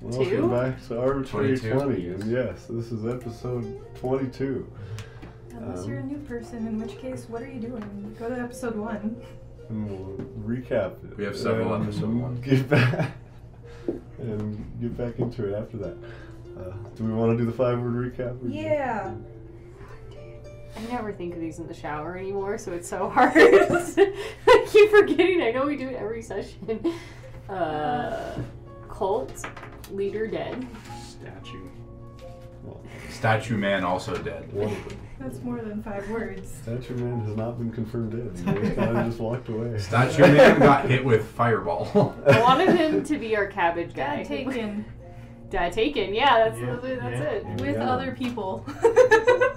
Welcome back to Arbitrary 22? 20. And yes, this is episode 22. Unless you're a new person, in which case, what are you doing? Go to episode one. And we'll recap it. We have several and episode ones. Get back, and get back into it after that. Uh, do we want to do the five word recap? or- Yeah. I never think of these in the shower anymore, so it's so hard. I keep forgetting. I know we do it every session. Uh, cult leader dead. Statue. Well, Statue Man also dead. one of them. That's more than five words. Statue Man has not been confirmed dead. This guy just walked away. Statue Man got hit with fireball. I wanted him to be our cabbage guy. God taken Dad taken. Yeah, that's Yeah, that's yeah. it. There we with go. other people.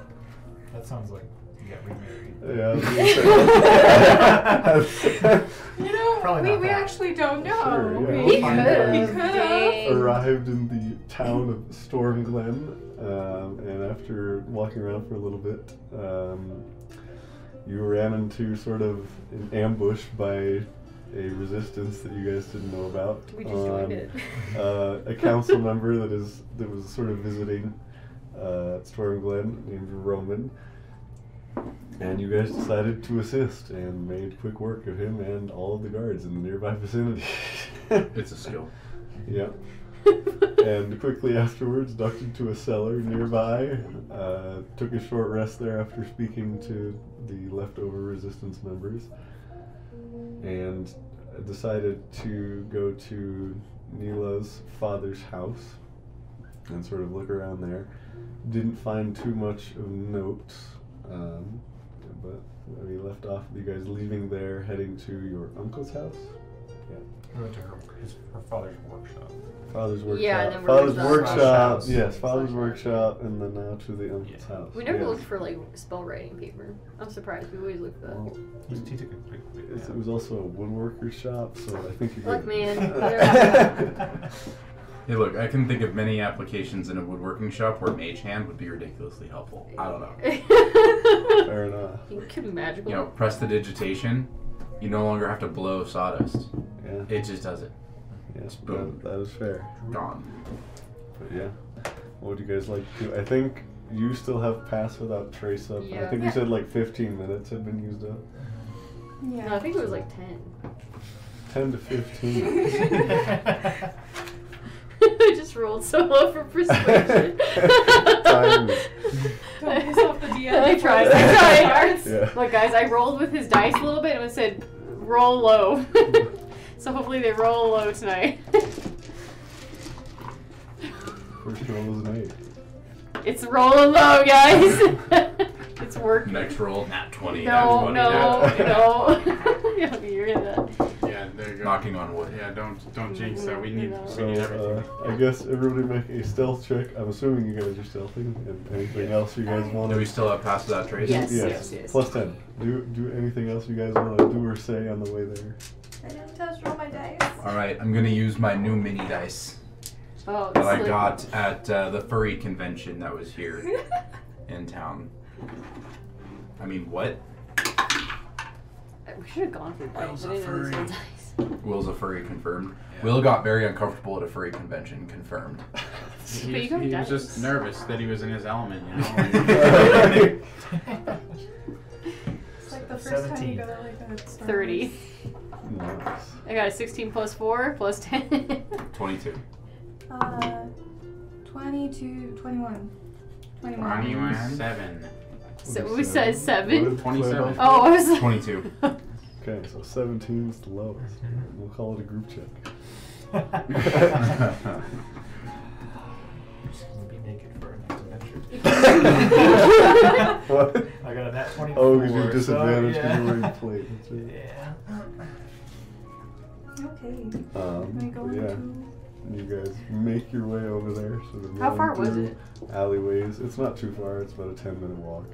That sounds like you got remarried. Yeah. I was gonna say. you know, Probably we, not we that. actually don't Sure, know. yeah. We- He could've. He could've. arrived in the town of Storm Glen, um, and after walking around for a little bit, um, you ran into sort of an ambush by a resistance that you guys didn't know about. We just joined on, it. Uh, a council member that is that was sort of visiting uh, Storm Glen named Roman. And you guys decided to assist and made quick work of him and all of the guards in the nearby vicinity. It's a skill. yeah and quickly afterwards ducked into a cellar nearby. Uh, took a short rest there after speaking to the leftover resistance members, and decided to go to Nila's father's house and sort of look around there. Didn't find too much of note, um, but we left off with you guys leaving there, heading to your uncle's house. We went to her, his, her father's workshop. Father's workshop. Yeah, and then we're father's with the workshop. slash house. Yes, father's Slash workshop, and then now to the uncle's Yeah. house. We never yeah. looked for like spell writing paper. I'm surprised. We always look for that. Well, He, he took a quick look it's- It was also a woodworker shop, so I think you're Look, good. man, Hey, look, I can think of many applications in a woodworking shop where mage hand would be ridiculously helpful. I don't know. Fair enough. you could be magical. You know, press the digitation. You no longer have to blow sawdust. Yeah, It just does it. yes, boom. that, that is fair. Gone. But yeah, what would you guys like to? I think you still have pass without trace up. and I Yeah. think you Yeah. said like 15 minutes had been used up. No, I Yeah. think it was like ten. 10 to 15. I just rolled so low for persuasion. Time is- Don't piss off the DM. I tried. I tried. Arts. Yeah. Look, guys, I rolled with his dice a little bit and it said roll low. so hopefully they roll low tonight. First roll was an eight. it's rolling low, guys. it's working. Next roll, nat 20. nat No, 20, no, nat 20. no. you don't hear that. Yeah, there you go. Knocking on wood. Yeah, don't don't jinx that. We need So we need everything. uh, I guess everybody make a stealth check. I'm assuming you guys are stealthing. And anything else you guys want Do to we still have pass without trace? Yes. Yes. yes, yes. Plus ten. Do do anything else you guys want to do or say on the way there? I didn't touch roll my dice. Alright, I'm gonna use my new mini dice Oh, that I slick. got at uh, the furry convention that was here in town. I mean, what? We should have gone for dice. Will's I didn't know this suffering. was dice. Will's a furry confirmed. Yeah. Will got very uncomfortable at a furry convention confirmed. But He, was- you got he was dice. just nervous that he was in his element, you know. Like, Alright. It's like the first time you 17. go to like that. Star Thirty. Wars. nice. I got a 16 plus 4 plus 10. 22. Uh, 22, 21. 21. Twenty-seven. so we said 7. What if- 27. Oh, I was like. 22. Okay, so 17 is the lowest. We'll call it a group check. just gonna be naked for our next adventure. What? I got a nat 24. Oh, because you're so, disadvantaged because you're yeah. wearing plate. That's right. Yeah. Okay. Um, Am I but going yeah, to? you guys make your way over there. Sort of How far rolling was through it? Alleyways. It's not too far. It's about a 10 minute walk.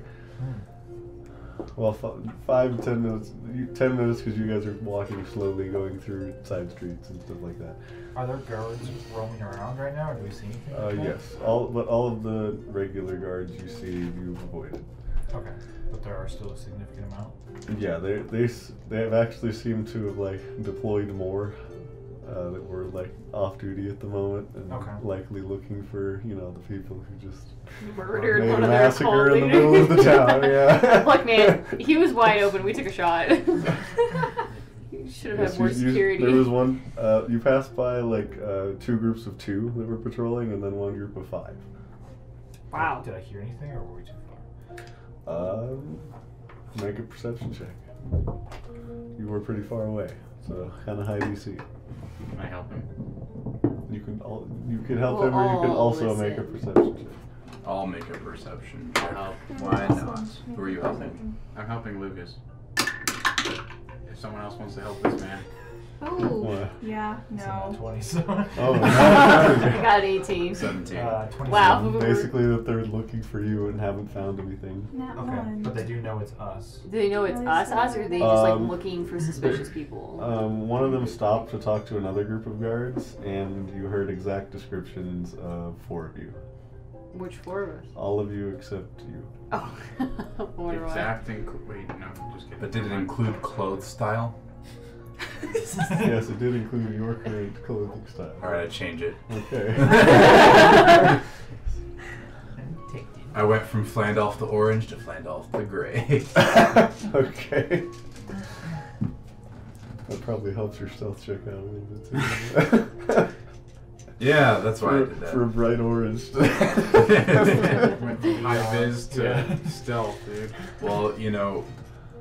Well, f- five, ten minutes. You, ten minutes because you guys are walking slowly, going through side streets and stuff like that. Are there guards roaming around right now, or do we see anything? Uh, like that? yes, all but all of the regular guards you see, you've avoided. Okay, but there are still a significant amount. Yeah, they they s- they have actually seemed to have like deployed more. uh, that were like off duty at the moment and Okay. likely looking for you know the people who just Murdered made one a of their cult massacre in the leaders. middle of the town. Yeah. Look, man, he was wide open. We took a shot. you should have Yes, had you- more you- security. there was one. Uh, you passed by like uh, two groups of two that were patrolling, and then one group of five. wow. Did I hear anything or were we too far? Um, make a perception check. You were pretty far away, so kind of high DC. Can I help him? You can all, you can help We'll him, or you can all also make a listen. perception check. I'll make a perception. I'll help. Why not? Who are you helping? I'm helping Lucas. If someone else wants to help this man, Oh. Why? Yeah, It's in that no. 20, so. Oh, I got an 18. 17. Uh, 20 Wow. seconds. Basically, that they're looking for you and haven't found anything. Not Okay, one. but they do know it's us. Do they know it's Really us, us, or are they just Um, like looking for suspicious people? Um, one of them stopped to talk to another group of guards, and you heard exact descriptions of four of you. Which four of us? All of you except you. Oh, I wonder why. exact and wait, no, just kidding. But did it include clothes style? yes, it did include your current clothing style. Alright, I change it. Okay. I went from Flandolf to orange to Flandolf to gray. okay. That probably helps your stealth check out a little bit too. yeah, that's why I for, did for that. bright orange. Went from high viz to Yeah. stealth, dude. Well, you know,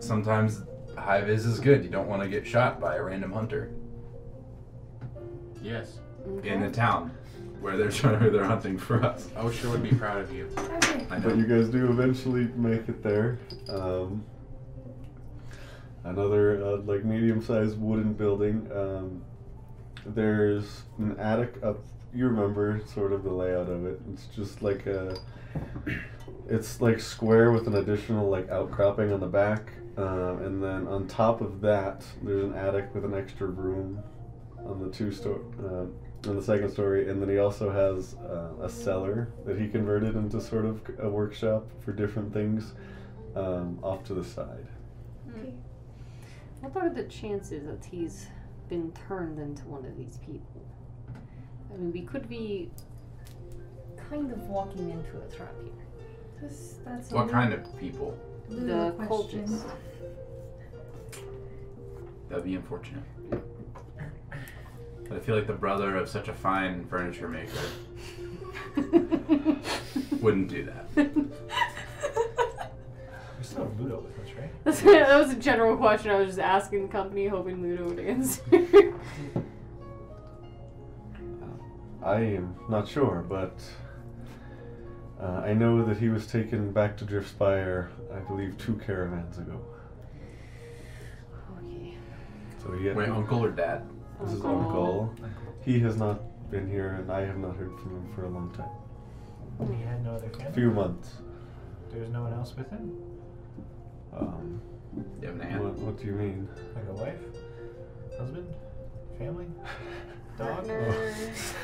sometimes high vis is good. You don't want to get shot by a random hunter Yes. in a town where they're trying where they're hunting for us. OSHA would be proud of you. Okay. I know. But you guys do eventually make it there. Um, another uh, like medium-sized wooden building. Um, there's an attic up. You remember sort of the layout of it. It's just like a. It's like square with an additional like outcropping on the back, um, and then on top of that, there's an attic with an extra room on the two story. Uh, on the second story, and then he also has uh, a cellar that he converted into sort of a workshop for different things um, off to the side. okay. What are the chances that he's been turned into one of these people? I mean, we could be kind of walking into a trap here. This, that's What kind of people? The cultures. cultist. That'd be unfortunate. But I feel like the brother of such a fine furniture maker wouldn't do that. We still have Ludo with us, right? That's- that was a general question I was just asking the company, hoping Ludo would answer. I am not sure, but uh, I know that he was taken back to Driftspire, I believe, two caravans ago. okay. So he had, Wait, uncle or dad? this Uh, is uncle. He has not been here, and I have not heard from him for a long time. Mm-hmm. oh, We had no other family. Few months. There's no one else with him? Um, You have an what, aunt? what do you mean? Like a wife? Husband? Family? Dog? Partner.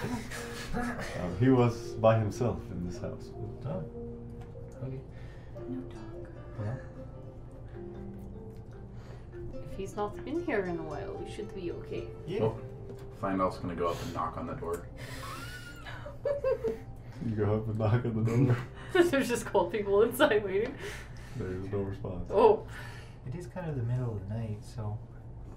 Um, he was by himself in this house. Oh. Okay. Well, If he's not been here in a while, we should be okay. yeah. Oh. Well, Flandolf's gonna go up and knock on the door. You go up and knock on the door. There's just cold people inside waiting. There's no response. Oh, It is kind of the middle of the night, so.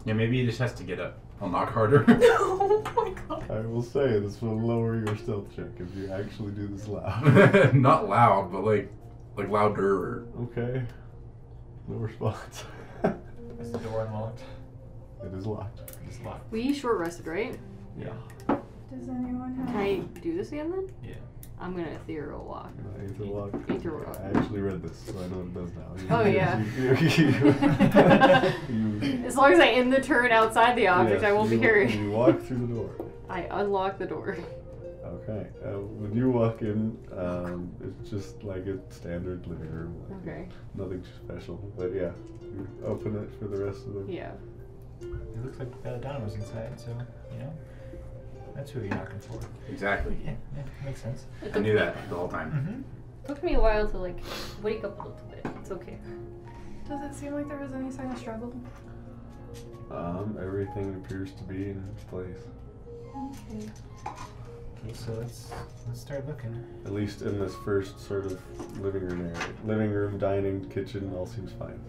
Yeah, maybe he just has to get up. I'll knock harder. oh my god. I will say this will lower your stealth check if you actually do this loud. Not loud, but like, like louder. okay. No response. it Is the door unlocked? is locked. It's locked. we short rested, right? Yeah. Does anyone Can have? I do this again then? Yeah. I'm gonna ethereal walk. It's locked. Interlock. I actually read this, so I know what it does now. You- Oh, yeah. You, you- As long as I end the turn outside the object, I yes, won't be you- carried. You walk through the door. I unlock the door. Okay. Uh, when you walk in, um, it's just like a standard living room. Like Okay. Nothing too special. But yeah, you open it for the rest of them. Yeah. It looks like Belladonna was inside, so, you know. That's who you're knocking for. Exactly. Yeah, yeah, makes sense. I knew that the whole time. Mm-hmm. took me a while to like wake up a little bit. It's okay. Does it seem like there was any sign of struggle? Um, everything appears to be in its place. Okay. Okay, so let's let's start looking. At least in this first sort of living room area. Living room, dining, kitchen, all seems fine.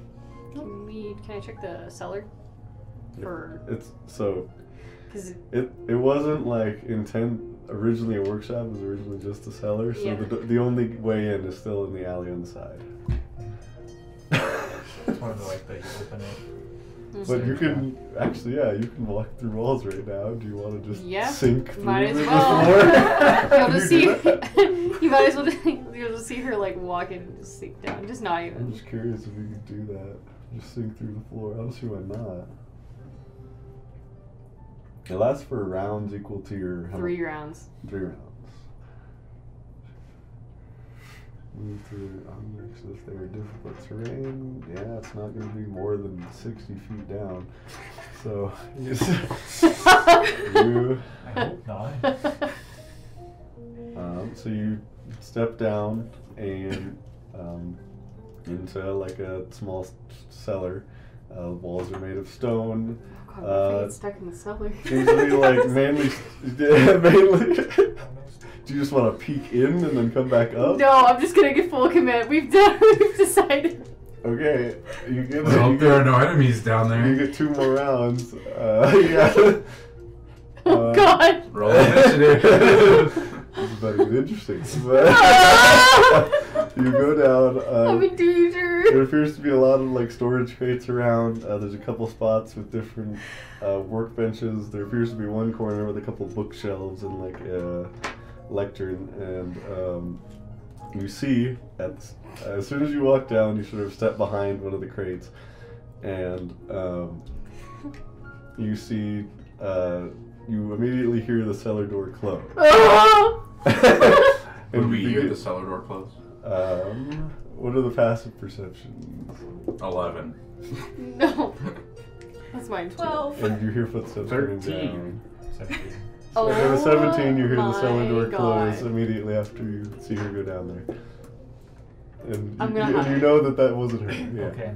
Can we? Can I check the cellar? Yep. For It's so because it it wasn't like intent originally a workshop. It was originally just a cellar. So Yeah. the the only way in is still in the alley on the side. It's one of the ways that you open it. Mm-hmm. But you can actually, yeah, you can walk through walls right now. Do you want to just Yeah, sink through might as the well. floor? You'll just see. You do that? you might as well. Just, you'll just see her like walk and just sink down, just not I'm even. just curious if you could do that. Just sink through the floor. I'm sure why not. It lasts for rounds equal to your how Three rounds. mu- Three rounds. Move through objects if they are difficult terrain. Yeah, it's not going to be more than 60 feet down. So you, you I hope not. Um, so you step down and um, into like a small s- cellar. Uh, walls are made of stone. God, what if I Uh, get stuck in the cellar? Seems to be like mainly, mainly. Almost. Do you just want to peek in and then come back up? No, I'm just gonna get full commit. We've done. We've decided. Okay, you get I you hope there are get, no enemies down you there. get two more rounds. Uh, Oh Uh, God. Roll initiative. yeah, it's better than interesting. Ah! you go down. Um, I'm in there danger. appears to be a lot of like storage crates around. Uh, there's a couple spots with different uh, workbenches. There appears to be one corner with a couple bookshelves and like a lectern. And um, you see, at, as soon as you walk down, you sort of step behind one of the crates, and um, you see. Uh, you immediately hear the cellar door close. Ah! Would And we you hear begin- the cellar door close? Um, what are the passive perceptions? 11. No. That's mine. too. Twelve. And you hear footsteps coming Thirteen. down. Seventeen. Oh, and at 17, you hear the cellar my door close God. immediately after you see her go down there. And, I'm you, gonna you- hide. you know that that wasn't her. Yeah. Okay.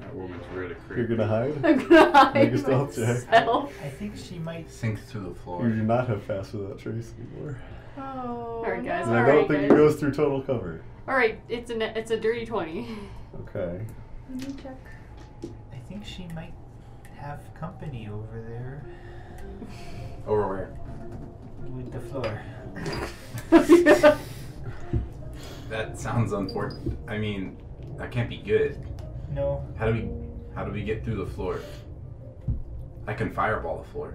That woman's really creepy. You're gonna hide? I'm gonna hide Make a stealth check. myself. I think she might. Sinks through the You do floor. not have fast without trace anymore. Oh. Alright, guys, And no. I don't Alright, think it guys. goes through total cover. All right, it's a ne- it's a dirty twenty. Okay. Let me check. I think she might have company over there Over where? with the floor. That sounds unfortunate. I mean, that can't be good. No, How do we how do we get through the floor? I can fireball the floor.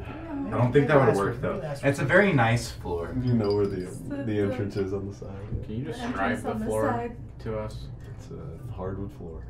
I don't think that would work though. It's a very nice floor. You know where the, It's the- the entrance is on the side. Can you describe Entrance the on this floor side. to us? It's a hardwood floor.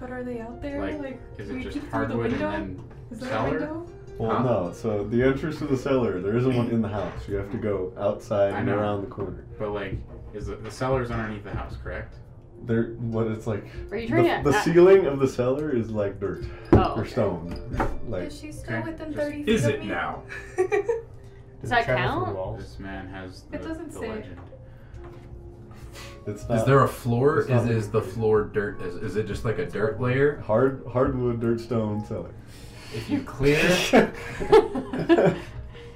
But are they out there? Like, Like, Is we it just peek through the hardwood and window? then is there cellar? a window? Well, Huh? no. So the entrance to the cellar, there isn't one in the house. You have to go outside I and know. around the corner. But like, is the, the cellar's underneath the house, correct? There, what it's like. Are The, you trying to? the uh, ceiling of the cellar is like dirt oh, or okay. stone. Like Is she still Okay, within just- thirty feet Is of it me? now? Does that travel through count? walls? This man has the, It doesn't the say. legend. it's not Is there a floor? It's not Is is the floor dirt? Is, is it just like a dirt layer? hard hardwood dirt stone cellar. If you clear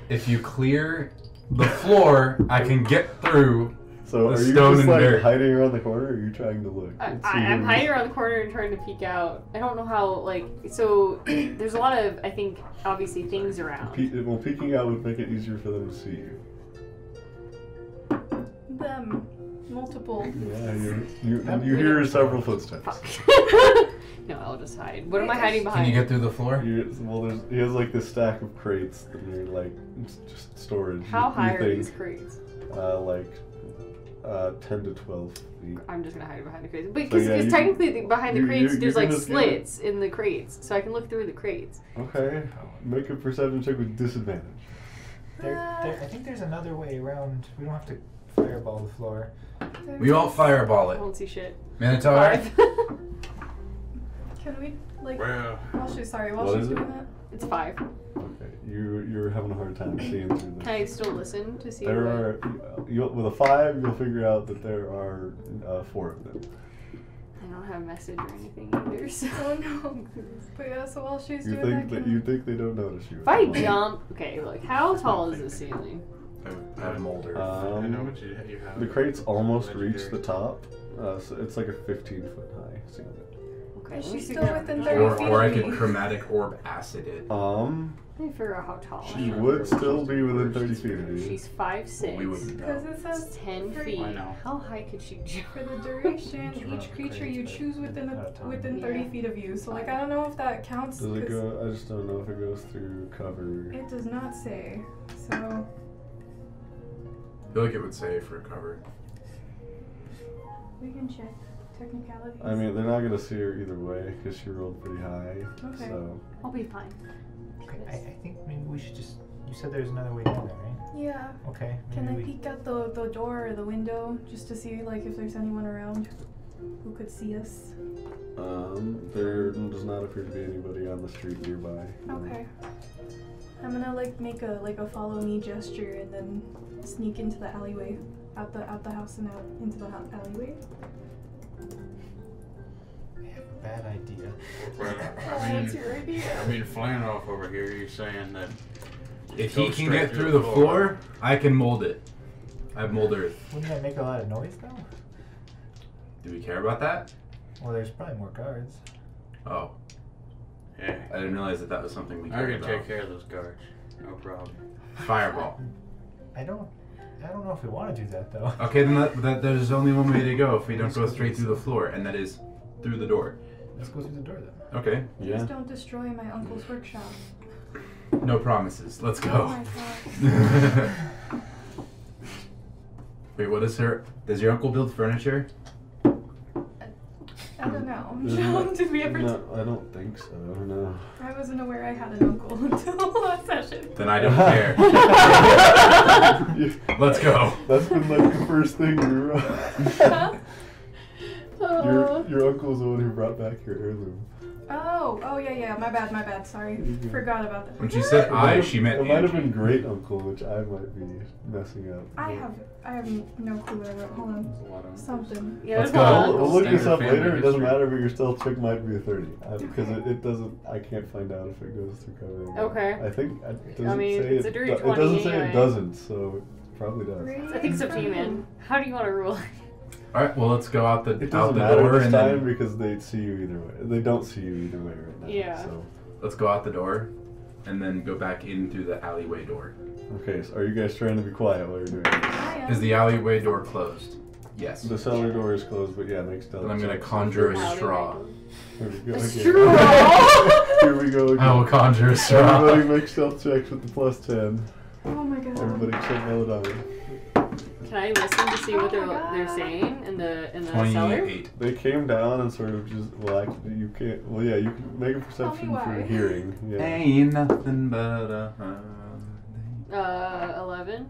if you clear the floor, I can get through. so The are you stone just and like dirt. hiding around the corner? Or are you trying to look? I, and see I, I'm who's- hiding around the corner and trying to peek out. I don't know how. Like, so there's a lot of I think obviously things around. Pe- well, peeking out would make it easier for them to see you. Them. Multiple. Yeah, you you, you hear several footsteps. Fuck. no, I'll just hide. What am I Wait, hiding Can behind? you get through the floor? You, well, there's he has like this stack of crates that are like it's just storage. how you high are think. these crates? Uh, like uh, ten to twelve feet. I'm just gonna hide behind the crates. Because yeah, you- technically the, behind the you- crates, you- you there's can like just get it. slits in the crates, so I can look through the crates. Okay, make a perception check with disadvantage. There, there, Uh. I think there's another way around. We don't have to fireball the floor. We all fireball I it. won't see shit. Minotaur. Five. Can we like? Well, While she's sorry, while What she's is it? doing that, it's five. Okay, you you're having a hard time seeing through this. Can I still listen to see? There what- are you'll, with a five, you'll figure out that there are uh, four of them. I don't have a message or anything either, so. Oh no. But yeah, so while she's You doing think that, that can- you think they don't notice you? If I jump, okay, like how tall is the ceiling? I, I'm I, older. I know Um, what you, you have. the crate's almost reached Legendary. the top. Uh, so it's like a 15 foot high ceiling. Okay, is let she me still figure- within 30 or, feet? or I of could me? chromatic orb acid it. Um, Let me figure out how tall. I she am. would still be within 30 feet of you. She's five six. We wouldn't Because know. it says ten Three. feet. I know. How high could she jump? for the duration, Each each creature round creates you a- choose within a, a time. within 30 Yeah. feet of you. So like, I don't know if that counts. Does it 'cause go? I just don't know if it goes through cover. It does not say. So I feel like it would say for cover. we can check technicalities. I mean, they're not gonna see her either way because she rolled pretty high. Okay. So I'll be fine. Okay, I, I think maybe we should just. You said there's another way down there, right? yeah. Okay. Can I maybe we, peek out the, the door or the window just to see like if there's anyone around who could see us? um, there does not appear to be anybody on the street nearby. no. Okay. I'm gonna like make a like a follow me gesture and then sneak into the alleyway, out the out the house and out into the hou- alleyway. Bad idea. I mean, I mean, Flanoff over here, you're saying that If Go he can straight get through through the the floor. floor, I can mold it. I have mold earth. Wouldn't that make a lot of noise though? Do we care about that? Well, there's probably more guards. Oh, yeah, I didn't realize that that was something we I cared can about. take care of those guards. No problem. Fireball. I don't. I don't know if we want to do that though. Okay, then that, that there's only one way to go if we don't go straight through the floor, and that is through the door. Let's go through the door though. Okay, Yeah. Just don't destroy my uncle's workshop. no promises. Let's Oh go. my god. Wait, what is her? Does your uncle build furniture? I don't know. There's John, no- did we ever? t- No, I don't think so. No. I wasn't aware I had an uncle until last session. Then I don't care. Let's go. That's been like the first thing we wrote. Huh? your your uncle's the one who brought back your heirloom. Oh, oh yeah, yeah. My bad, my bad. Sorry, Mhm. forgot about that. When she said It might I, have- she meant It might have Angie. been great uncle, which I might be messing up. I but- have, I have no clue what I wrote. Hold on, There's a lot of something. Yeah, Let's there's a lot go. We'll, of we'll uncles. look this up Standard later. It doesn't family matter, but your stealth check might be a thirty because it, it doesn't. I can't find out if it goes through cover. or not. Okay. I think I, it doesn't mean, say it's it, a dirty do- it 20 doesn't say anyway. it doesn't, so it probably does. I think it's up to you, man. How do you want to rule? All right, well, let's go out the It doesn't out the matter door this and time then because they see you either way. They don't see you either way right now. Yeah. So let's go out the door, and then go back in through the alleyway door. okay, so are you guys trying to be quiet while you're doing this? I am. Is the alleyway door closed? Yes. The cellar door is closed, but yeah, make stealth. Then I'm gonna checks. conjure a Alleyway straw. door. Here we go A again. straw? Here we go again. I will conjure a straw. Everybody make stealth checks with the plus ten. Oh my god. Everybody except Melodon. Can I listen to see what they're Oh my they're God. saying in the in the cellar? Twenty-eight. They came down and sort of just well, actually, you can't. Well, yeah, you can make a perception why. for hearing. Yeah. Ain't nothing but a Uh, eleven.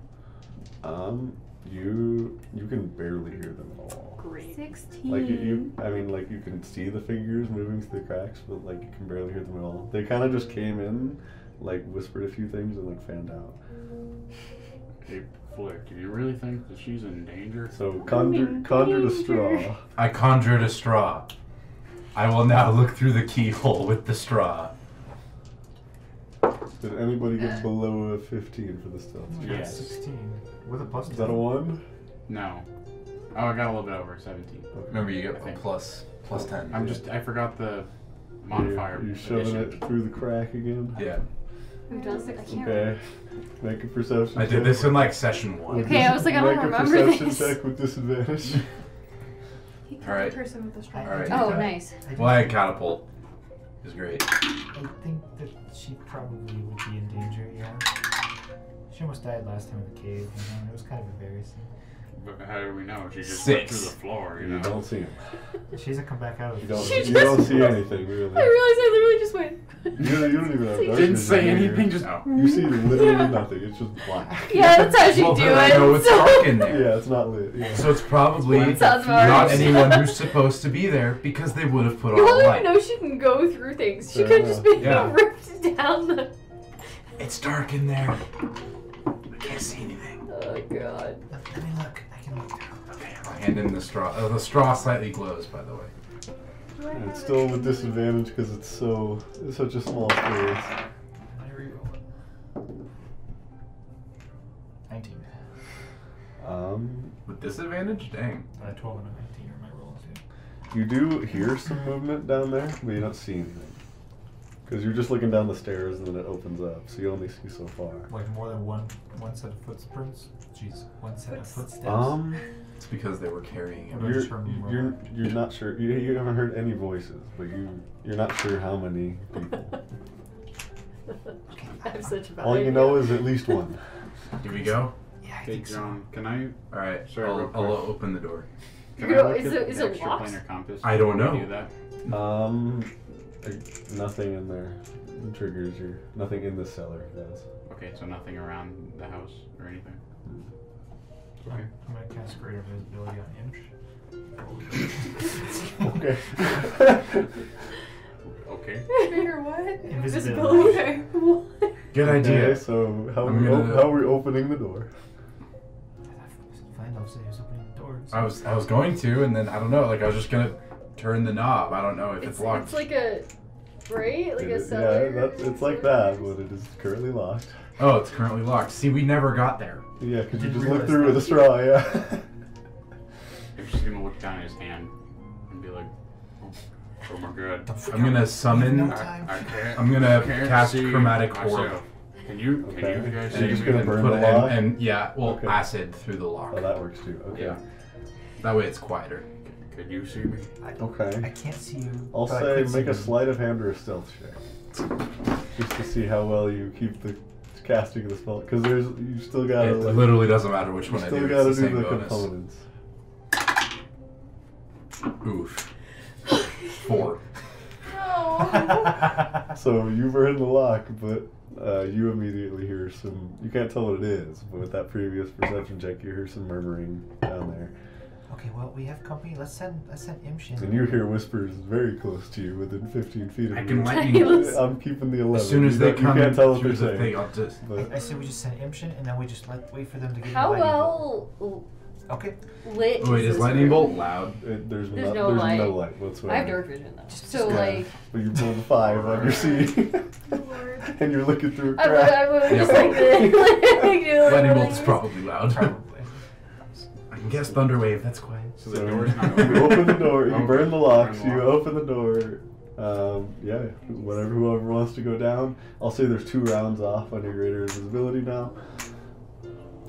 Um, you you can barely hear them at all. Great. Sixteen. Like you, you, I mean, like you can see the figures moving through the cracks, but like you can barely hear them at all. They kind of just came in, like whispered a few things and like fanned out. Hey, Flick, do you really think that she's in danger? So conjure in conjured a danger. straw. I conjured a straw. I will now look through the keyhole with the straw. Did anybody get below a fifteen for the stealth? We check? got Yes. Sixteen with a plus. Is that a one? No. Oh, I got a little bit over 17. Remember, you get Okay. a plus plus ten. I'm just, I forgot the modifier. You're, you're shoving addition. it through the crack again. yeah. Who does it? I can't Okay. Make a perception. I did check. this in like session one. Okay, I was like, I don't Make remember a perception this. check with disadvantage. He killed Alright. the person with the straw. Alright. Oh, Okay. nice. Well, I had catapult. It was great. I think that she probably would be in danger, yeah. She almost died last time in the cave, you know, it was kind of embarrassing. But how do we know? She just went Six. through the floor, you You know? don't see him. She hasn't come back out of You the don't, She you just- don't see anything really. I realized I literally You, just went. don't- you don't even have dark Didn't vision, say do you? anything, just. You see literally nothing. It's just black. yeah, that's how she well, do then I know it. it's dark in there. Yeah, it's not lit. Yeah. So it's probably That sounds not right. anyone who's supposed to be there because they would have put You on a don't even light. know she can go through things. She Fair could just be enough. Yeah. ripped down the. It's dark in there. I can't see anything. Oh god. Let me look, I can look. Okay, I'll hand in the straw. Uh, the straw slightly glows, by the way. Do I Oh. And have it's still with anything that- disadvantage because it's so it's such a small space. I reroll it. 19. Um, With disadvantage? Dang. Uh, 12 and a 19 are my rolls, yeah. you do hear some movement down there, but you don't see anything because you're just looking down the stairs and then it opens up, so you only see so far. Like more than one one set of footprints? Jeez, one set of footsteps. Um, It's because they were carrying him. You're- you're determine where you're we're you're not sure. You, you haven't heard any voices, but you you're not sure how many people. I have such a bad All you idea. know is at least one. Here we go. yeah, I Big think so. drone. Can I? All right. Sorry, I'll, real quick. I'll open the door. Can You I know, look is at it- the is it extra locked? planar compass? I don't before we know. Do that. Um, uh, nothing in there triggers your nothing in the cellar does. Okay, so nothing around the house or anything. I'm, I'm gonna cast greater visibility on Imsh. Okay. Okay. Bigger what? Invisibility. Okay. What? Good idea. Okay, so how are I'm we op- gonna- how are we opening the door? I thought it was- Find out say he was opening the doors. I was I was going to, and then I don't know. Like I was just gonna turn the knob. I don't know if it's, It's, locked. it's like a right, like It a is- cellar. Yeah, that's, it's like that, but it is currently locked. oh, it's currently locked. See, we never got there. Yeah, because you Didn't just look realize through with a that. straw. Yeah. I'm just gonna look down at his hand and be like, oh, oh my god. I'm gonna summon. No I, time. I can't. I'm gonna can't cast see chromatic orb. myself. Can you? Can Okay. you guys So you're see just me? gonna and burn put the it in- lock? and yeah, well, Okay. acid through the lock. Oh, that works too. Okay. Yeah. That way it's quieter. Can you see me? I Okay. can't see you. I'll but say I could see make you. a sleight of hand or a stealth check, just to see how well you keep the casting of the spell. Because there's you still gotta It like, literally doesn't matter which you one I still do. gotta It's do the same the bonus. components. Oof. Four. No. So you burn the lock, but uh, you immediately hear some. You can't tell what it is, but with that previous perception check, you hear some murmuring down there, Okay, well we have company. Let's send let's send Imsh in. and you hear whispers very close to you, within 15 feet of I you. can He lightning. looks- I'm keeping the 11. As soon as you they don't- come, you can't tell what through they're the thing, saying. I'll just. But I, I say we just send Imsh in and then we just let wait for them to get How invited. well Okay. lit? Oh, wait, is this lightning room? bolt loud? it, there's, There's no, no there's light. no light whatsoever. I have dark vision though, Just- so just- like But you pulled a five on your C, Lord. and you're looking through a I would, I crack. would Yeah, just like probably. the like, do like Lightning one of bolt's these. probably loud. Probably. I can guess thunderwave. That's quiet. So So the door's not you open. open the door, you Okay. burn the locks, Burn the you lock. open the door. Um, yeah, whatever, whoever wants to go down. I'll say there's two rounds off on your greater invisibility now.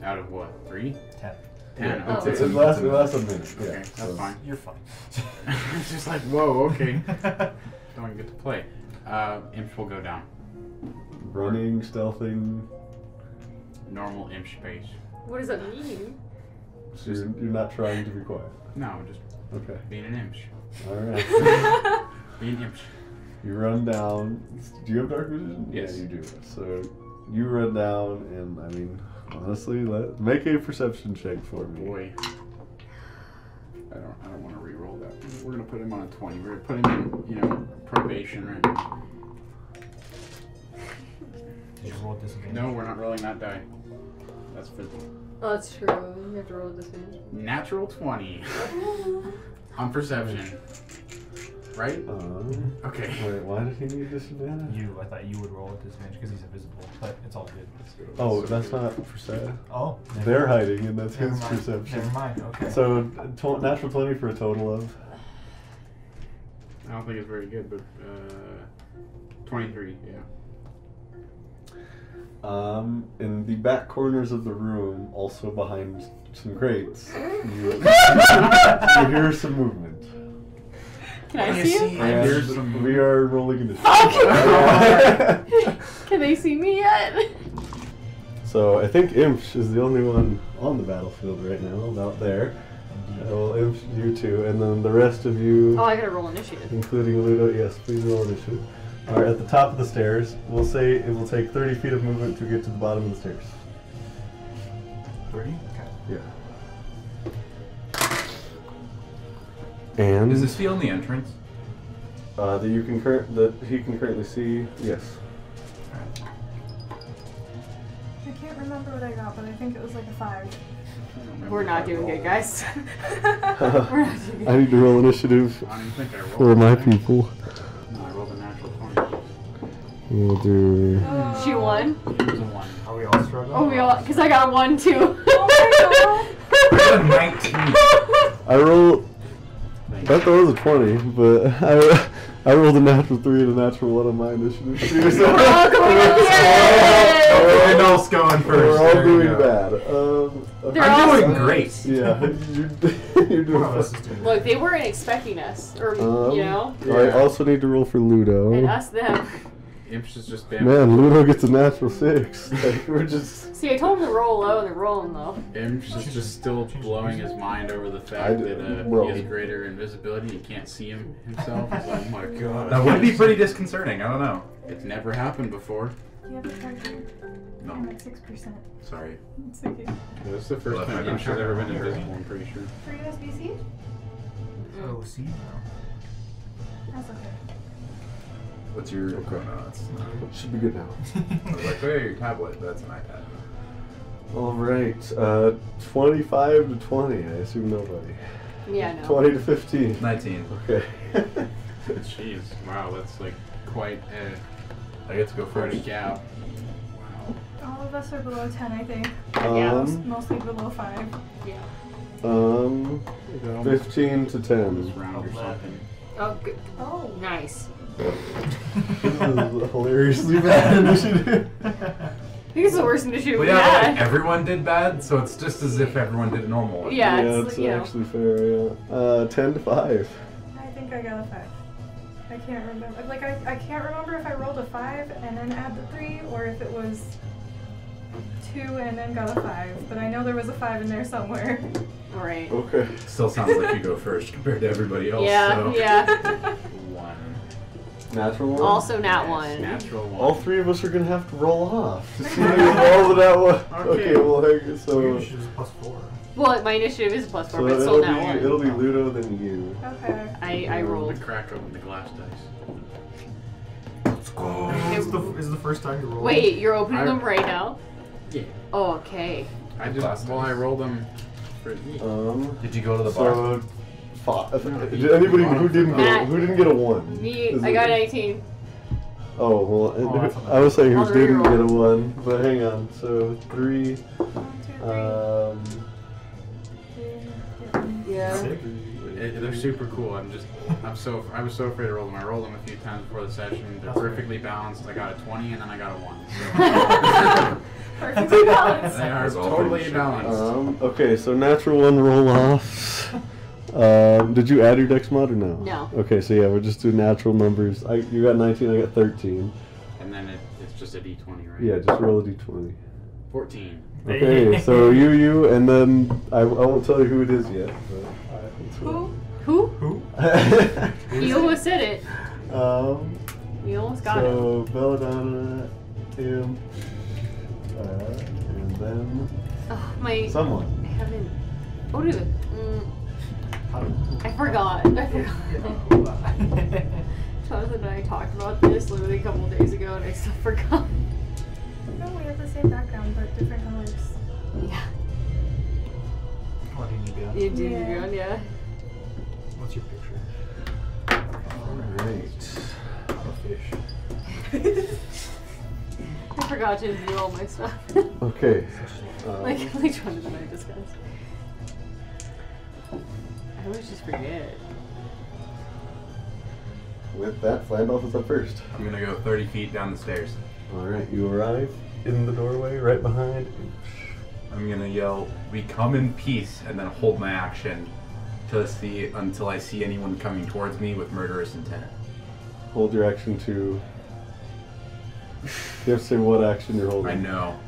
Out of what? Three? Ten. Ten. Yeah, okay. It's, a- it, lasts, it lasts a minute. Yeah, Okay, that's so- fine. You're fine. It's just like, whoa, okay. Don't get to play. Uh, Imsh will go down. Running, stealthing, Normal Imsh space. What does that mean? so you're, you're not trying to be quiet. No, just Okay, being an Imsh. alright. Being Imsh. You run down. Do you have dark vision? Yes. Yeah, you do. So you run down, and I mean, honestly, let make a perception check for me. Boy. I don't, I don't want to re-roll that. We're going to put him on a 20. We're going to put him in, you know, probation right now. Did you roll disadvantage? No, we're not rolling that die. That's for Oh, that's true. You have to roll this one. natural 20 on perception. Right? Um, Okay. wait, why did he need disadvantage? You, I thought you would roll at disadvantage because he's invisible, but it's all good. Oh, that's not perception. Oh, never- They're hiding, and that's never his mind. perception. Never mind. Okay. So t- natural twenty for a total of. I don't think it's very good, but uh, 23, yeah. Um, in the back corners of the room, also behind some crates, you, you hear some movement. Can I see him? And hear some- we are rolling into. Fucking Can they see me yet? So I think Imsh is the only one on the battlefield right now, out there. Mm-hmm. Uh, well, Imsh, you two, and then the rest of you, Oh, I gotta roll initiative. including Ludo, yes, please roll initiative, are at the top of the stairs. We'll say it will take 30 feet of movement to get to the bottom of the stairs. Thirty. Okay. Yeah. And Is this the only entrance? uh, that you can cur- that he can currently see? Yes. I can't remember what I got, but I think it was like a five. I don't remember We're if I not doing rolled. good, guys. We're not doing I good. need to roll initiative I don't even think I rolled. for my did I? people. No, I rolled a natural 20. We'll do. She won. It was a 1. Are we all struggling? Oh, we all, because I got a one too. Oh Good night. I roll. Thank That was a twenty, but I I rolled a natural three and a natural one on my initiative. too, so- We're all going up Oh, here. oh, Randolph's going 1st We're all doing bad. Um, okay. They're I'm all doing screwed. great. yeah, you're, you're doing One of us fine. is doing Look, they weren't expecting us, or Um, you know, I also need to roll for Ludo. and us them. Imps is just bad. Man, Ludo gets a natural six. Like, we're just. See, I told them to roll low, and they're rolling low. Imps is just still blowing his mind over the I fact d- that uh, bro. he has greater invisibility. He can't see him himself. He's like, oh my god. That would be pretty disconcerting. I don't know. It's never happened before. You have a calculator. I'm No, at six percent. sorry. It's okay. That's the Well, first if I time didn't Imps has turn ever been around, invisible, I'm pretty sure. For USBC? Oh, see That's okay. What's your? Okay. Oh, no, it's Should be good now. I was like, hey, your tablet. That's an iPad. All right, uh, twenty-five to twenty. I assume nobody. Yeah, no. Twenty to fifteen. Nineteen. Okay. Jeez, wow, that's like quite a, I get to go quite a first. gap. Wow. All of us are below ten, I think. um, Mostly below five. Yeah. um, fifteen to ten. This round or something. Oh, good. Oh. nice. This is hilariously bad initiative. I think it's the worst initiative Well, we yeah, had. like, everyone did bad, so it's just as if everyone did a normal one. Yeah, yeah, it's, it's you know. actually fair. Yeah. Uh, ten to five. I think I got a five. I can't remember. Like I, I can't remember if I rolled a five and then add the three, or if it was two and then got a five. But I know there was a five in there somewhere. All right. Okay. Still sounds like you go first compared to everybody Oh, else. yeah, so. yeah. One. Natural one. Also, not Yes, one. Natural one. All three of us are gonna have to roll off to see who rolled that one. Okay. Okay. well, hang, so Yours is plus four. Well, my initiative is plus four, so but it's it'll still be not it'll one. be Ludo then you. okay. I, I The rolled. crack open the glass dice. Let's go. Is the, is the first time you roll? Wait, you're opening I- them right now? Yeah. Oh, okay. I just Glass well, I dice. rolled them for me. Um. Did you go to the bar? So, five. No, Did you- anybody you who want didn't it. get a, Matt. who didn't get a one? Me, Is I it- got 19. Oh well, Oh, I thought I was saying who I'll didn't get a reroll. one, but hang on. So three. One, two, three. Um, Yeah. Sick. It- they're super cool. I'm just I'm so I was so afraid to roll them. I rolled them a few times before the session. They're That's right. perfectly balanced. I got a twenty and then I got a one. Perfectly balanced. They are That's all totally pretty balanced. um, okay, so natural one roll offs. Um, did you add your dex mod or no? No. Okay, so yeah, we'll just do natural numbers. I, you got 19, I got 13. And then it, it's just a D twenty, right? Yeah, just roll a d20. Fourteen. Okay, so you, you, and then I, I won't tell you who it is yet. But, alright, that's Who? Who? Who? You almost said it. um, You almost got it. so Belladonna, him, uh, and then Oh, my. someone. I haven't. What is it? Mm, How do I forgot. I forgot. Jonathan and I talked about this literally a couple days ago, and I still forgot. No, Oh, we have the same background but different colors. Yeah. What do you got? You did Yeah. your own, yeah. What's your picture? Alright. I forgot to do all my stuff. Okay. like, Um, like Jonathan and I discussed. I always just forget. with that, Flandolf is up first. I'm gonna go 30 feet down the stairs. All right, you arrive in the doorway right behind. I'm gonna yell, "We come in peace," and then hold my action to see until I see anyone coming towards me with murderous intent. Hold your action to. You have to say what action you're holding. I know.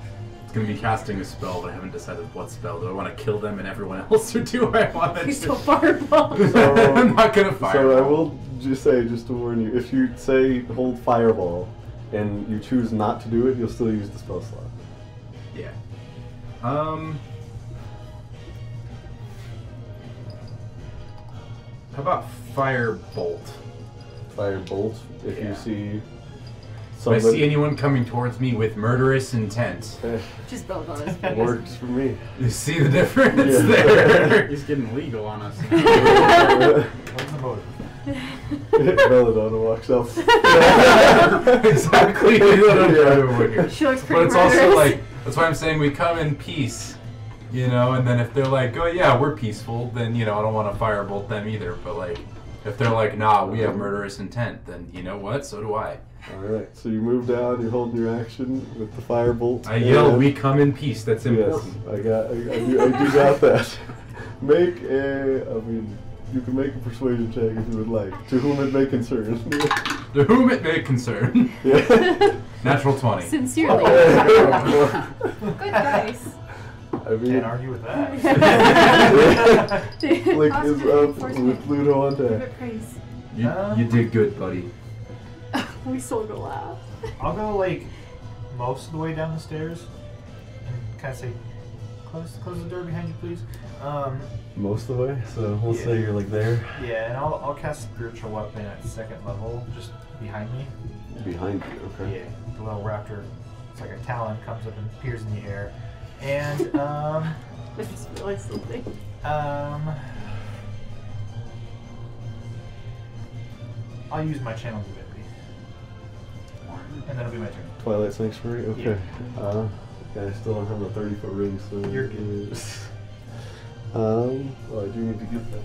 It's gonna be casting a spell, but I haven't decided what spell. Do I want to kill them and everyone else, or do I want to? He's still fireball. So- I'm not gonna fire. So I will just say, just to warn you, if you say hold fireball and you choose not to do it, you'll still use the spell slot. Yeah. Um. How about firebolt? Firebolt, if Yeah. you see If I see Somebody anyone coming towards me with murderous intent, Just both on us. works for me. you see the difference Yeah. there. He's getting legal on us. What's the motive? Belladonna walks up. exactly. That's what I'm trying to avoid here. she looks But pretty it's also murderous. like that's why I'm saying we come in peace, you know. And then if they're like, "Oh yeah, we're peaceful," then you know I don't want to firebolt them either. But like, if they're like, "Nah, we have murderous intent," then you know what? So do I. All right, so you move down. You're holding your action with the firebolt. I yell, and- "We come in peace." That's Yes, important. I got. I, I, do, I do got that. Make a. I mean, you can make a persuasion check if you would like. To whom it may concern. To whom it may concern. yeah. Natural twenty. Sincerely. Good dice. I mean, Can't argue with Like, that. Positive Flick is up with reinforcement. Pluto on Give deck. it praise. You, Uh. you did good, buddy. we still go laugh. I'll go like most of the way down the stairs and kind of say, close, close the door behind you, please. Um, Most of the way, so we'll say you're like there. yeah, and I'll, I'll cast spiritual weapon at second level, just behind me. Behind you, okay. Yeah, the little raptor. It's like a talon comes up and appears in the air, and um, I just realized something. um, I'll use my channel divinity, and that'll be my turn. Twilight Sanctuary, okay. Uh, yeah, I still don't have my 30 foot ring, so. You're it good. is- um, well, I do need to get the,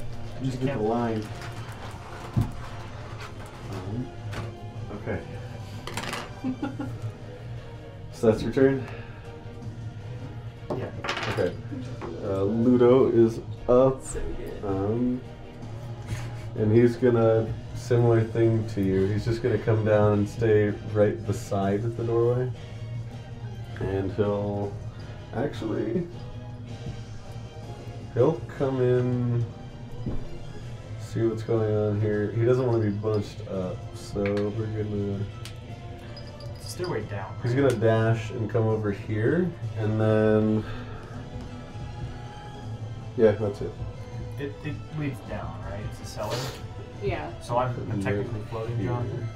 Just get the line. Um, okay. so that's your turn? Yeah. Okay. Uh, Ludo is up. So good. Um, and he's gonna similar thing to you. He's just gonna come down and stay right beside the doorway, and he'll actually he'll come in, see what's going on here. He doesn't want to be bunched up, so we're gonna Stairway down. he's gonna dash and come over here, and then yeah, that's it. It, it leads down, right? It's a cellar. Yeah. So I'm, I'm technically floating, John.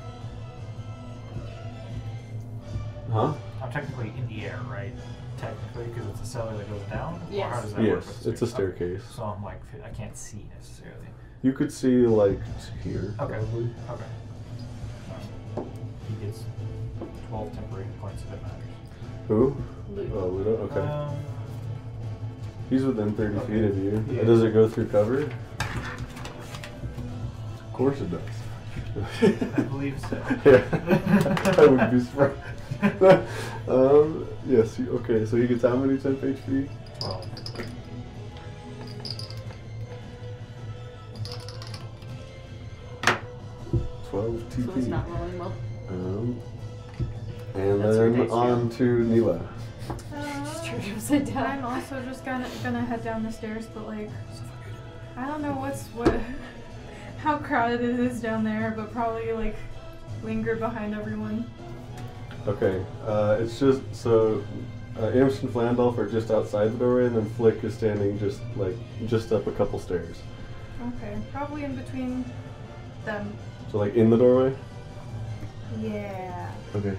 Huh? I'm technically in the air, right? Technically, because it's a cellar that goes down. Or how Yes. does that work? Yes, with it's a stairs? staircase. Okay, So I'm like, I can't see necessarily. You could see like to here. Okay. Probably. Okay. Um, He gets 12 temporary points if it matters. Who? Luke. Oh, Ludo. Okay. Um, He's within 30 okay. feet of you. Yeah. Does it go through cover? Of course it does. I believe so. Yeah. I would be surprised. um, yes. you- Okay. So he gets how many temp HP? Well, Twelve TP. So it's not rolling well. Um, and That's her dice, then yeah. on to Nila. Just Uh, turned it upside I'm down. also just gonna gonna head down the stairs, but like, I don't know what's what, how crowded it is down there, but probably like linger behind everyone. Okay. Uh, it's just so. Uh, Amst and Flandolf are just outside the doorway, and then Flick is standing just like just up a couple stairs. Okay, probably in between them. So like in the doorway. Yeah. Okay.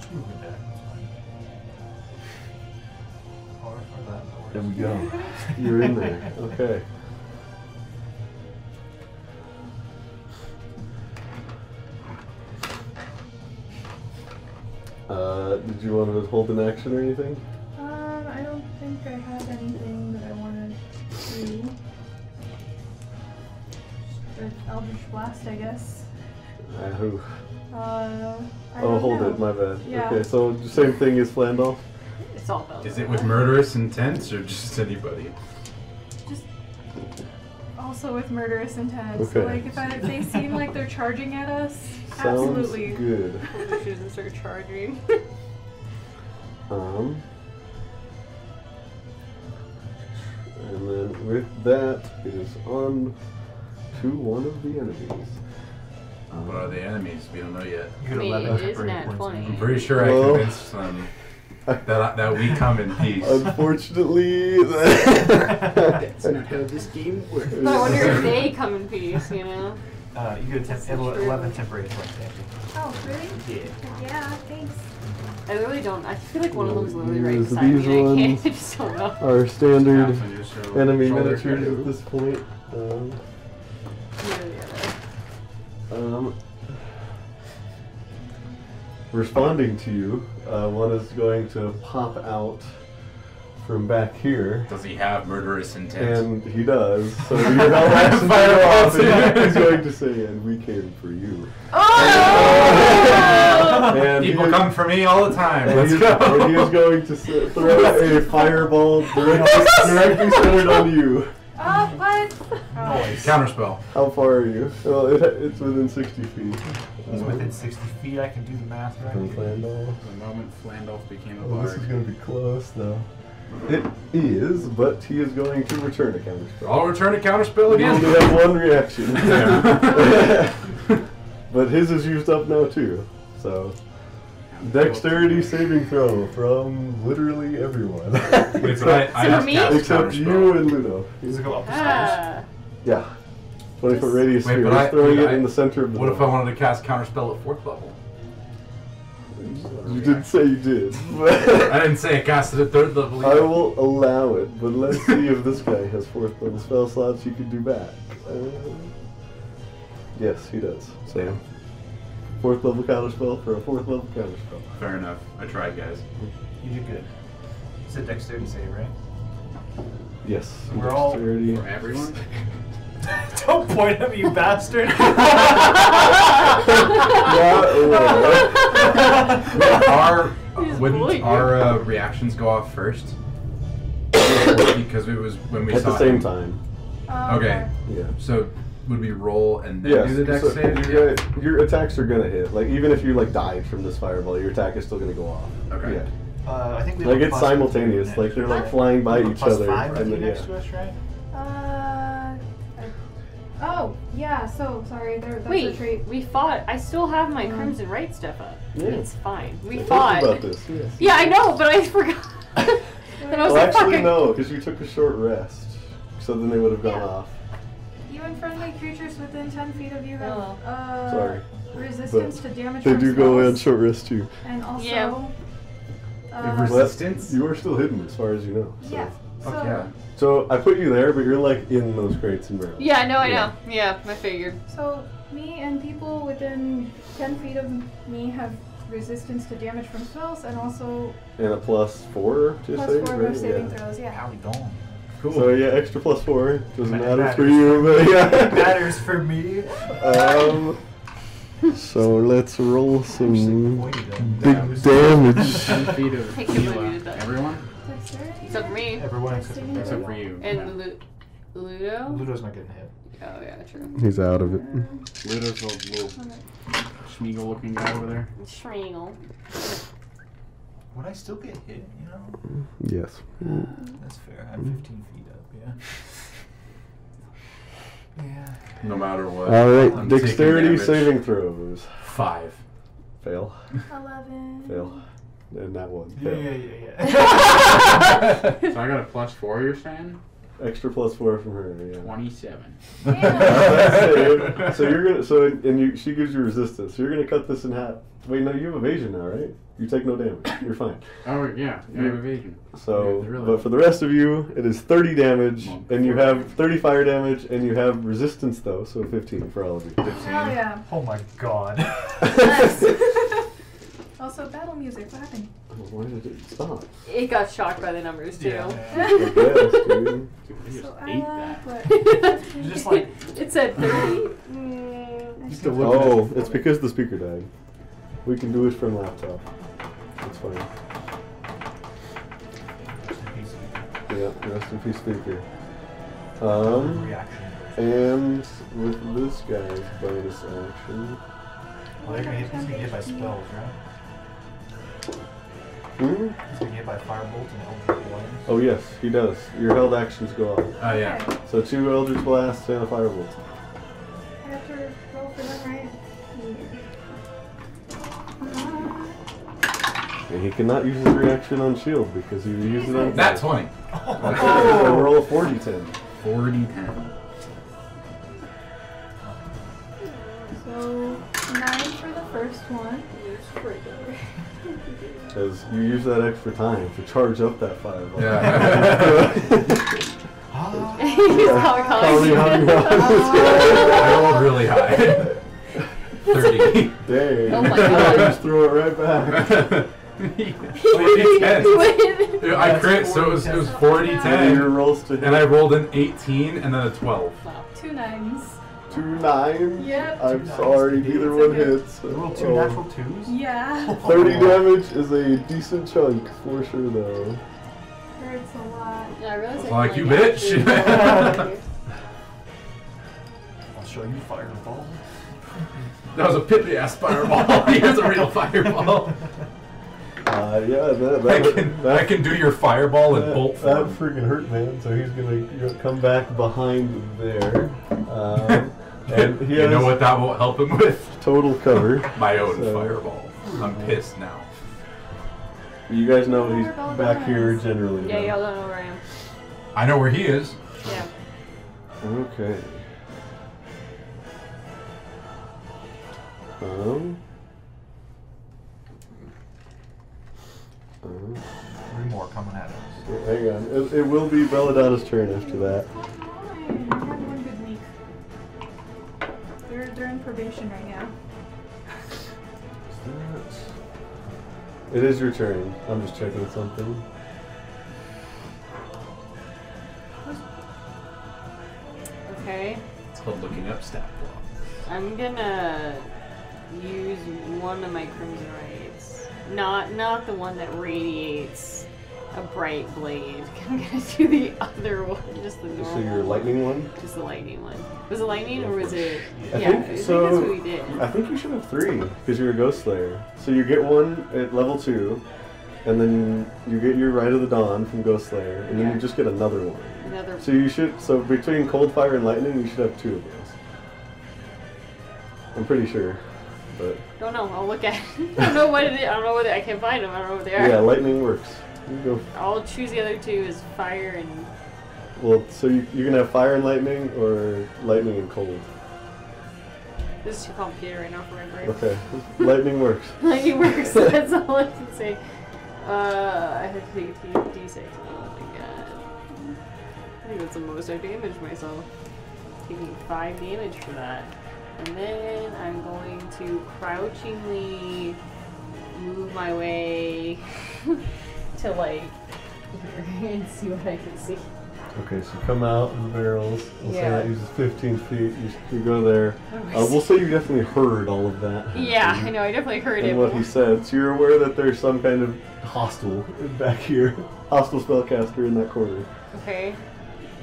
just move it back. it's fine. Or, or that. that There works. we go. You're in there. Okay. Uh, did you want to hold an action or anything? Um, I don't think I had anything that I wanted to do. But Eldritch Blast, I guess. Uh, who? Uh, I Oh, don't hold know. it. My bad. Yeah. Okay, so same thing as Flandolf. It's all about. Is it with murderous intent or just anybody? Just also with murderous intent. So, Okay. like, if, I, if they seem like they're charging at us, absolutely. Sounds good. She doesn't start charging. Um, and then with that is on to one of the enemies. Uh. What are the enemies? We don't know yet. You could I mean, 11 it is temporary nat points. 20. I'm pretty sure I Well- convinced them that I, that we come in peace. Um, Unfortunately, That's not how this game works. But I wonder if they come in peace, you know? Uh, you get a That's temp- so ele- true. 11 temporary points, actually. Oh, really? Yeah. Yeah, thanks. I literally don't. I feel like one of them is literally Yeah, right these- beside me. these and I ones can't. I just don't know. Our standard Taps on your shoulder- enemy shoulder miniatures area. at this point. Um, One or the other. um, responding to you, uh, one is going to pop out from back here. Does he have murderous And intent? he does. So you know that's fire off. and He's going to say, and we came for you. Oh! And People he- come for me all the time. And Let's he's, go. and he's going to s- throw a fireball directly, directly centered on you. Oh, what? Oh. Counterspell. How far are you? Well, it, it's within 60 feet. He's Um, within 60 feet. I can do the math right. From Flandol. The moment Flandolf became a Well, this is bard. going to be close, though. It is, but he is going to return a counterspell. I'll return a counterspell You only again. have one reaction. Yeah. but his is used up now, too. So, dexterity saving throw from literally everyone. Wait, but I, I So have for me? cast Except counterspell. you and Ludo. Does it go up the stairs? Ah. Yeah. 20 foot radius Wait, sphere. but I- He's throwing wait, it I- in the center of the What if I wanted to cast counterspell at fourth level? You didn't say you did. I didn't say I cast it at third level. I either. will allow it, but let's see if this guy has fourth level spell slots you could do back. Uh, yes, he does. So, fourth level counter spell for a fourth level counter spell. Fair enough. I tried, guys. You did good. It's a dexterity save, right? Yes. We're all- dexterity. For everyone? Don't point at me, you bastard! Ah. oh, Not Wait, our He's wouldn't bullying our you. uh, reactions go off first? because it was when we At saw the same him. time. Oh, Okay. Yeah. So would we roll and then Yes, do the dex so save? you're gonna- your attacks are gonna hit. Like even if you like died from this fireball, your attack is still gonna go off. Okay. Yeah. Uh, I think we have Like a it's plus- simultaneous. Like they're like flying by We have a each plus other. Five with and you then, next yeah. to us, right? Uh, I- oh, yeah, so sorry. There, that's a trait. Wait, we fought. I still have my Um, Crimson Right stuff up. Yeah. It's fine. We Think fought. about this. Yes. Yeah, I know, but I forgot. and I was Well, like, actually, fucking. no, because you took a short rest, so then they would have gone Yeah. off. You and friendly creatures within 10 feet of you have Oh. uh, Sorry. resistance to damage They from do go on spells, short rest too. And also, Yeah. uh, If resist- But Resistance? You are still hidden, as far as you know. So. yeah. So, Fuck yeah. So I put you there, but you're like in those crates and barrels. Yeah, no, I Yeah. know. Yeah, I figured. so me and people within 10 feet of me have resistance to damage from spells and also And a plus four to plus save, four right? of saving yeah. throws. Yeah. How we going? Cool. So yeah, extra plus four doesn't It matter for matters. you, but It yeah. matters for me. Um, so let's roll some Boy, you don't. big damage. 10 feet of I can't believe you Mila. did that. Everyone? Dexterity? Except for me. Everyone except for me. Except for you. yeah. And Lu- Ludo? Ludo's not getting hit. Oh, yeah, true. He's out of it. Ludo's the little schmeagle looking guy over there. Shringle. Would I still get hit? You know, Yes. that's fair. I'm Hmm. 15 feet up. Yeah. Yeah. no matter what. All I'm right. taking Dexterity damage. saving throws. Five. Fail. 11. Fail. And that one. Yeah, Fail. yeah, yeah, yeah. So I got a plus four, you're saying? Extra plus four from her. Yeah. 27. Save. so you're gonna so and you she gives you resistance. So you're gonna cut this in half. Wait, no, you have evasion now, right? You take no damage. You're fine. Oh, yeah. I have evasion. So, Yeah, really. but for the rest of you, it is 30 damage, Well, and you four. have 30 fire damage, and you have resistance though, so 15 for all of you. Hell yeah. oh my god. Nice. also, battle music. What happened? Why did it stop? It got shocked by the numbers, too. I guess, dude. Dude, I just so I ate that. what? You're just like it said 30. Mm, Just a little bit Oh, before it's it. because the speaker died. We can do it from laptop. It's fine. Yeah, rest in peace, speaker. Um. reaction. And with this guy's bonus action. Well, they're gonna hit, he's gonna get hit by spells, right? Hmm? He's gonna get hit by firebolt and eldritch blast. Oh, yes, he does. Your held actions go off. Oh yeah. Okay. So two Eldritch Blasts and a Firebolt. I have to roll for them, right? And he cannot use his reaction on shield because he used it on. That 20. Okay, so roll a 40 10. 40 10. So nine for the first one. Because you use that extra time to charge up that fireball. Yeah. Oh. Ah, He's hot Tell me how you want I this rolled really high. Thirty. guy. Dang. Oh my God. just threw it right back. Wait, ten. Dude, I That's crit, so it was, it was 40, And your 10, rolls to hit. and I rolled an 18 and then a 12. Two nines. two nines. Yep. I'm Two nines sorry, to beat. neither It's one okay. hits. roll two Oh. natural twos. Oh. Yeah. 30 damage is a decent chunk for sure, though. Hurts a lot. I realized Like, I you can, like, bitch. actually- I'll show you fireball. That was a pithy ass fireball. Here's a real fireball. Oh. Uh, yeah, that, that, I can, that, I can do your fireball in that, bolt that form. freaking hurt, man. So he's gonna you know, come back behind there. Um, and he You has know what that won't help him with? total cover. My own So- fireball. I'm pissed now. You guys know he's Fireball back here dies. generally. Yeah, now. y'all don't know where I am. I know where he is. Yeah. Okay. Um. Um, Three more coming at us. yeah, hang on. It, it will be Belladonna's turn after that. Fine. I've had one good week. They're, they're in probation right now. It is your turn. I'm just checking something. Okay. It's called looking up stat block. I'm gonna use one of my crimson rays. Not not the one that radiates a bright blade. I'm gonna do the other one, just the normal. So your lightning one. one. Just the lightning one. Was it lightning or was it? I yeah, think so. uh, that's what we did. I think you should have three because you're a ghost slayer. So you get one at level two, and then you get your Rite of the Dawn from Ghost Slayer, and then Yeah. you just get another one. Another. So you should. So between cold fire and lightning, you should have two of those. I'm pretty sure, but Don't know. I'll look at. It. I don't know what it is. I don't know whether I can find them. I don't know where they are. yeah, lightning works. You go. I'll choose the other two as fire and Well, so you, you can have fire and lightning, or lightning and cold. this is too complicated right now for my brain. Okay, lightning works. Like it works. That's all I can say. Uh, I have to take a D- d6. Oh my god. I think that's the most I've damaged myself. Taking five damage for that. And then I'm going to crouchingly move my way to like here and see what I can see. Okay, so come out of the barrels. We'll say Yeah. that uses 15 feet. You, s- you go there. What do I Uh, we'll see? say you definitely heard all of that. happen Yeah, I know. I definitely heard it. And what he said. So you're aware that there's some kind of hostile back here, hostile spellcaster in that corner. Okay.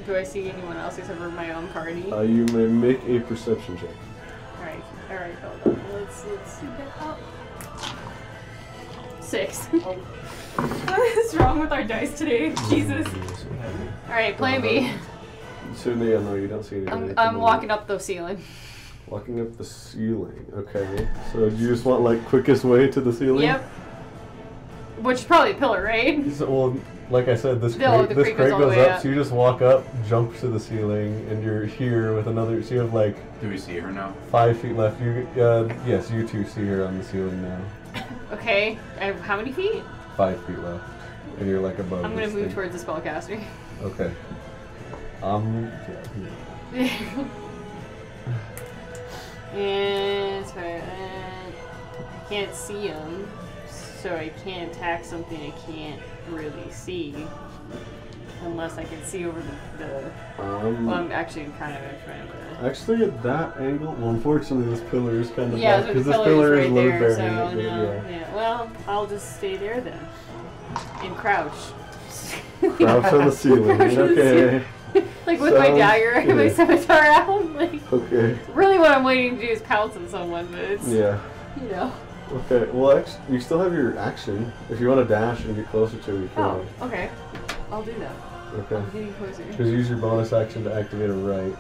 Do I see anyone else except for my own party? Uh, you may make a perception check. Alright, alright, hold on. Let's, let's Six. what is wrong with our dice today? Jesus. Alright, plan B. So yeah, no, you don't see anything. I'm, I'm walking up the ceiling. Walking up the ceiling. Okay. So do you just want like quickest way to the ceiling? Yep. Which is probably a pillar, right? So, well, like I said, this No, crate, the this crate crate goes all goes the way up, up. so you just walk up, jump to the ceiling, and you're here with another. So you have like Do we see her now? five feet left. You, uh, yes, you two see her on the ceiling now. Okay. I have how many feet? Five feet left, and you're like above. I'm gonna this move thing. towards the spellcaster. Okay. Um. yeah, yeah. and so uh, I can't see him, so I can't attack something I can't really see, unless I can see over the. the Um. well, I'm actually kind of in front of Actually, at that angle, well, unfortunately, this pillar is kind the. of Yeah, back the this pillar, pillar is is right load there, bearing. so it, but no. yeah. yeah. Well, I'll just stay there then, and crouch. Crouch on the ceiling. Crouch on the okay. like with my Sounds dagger and my good. scimitar out. Like Okay. really, what I'm waiting to do is pounce on someone, but it's Yeah. you know. Okay. Well, act- you still have your action. If you want to dash and get closer to it, you can. Oh, okay. I'll do that. Okay. I'm getting closer. Because use your bonus action to activate a right.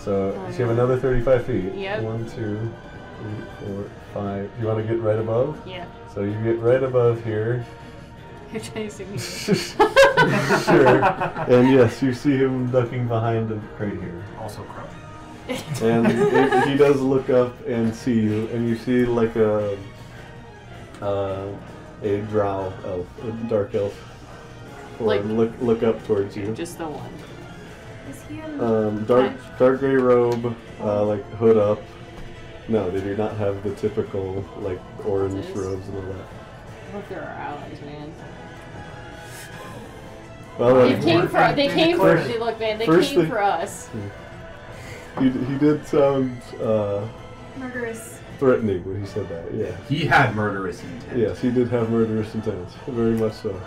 So, Oh, so you have yeah. another 35 feet. Yep. One, two, three, four, five. You want to get right above? Yeah. So you get right above here. You're trying to see me. sure. And yes, you see him ducking behind a crate here. Also crouching. And it, he does look up and see you, and you see like a uh, a drow elf, a dark elf, or Like- look look up towards you. Just the one. Is he in? Um, dark dark gray robe, uh, like hood up. No, they do not have the typical like orange This? robes and all that. Look, they're our allies, man. Well, They um, came for. They came for. First- Look, man. They first came thing- for us. he, d- he did sound uh, Murderous. threatening when he said that. Yeah. He had murderous intent. Yes, he did have murderous intent. Very much so.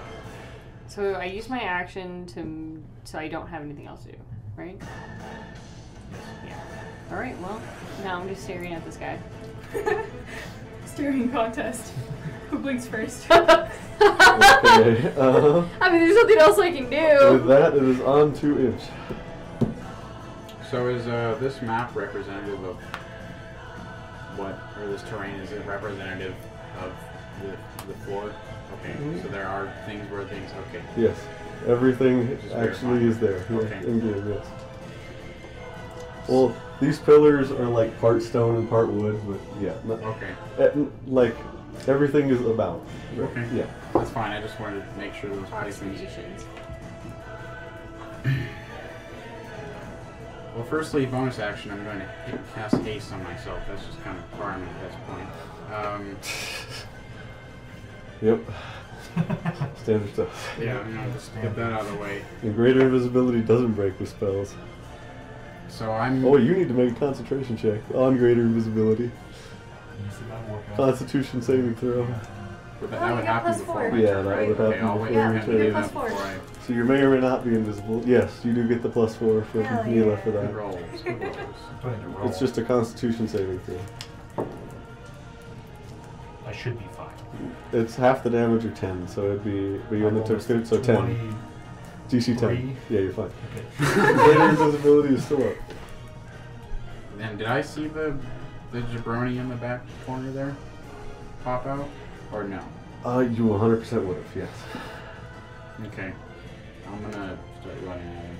So I use my action to, so I don't have anything else to do, right? Yeah. All right. Well, now I'm just staring at this guy. Staring contest. Who blinks first? Okay. Uh, I mean, there's nothing else I can with do. that, it is on to Imps. So is uh, this map representative of what, or this terrain is it representative of the, the floor? Okay, Mhm. so there are things where things. Okay, Yes. Everything Just actually verifying. is there. Yeah, Okay. in game, yes. Well, these pillars are like part stone and part wood, but yeah, not, okay, eh, n- like everything is about. right? Okay. Yeah. that's fine. I just wanted to make sure those placements. Observations. Well, firstly, bonus action. I'm going to hit, cast haste on myself. That's just kind of priming at this point. Um, Yep. Standard stuff. yeah, I'm gonna just get that out of the way. And greater invisibility doesn't break with spells. So I'm. Oh, you need to make a concentration check on greater invisibility. You see my workout? Constitution saving throw. But Oh, that you got would happen plus before. four. my Yeah, turn, that right? would okay, happen I'll before wait. I your have to do turn. that Plus before four. I- So you may or may not be invisible. Yes, you do get the plus four for Hell Neela yeah. for Good that. rolls. Good rolls. But Good It's rolls. just a Constitution saving throw. I should be fine. It's half the damage or ten, so it'd be. But you I only took rolled six, so ten. 20. DC ten. three. Yeah, you're fine. Okay. Greater invisibility is still up. And did I see the the jabroni in the back corner there pop out, or no? Uh, you 100% would have. Yes. Okay, I'm gonna start running. at him.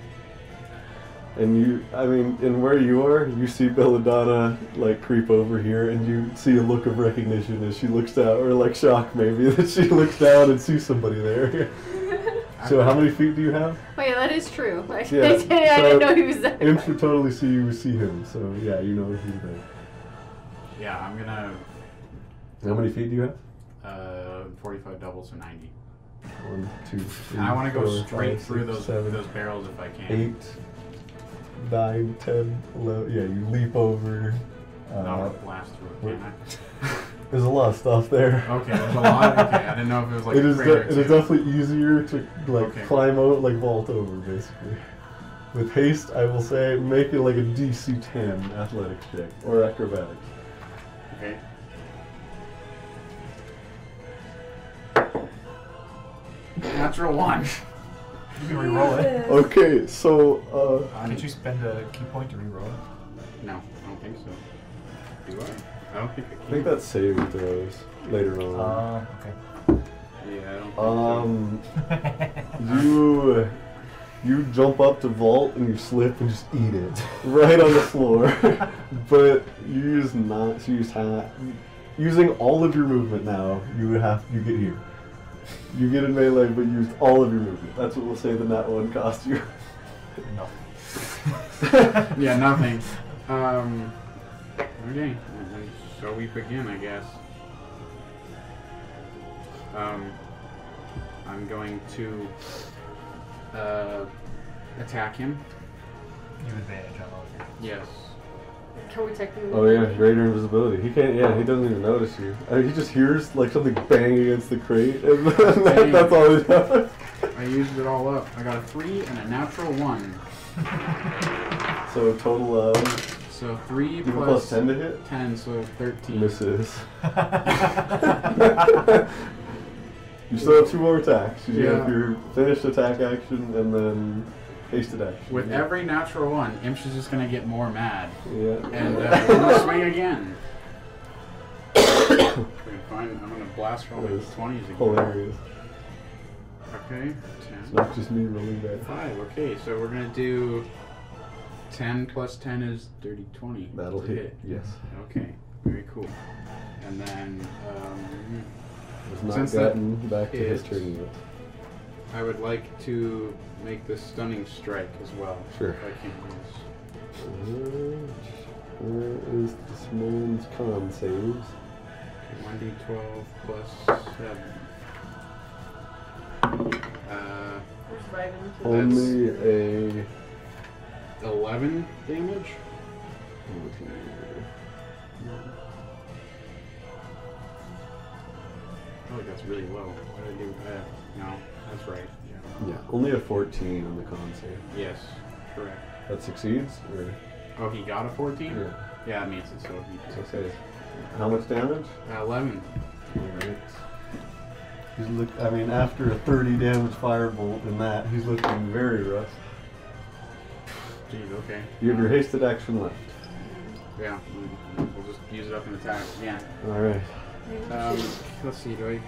And you, I mean, and where you are, you see Belladonna like creep over here, and you see a look of recognition as she looks down, or like shock maybe that she looks down and sees somebody there. so how many feet do you have? Wait, Oh, that is true. I, Yeah, I so- didn't know he was there. Imps would totally see you see him, so yeah, you know he's there. Yeah, I'm gonna How many feet do you have? uh, 45 doubles so 90. One, two, three. And I want to go four, straight five, through six, those seven, those barrels if I can. eight, nine, ten, eleven. Yeah, you leap over. I'm not Uh, gonna blast through it, can there's a lot of stuff there. I? okay, there's a lot. Okay, I didn't know if it was like it is. greater De- it is too. definitely easier to like Okay. climb out, like vault over, basically. With haste, I will say make it like a DC 10 athletics check or acrobatics. Okay. Natural one. You can re-roll it. Okay, so uh, Um, Could you spend a key point to re-roll it? No, I don't think so. Do I? I don't think I can. I think that's saving throws later on. Uh, okay. Yeah, I don't think Um, That's you you jump up to vault and you slip and just eat it right on the floor. but you use not you use ha- using all of your movement now. You would have you get here. You get in melee, but used all of your movement. That's what we'll say the nat one cost you. No. so. Yeah, nothing. Um. Okay. mhm. So we begin, I guess. Um. I'm going to uh, attack him. You advantage on all of your Yes. Can we check him? Oh yeah, greater invisibility. He can't. Yeah, he doesn't even notice you. I mean, he just hears like something bang against the crate, and Bang. that's all it happens. I used it all up. I got a three and a natural one. So total of So three you have a plus plus ten to hit. 10, so 13. Misses. That's You still have two more attacks. You Yeah. have your finished attack action and then hasted action. With every natural one, Imps is just gonna get more mad. yeah. And uh, I'm gonna swing again. okay, fine. I'm gonna blast roll That with is 20s again. hilarious. Okay, It's 10. not just me rolling that. 5. Okay, so we're gonna do 10 10 plus 10 is 30, 20. That'll To hit. Yes. Okay, very cool. And then um, It's not Since that gotten back to his is- turn yet. I would like to make this stunning strike as well. Sure. If I can use. Where is this man's con saves? Okay, 1d12 plus 7. Uh, We're surviving. Oh. That's- Only a. 11 damage? I feel like that's really low. What did I do? Uh, no, that's right. Yeah. Yeah, only a 14 on the con save. Yes, correct. That succeeds? Or, Oh, he got a 14? yeah. Yeah, that means it. So he took Okay. How much damage? uh, 11. Alright. He's look. I mean, after a 30 damage firebolt and that, he's looking very rough. Jeez, okay. You have your hasted action left. Yeah, we- we'll just use it up in attack. Yeah. Alright. Maybe we Um, should- let's see, do I.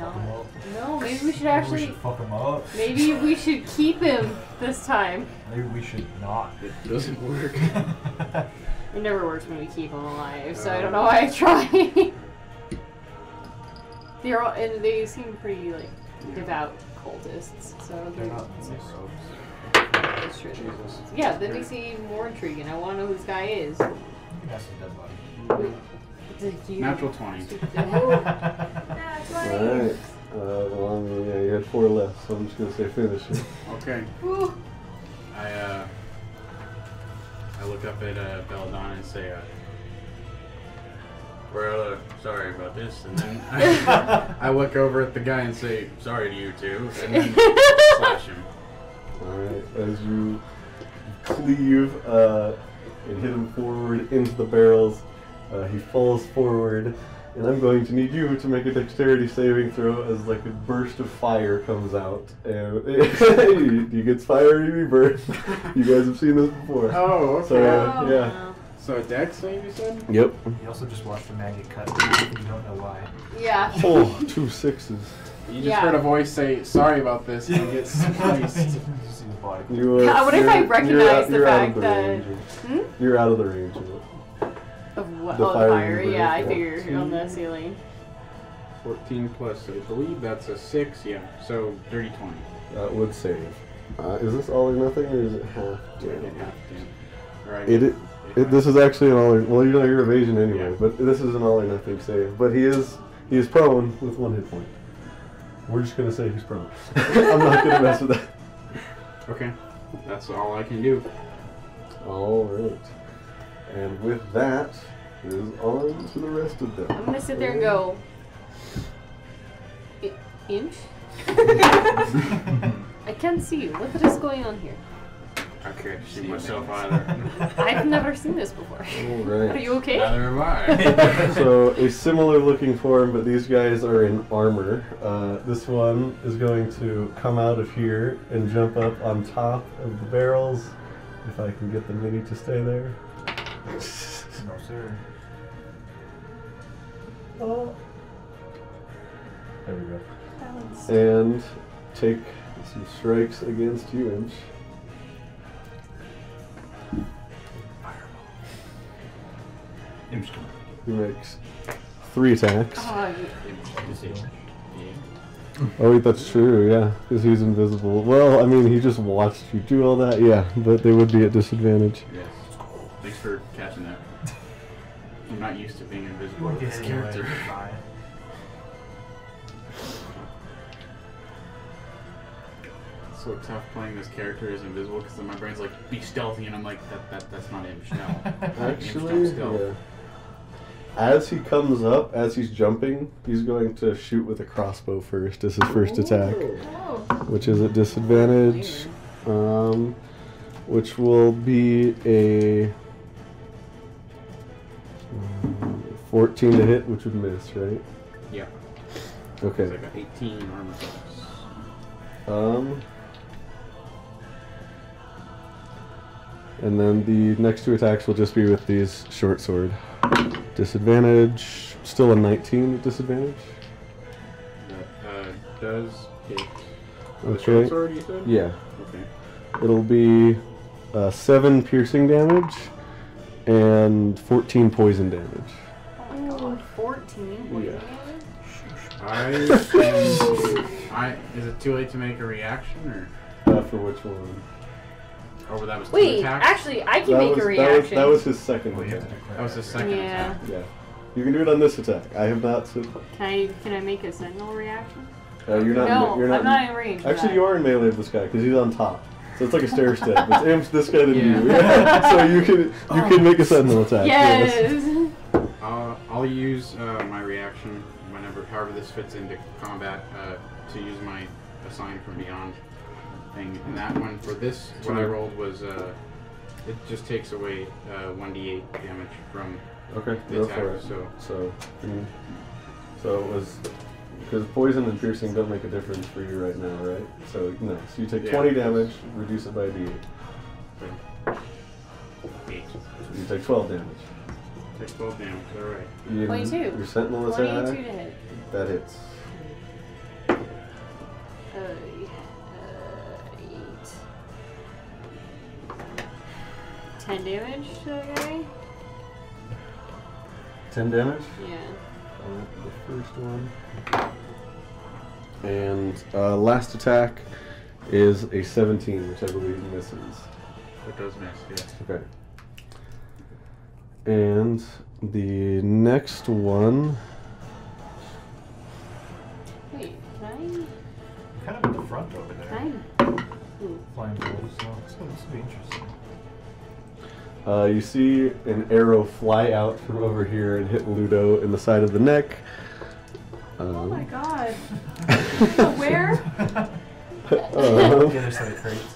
No. Well, No, maybe we should maybe we actually. should fuck him up. Maybe we should keep him this time. Maybe we should not. It doesn't work. It never works when we keep them alive, so I don't know why I try. They're all, and they seem pretty like devout cultists, so They're they're not in the robes. that's true. Jesus. Yeah, that makes it even more intriguing. I want to know who this guy is. You can ask the dead body. Did you? Natural 20. Oh, Yeah, it's Alright. Uh, well, I mean, yeah, you had four left, so I'm just gonna say finish it. Okay. Ooh, I, uh. I look up at uh, Belladonna and say, uh. Well, uh, sorry about this. And then I, look over at the guy and say, sorry to you too. And then slash him. Alright, as you cleave uh, and hit him forward into the barrels, uh, he falls forward, and I'm going to need you to make a dexterity saving throw as like a burst of fire comes out. And he, he gets fiery rebirth. You guys have seen this before. Oh, So, okay. uh, yeah. So, Dex, save you said? Yep. You also just watched the maggot cut. You don't know why. Yeah. Oh, two sixes. You just Yeah. heard a voice say, "Sorry about this," and get sliced. You see the body. You, uh, I wonder if I you're- you're recognize out- the you're out fact of the that- range of- Hmm? You're out of the range of it. Of what? The oh, fire the fire. rebirth, Yeah, I yeah. figure you're on the ceiling. Fourteen plus, I believe that's a six. Yeah, so dirty twenty. That would save. Uh, is this all or nothing, or is it half? Right. damage? Right. It, it, it- this is actually an all or well, you know your evasion anyway, Yeah. but this is an all or nothing save. But he is he is prone with one hit point. We're just gonna say he's prone. I'm not gonna mess with that. okay. That's all I can do. All right, and with that, it is on to the rest of them. I'm gonna sit there and go. "I- Inch? I can't see you. What is going on here? I can't see See myself you either. I've never seen this before. All Are right. you okay? Neither am I. So a similar looking form, but these guys are in armor. Uh, this one is going to come out of here and jump up on top of the barrels, if I can get the mini to stay there. No, sir. Oh. There we go. balance. And take some strikes against you, Inch. Imps come. He makes three attacks. Oh, you- Oh, wait, that's true, yeah. Because he's invisible. Well, I mean, he just watched you do all that, yeah, but they would be at disadvantage. yes. Thanks for catching that. I'm not used to being You invisible won't with get this hit anyway. character. It's fine. It's so tough playing this character as invisible because my brain's like, be stealthy, and I'm like, that, that that's not him. No. Actually, Stealth. yeah. As he comes up, as he's jumping, he's going to shoot with a crossbow first as his first attack, Oh, which is at disadvantage, um, which will be a um, 14 to hit, which would miss, right? Yeah. It's Okay. like an 18 armor class. Um, and then the next two attacks will just be with these short sword. Disadvantage, still a 19 with disadvantage. That uh, does hit. Oh, the Okay. short sword, you said? Yeah, Okay. it'll be uh, seven piercing damage and 14 poison damage. Oh my god, 14? What do you Yeah. mean? I, am- I is it too late to make a reaction or Uh, for which one? over that was two Wait, attacks? actually, I can that make was, a That was, reaction. that was his second Well, you have attack. to declare that was the it. second Yeah. attack. Yeah. You can do it on this attack. I have not. Said, Can I can I make a sentinel reaction? uh, you're not. no, you're not, I'm not in range. of Actually, that. you are in melee of this guy because he's on top. So it's like a stair step. It's imps this guy than you. Yeah. so you can you can make a sentinel attack. Oh. Yes. Uh, I'll use uh, my reaction whenever, however this fits into combat, uh, to use my assign from beyond thing. And that one for this, what I rolled was uh, it just takes away uh, 1d8 damage from Okay. the Go for attacker. it. So So. mm, So it was because poison and piercing don't make a difference for you right now, right? So no. So you take Yeah. 20 damage, reduce it by d8. eight, You take 12 damage. take 12 damage. All right. You, 22. Your sentinel attack 22 to hit. that hits. Uh, uh, eight. Ten damage to the guy. 10 damage. Yeah. on the first one. And uh, last attack is a 17, which I believe misses. It does miss. Yeah. Okay. And the next one. Wait, can You're kind of at the front over I? there. Can Flying wolves, so this will this will be interesting. Uh, you see an arrow fly out from over here and hit Ludo in the side of the neck. Um, Oh my god. Oh, god. Where? uh, the other side of the crate.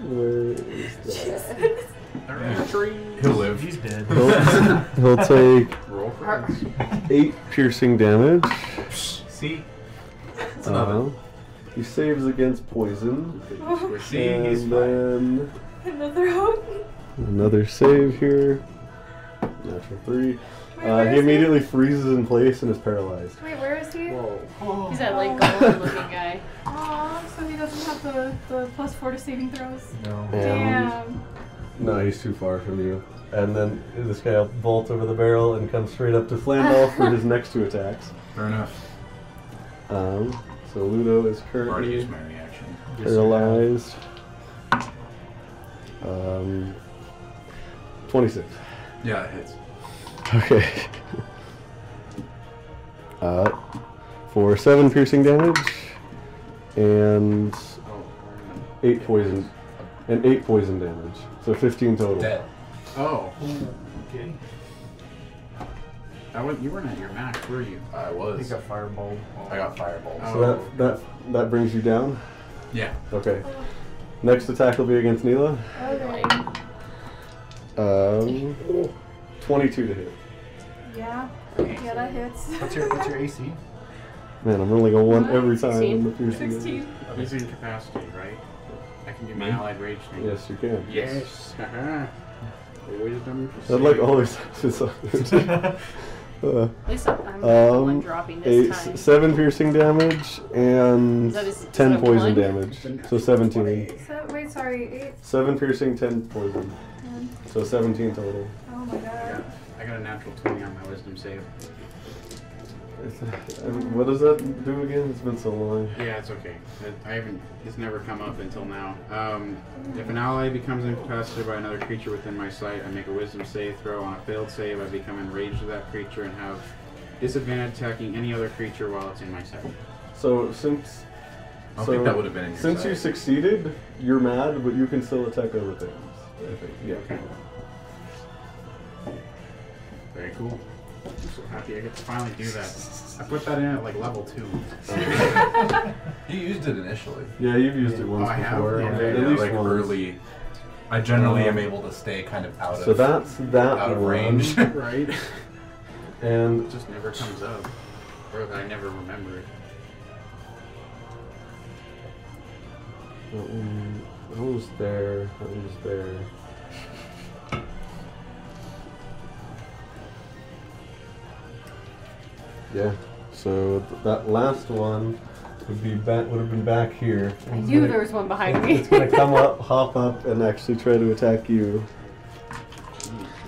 where is that? All Yeah. right. He'll live. He's dead. He'll, he'll take Roll for Har- this. eight piercing damage. See? That's Uh, another. he saves against poison. See, he's and uh, fine. then Another hope? another save here. Natural three. Wait, Uh, where he is immediately freezes in place and is paralyzed. Wait, where is he? Whoa. He's that like golem looking guy. Aw, so he doesn't have the, the plus four to saving throws. No. And- Damn. No, he's too far from you. And then this guy will bolt over the barrel and comes straight up to Flandolf for his next two attacks. Fair enough. Um, so Ludo is Already used currently my reaction. paralyzed. Um, 26. Yeah, it hits. Okay. Uh, for seven piercing damage and Oh, eight poison and eight poison damage, so 15 total. Dead. Oh, Okay. I was, you weren't at your max, were you? I I was. think a fireball. I got fireballs. So that that that brings you down. Yeah. Okay. Next attack will be against Neela. Okay. Um, 22 to hit. Yeah. Yeah, that hits. What's your what's your AC? Man, I'm only gonna one every time. on the 16. piercing damage. 16. I'm using capacity, right? I can do my Me? allied rage thing. Yes, you can. Yes. Haha. Wisdom. That like always happens. uh, At least I'm I'm the Um, one dropping eight, this time. s- seven piercing damage and Is that a s- is ten that a poison one? damage. So seventeen. So, wait, sorry. Eight. Seven piercing, ten poison. Ten. So seventeen total. Oh my I god. got, I got a natural 20 on my wisdom save. I mean, What does that do again? It's been so long. Yeah, it's okay. I, I haven't. It's never come up until now. Um, if an ally becomes incapacitated by another creature within my sight, I make a Wisdom save throw. On a failed save, I become enraged with that creature and have disadvantage attacking any other creature while it's in my sight. So since I don't think that would have been in your since side. you succeeded, you're mad, but you can still attack other things. I think. Yeah. Okay. Very cool. I'm so happy I get to finally do that. I put that in at like level two. You used it initially. Yeah, you've used it once Oh, I have? before. Yeah, and yeah, at yeah, least like once. early. I generally am able to stay kind of out So of that's that out of one. range. right? It And just never comes up. Or that I never remember it. that one, that one was there. That one was there. Yeah. So th- that last one would be back, would have been back here. I knew there was one behind me. It's gonna come up, hop up, and actually try to attack you. I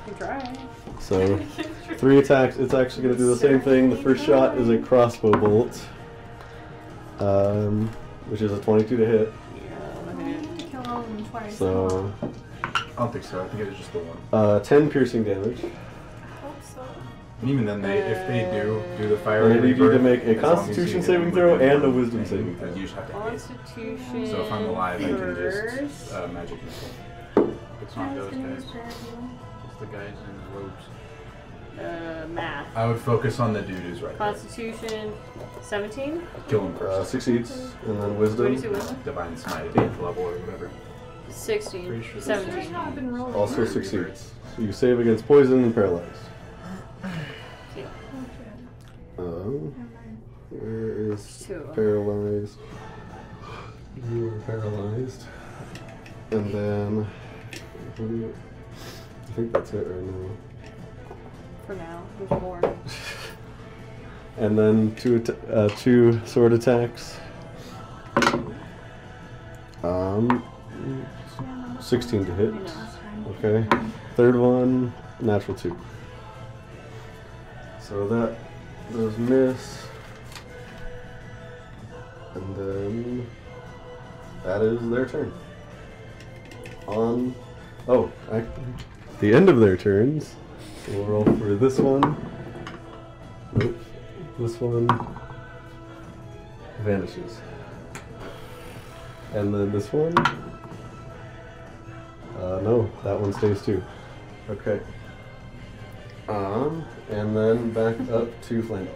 can try. So three attacks. It's actually gonna do the same thing. The first shot is a crossbow bolt, um, which is a 22 to hit. Yeah, I I'm gonna need to kill all of them twice. So I don't think so. I think it was just the one. uh, 10 piercing damage. I hope so. And even then, they if they do do the fire, And I need you to rebirth, make a as long as Constitution you hit saving them throw within and a one wisdom thing, saving then throw. You just have to hit. Constitution. So if I'm alive, I can just first. uh, magic missile. It's I not was those gonna guys. use prayer heal. It's the guys in the robes. Uh, math. I would focus on the dude who's right there. Constitution 17. Kill him Uh, first. succeeds, and then What is wisdom. it with? Divine smite at eighth level or whatever. 16. Pretty sure this is- 17. I've been rolling. Also Murder succeeds. You save against poison and paralyzed. Okay. Um, Never mind. where is Two. paralyzed? You are paralyzed. And then, who- I think that's it right now. For now. There's more. And then two at- uh, two sword attacks. Um, 16 to hit. Okay. Third one, natural two. So that those miss. And then that is their turn. On oh, I, the end of their turns. We'll roll for this one. Nope. This one vanishes. And then this one. Uh, no, that one stays too. Okay. Um, and then back up to Flandel.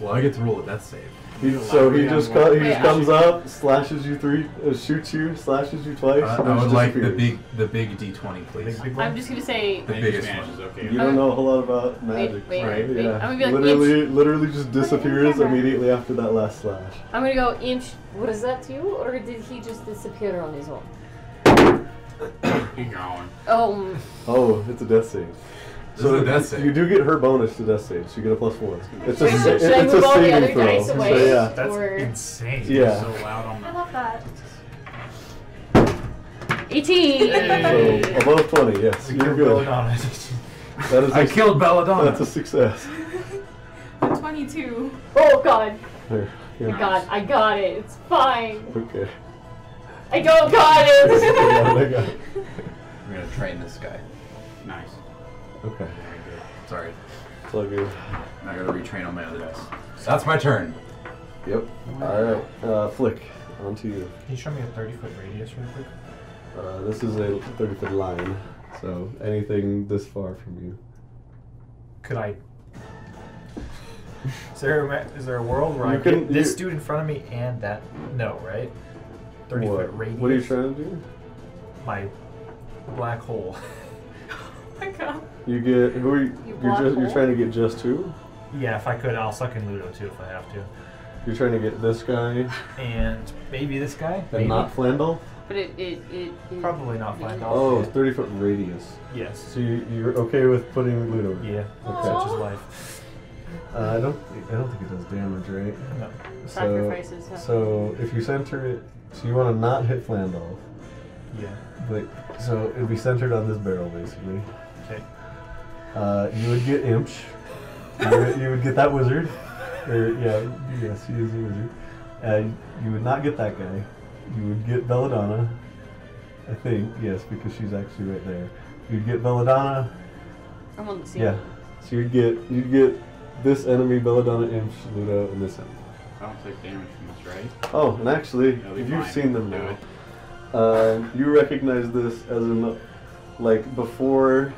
Well, I get to roll a death save. He, so he elaborate just on co- what- he just Wait, comes up, slashes you three, uh, shoots you, slashes you twice. Uh, and I just would like the disappears. big the big D20, please. I'm just gonna say. The Magic biggest smash one. is okay. You don't know a whole lot about Uh, Wait, magic, wait, right? wait. Yeah. I'm gonna be like, literally, literally just disappears camera. immediately after that last slash. I'm gonna go inch. Was that you, or did he just disappear on his own? Be gone. Oh, Oh, it's a death save. This is a death save. You do get her bonus to death saves. You get a plus four. It's a, Wait, sa- so should I it's a move all the saving other throw. dice So, away? yeah. That's Or- insane. Yeah. So loud on I the. love that. 18! So above twenty, yes. You're good. on it. That is a, I killed That's a Belladonna. success. I'm 22. Oh god, There. I Yeah. got, I got it. It's fine. Okay. I don't got Yeah, I it. got- We're gonna train this guy. Nice. Okay. Very good. Sorry, It's all good. I gotta retrain all my other dice. That's my turn. Yep. All right. Uh, flick. On to you. Can you show me a 30 foot radius real quick? Uh, this is a 30 foot line, so anything this far from you. Could I? Is there a, ma- is there a world where You I can- get this you- dude in front of me and that? No, right? 30 what? foot radius. What are you trying to do? My black hole. I got You get who are you? You are block just you're hole? trying to get just two. yeah, if I could, I'll suck in Ludo too if I have to. You're trying to get this guy And maybe this guy? and not Flandel. but it, it, it, it- Probably not find out. Oh, it's 30 foot radius. Yes. So you, you're okay with putting Ludo? Yeah. Okay. Such Aw. is life. Uh, I don't. I don't think it does damage, right? No. Sacrifices So, happen. so if you center it, so you want to not hit Flandel, Yeah. but so it'd be centered on this barrel basically. Okay. Uh, you would get Imch. You would, you would get that wizard. Or, yeah, yes, he is a wizard. Uh, you would not get that guy. You would get Belladonna. I think, yes, because she's actually right there. You'd get Belladonna. I'm on the scene. Yeah. So you'd get you'd get this enemy, Belladonna, Imch, Ludo, and this enemy. I don't take damage from this, right? Oh, and actually, That'll be if fine. you've seen them Do now, it. um, you recognize this as an like before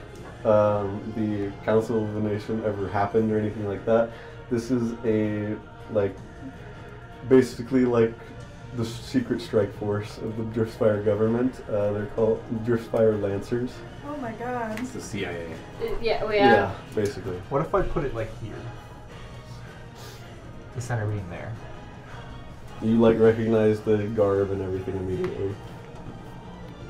um, the Council of the Nation ever happened or anything like that. This is a like basically like the secret strike force of the Driftfire government. Uh, they're called Driftfire Lancers. Oh my god. It's the CIA. Uh, yeah, well, yeah yeah. basically. What if I put it like here? The center being there. You like recognize the garb and everything immediately.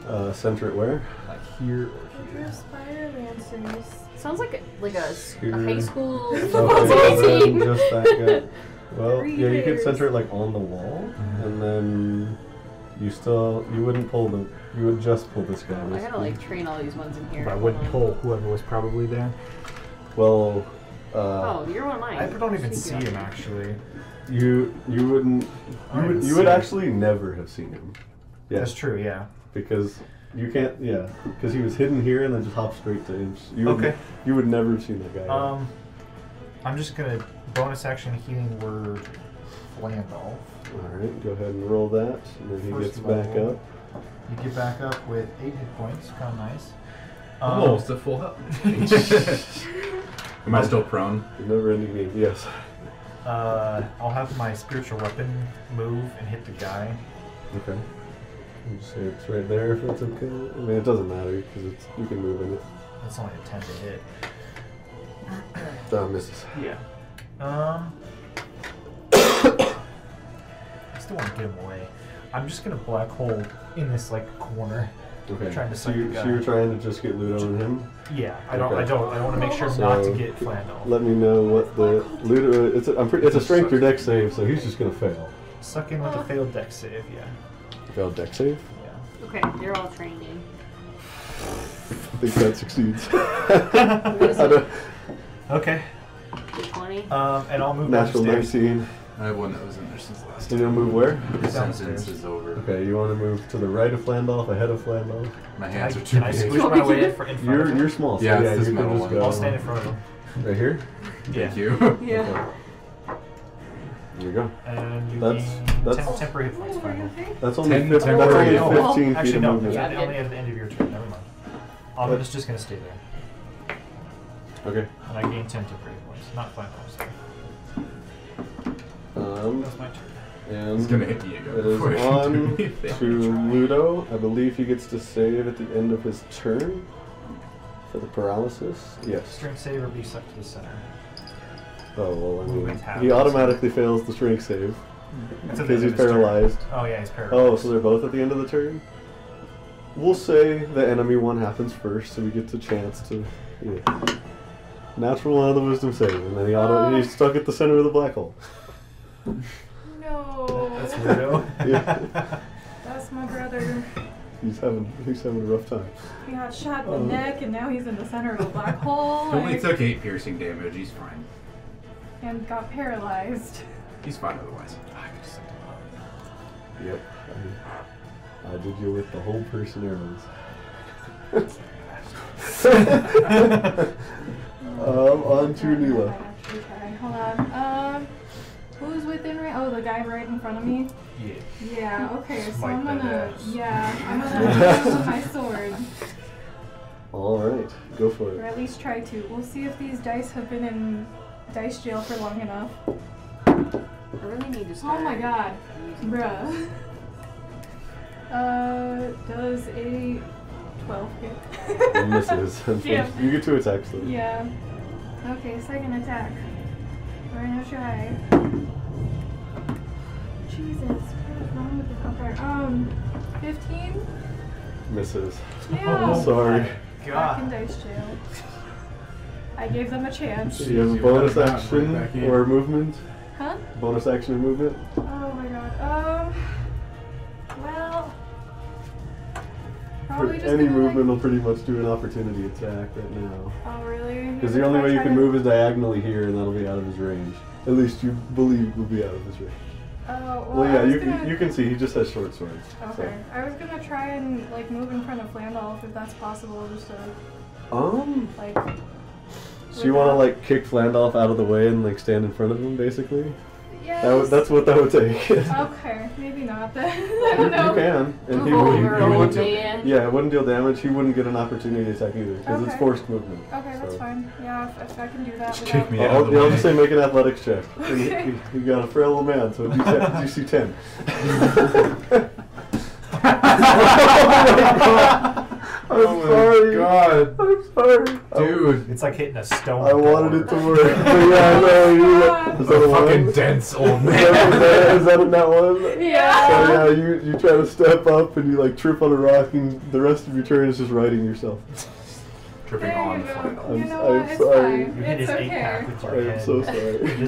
Uh, center it where? Like here or If here. you're spider lancers. Sounds like a, like a, s- a Here. high school Okay, football then team. just that Well, Three yeah, you could years. center it like on the wall, and then you still you wouldn't pull the you would just pull this guy. I gotta basically. like train all these ones in here. But I Hold wouldn't on. pull whoever was probably there. Well, uh, Oh, you're one of mine. I don't even Shoot see you. him actually. you you wouldn't I you don't would, even you would see him. actually never have seen him. Yeah, That's true. Yeah. because you can't. Yeah, because he was hidden here and then just hopped straight to him. You would, Okay. You would never have seen that guy. Um, I'm just gonna bonus action healing word Flandolf. All right, go ahead and roll that, and then he First gets of back all- up. You get back up with eight hit points. Kind of nice. Um, Almost at full health. Am I still prone? The never-ending game. Yes. Uh, I'll have my spiritual weapon move and hit the guy. Okay. You just say it's right there if it's okay. I mean, it doesn't matter because it's you can move in it. That's only a ten to hit. Ah, misses. Yeah. Um. I still want to get him away. I'm just gonna black hole in this like corner. Okay. Trying to so, suck you, the so guy. you're trying to just get loot on him. Yeah, I don't, I Okay. don't, I want to make sure not to So- get flannel. Let me know what the Ludo. It's a, I'm pretty, it's a strength or deck save, so he's just gonna fail. Suck in with a Oh. failed deck save. Yeah. Failed deck save. Yeah. Okay, you're all training. I think that succeeds. I don't- Okay. Twenty. Uh, Um, and I'll move Natural downstairs. 19. I have one that was in there since last You know, move where? This Downstairs. sentence is over. Okay, you want to move to the right of Flandolf, ahead of Flandolf. My Can I, hands are too can I squish big. my way in, for, in front of You're him? you're small, so Yeah, yeah, it's this you metal can just one. go I'll stand in front of him. right here. Yeah. Thank you. Yeah. There you go. And you That's- gain that's- ten temporary hit points. Oh, are Fine. you okay? That's only Ten fif- that's only temporary Oh, hit 15 feet Actually, of no, movement. that's at the Yeah. only at the end of your turn. Never mind. Um, But- it's just gonna stay there, Okay. and I gain ten temporary points, not five points. Um, That's my turn. and It's gonna hit Diego It before is you can do on anything. to Ludo. I believe he gets to save at the end of his turn for the paralysis. Yes. Strength save or be sucked to the center. Oh well, I mean, Movement happens. Mm-hmm. he automatically fails the strength save That's at the because end he's of his turn. paralyzed. Oh yeah, he's paralyzed. Oh, so they're both at the end of the turn. We'll say the enemy one happens first, so he gets a chance to. Yeah. Natural one of the wisdom save, and then he auto. Oh. He's stuck at the center of the black hole. No. That's weirdo. Yeah. That's my brother. He's having. He's having a rough time. He got shot in the Oh. neck, and now he's in the center of a black hole. He only like, took eight piercing damage. He's fine. and got paralyzed. He's fine otherwise. Yep. I, I did you with the whole person arrows. um, on to Neela. Hold on. Um, who's within right? Oh, the guy right in front of me. yeah. Yeah. Okay. So Smite I'm that gonna. ass. Yeah. I'm gonna hit him with my sword, All right, go for or it. at least try to. We'll see if these dice have been in dice jail for long enough. I really need to Oh start. my god, bruh. Uh, does a 12 hit? Misses. unfortunately. You get two attacks though. Yeah. Okay, second attack. We're gonna try. Jesus, what is wrong with this? Okay, um, 15? Misses. Yeah. Oh, sorry. my Ah. Back in God. dice jail. I gave them a chance. So you have a You're bonus out of bounds, action right back in. or movement? Huh? Bonus action and movement? Oh my god. Um, well. For Probably just any gonna, like- movement will pretty much do an opportunity attack right now. Oh really? Because the only way you can move is diagonally here, and that'll be out of his range. At least you believe will be out of his range. Oh well, Well, I yeah, was you, gonna, can you can see he just has short swords. so. Okay, I was gonna try and like move in front of Flandolf if that's possible, just to Um. like. So you want to without- like kick Flandolf out of the way and like stand in front of him, basically? Yeah. That w- just- that's what that would take. Okay, Oh, maybe not then. I You, you don't know. can, and he Move would. over, he old would- man. yeah, it wouldn't deal damage. He wouldn't get an opportunity attack either because it's Okay. forced movement. Okay, that's so. fine. Yeah, if, if I can do that. Just without- kick me I'll- out of I'll, the I'll way. just say make an athletics check. Okay. You, you got a frail old man, so you see, you see ten. Oh I'm Oh my sorry. God. I'm sorry, Dude, It's like hitting a stone. I wanted it to door. work. But yeah, I know, you- God. Is a that a one? fucking dense old Is that- is that- man. is that in that one? Yeah. So yeah, you, you try to step up and you like trip on a rock and the rest of your turn is just riding yourself. Tripping There on you the go. flannel. You I'm- know what? I'm It's sorry. You fine. hit his It's eight pack okay. with I your head. am so sorry.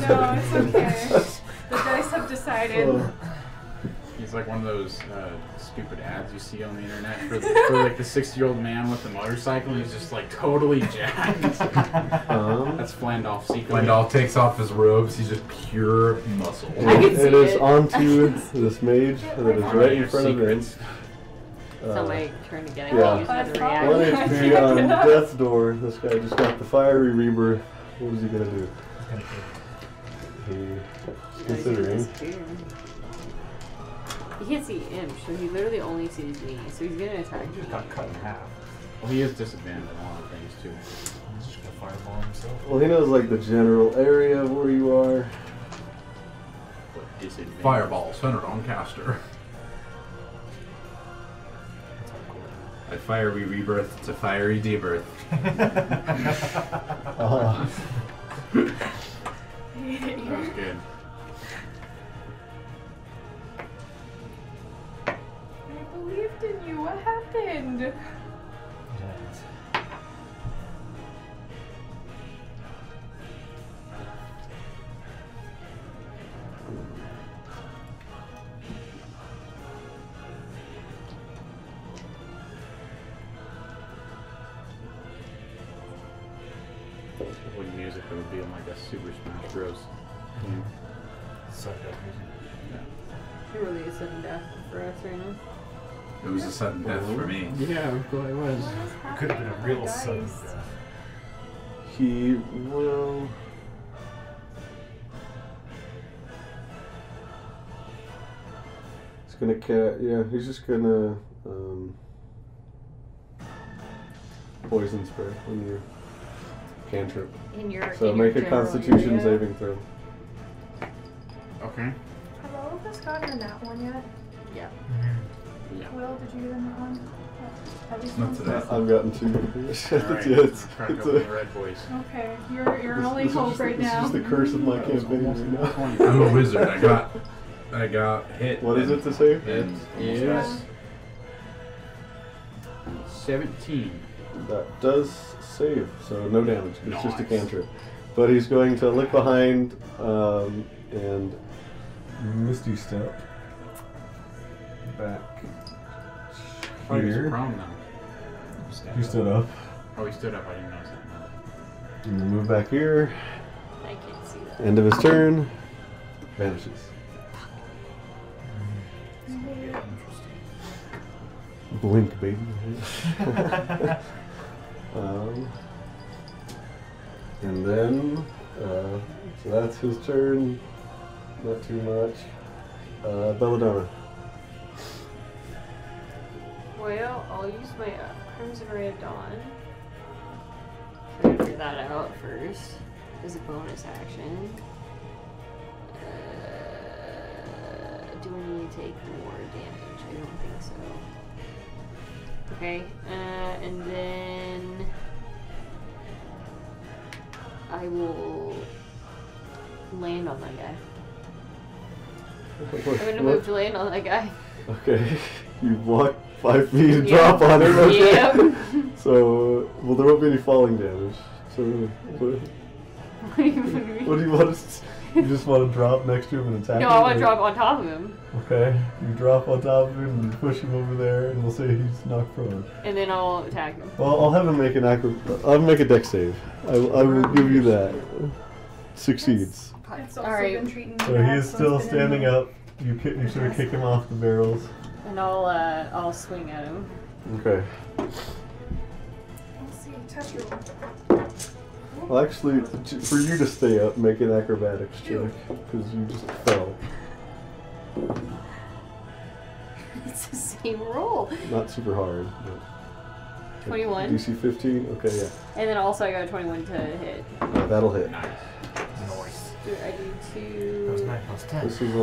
No, it's okay. excited. Oh. He's like one of those uh, stupid ads you see on the internet for, the, for like the sixty-year-old man with the motorcycle. He's just like totally jacked. Um, That's Flandoff secretly. Glendal takes off his robes. He's just pure muscle. I can it see is it. onto this mage that is On right your in front of him. secrets. It's Uh, not my turn again. I yeah. yeah. use another I One thought- reaction. HP on death's door. This guy just got the fiery rebirth. What was he gonna do? It's gonna be- He, Because he considering. disappeared. He can't see imp, so he literally only sees me. So he's gonna attack He me. just got cut in half. Well, he is disadvantaged in a lot of things too. He's just gonna fireball himself. Well, he knows like the general area of where you are. But disadvantage. Fireball centered on caster. That's how cool. I fiery rebirth to fiery debirth. Uh, That was good. I believed in you. What happened? It happens. With music, it would be like a Super Smash Bros. game. Suck that music. He really is sudden death for us right now. It was a sudden death for me. Yeah, well, it was. What is happening? Could have been with a my real dice? sudden uh, death. he will. He's gonna cat. Yeah, he's just gonna um, poison spray on you. Cantrip. In your So make a Constitution saving throw. Okay. Have all of us gotten that one yet? Yeah. Will, did you get in that one? Oh, At least Not one today. person. I've gotten two. Alright, That's it. It's, Crack it's open the a, red voice. Okay, your your This- only this is hope just the- right this is now. just the curse of my That was campaign almost right a now. nat 20. I'm a wizard. I got, I got hit. What is and- it to say? It and- is 17. That does save, so no damage. It's just a Nice. cantrip. But he's going to look behind um, and Misty Step back Oh, he was prone though. He stood up Oh, he stood up. I didn't notice that. and then move back here. I can't see that. End of his turn. Vanishes. Blink, baby. um, and then, uh, so that's his turn. Not too much. Uh, Belladonna. Well, I'll use my uh, Crimson Ray of Dawn. Figure that out first as a bonus action. Uh, do I need to take more damage? I don't think so. Okay, uh, and then I will land on that guy. I'm gonna move to land on that guy. Okay, you walk five feet and Yeah. drop on him. Okay. Yep. So, well, there won't be any falling damage. So, what, What do you mean? what do you want? us- you just want to drop next to him and attack? No, him, I want or- to drop on top of him, Okay, you drop on top of him and you push him over there, and we'll say he's knocked prone. and then I'll attack him. Well, I'll have him make an acro- I'll make a deck save. I, will- I will give you that. Succeeds. It's also Alright. been treating So bad, he is it's still been in standing there. up. You ki- you sort of kick him off the barrels. And I'll uh, I'll swing at him. Okay. Let's see, touch your Well, actually, t- for you to stay up, make an acrobatics check because you just fell. It's the same roll. Not super hard. but- 21. DC 15. Okay, yeah, And then also I got a 21 to hit. Uh, that'll hit. Nice. Noise. Do I do That was two? 9 plus 10. This is So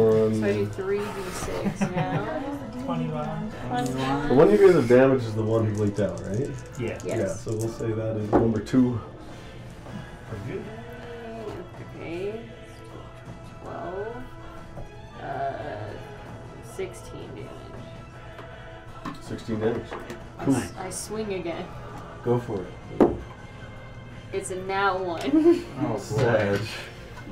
I do on. three d6 now. Twenty-one. Plus The one. one you guys have damaged is the one who blinked out, right? Yeah. Yes. Yeah. So we'll say that is number two. Pretty good. Okay. 12. Uh, 16 damage. 16 damage. I Cool. s- I swing again. Go for it. It's a now one. Oh boy. Savage.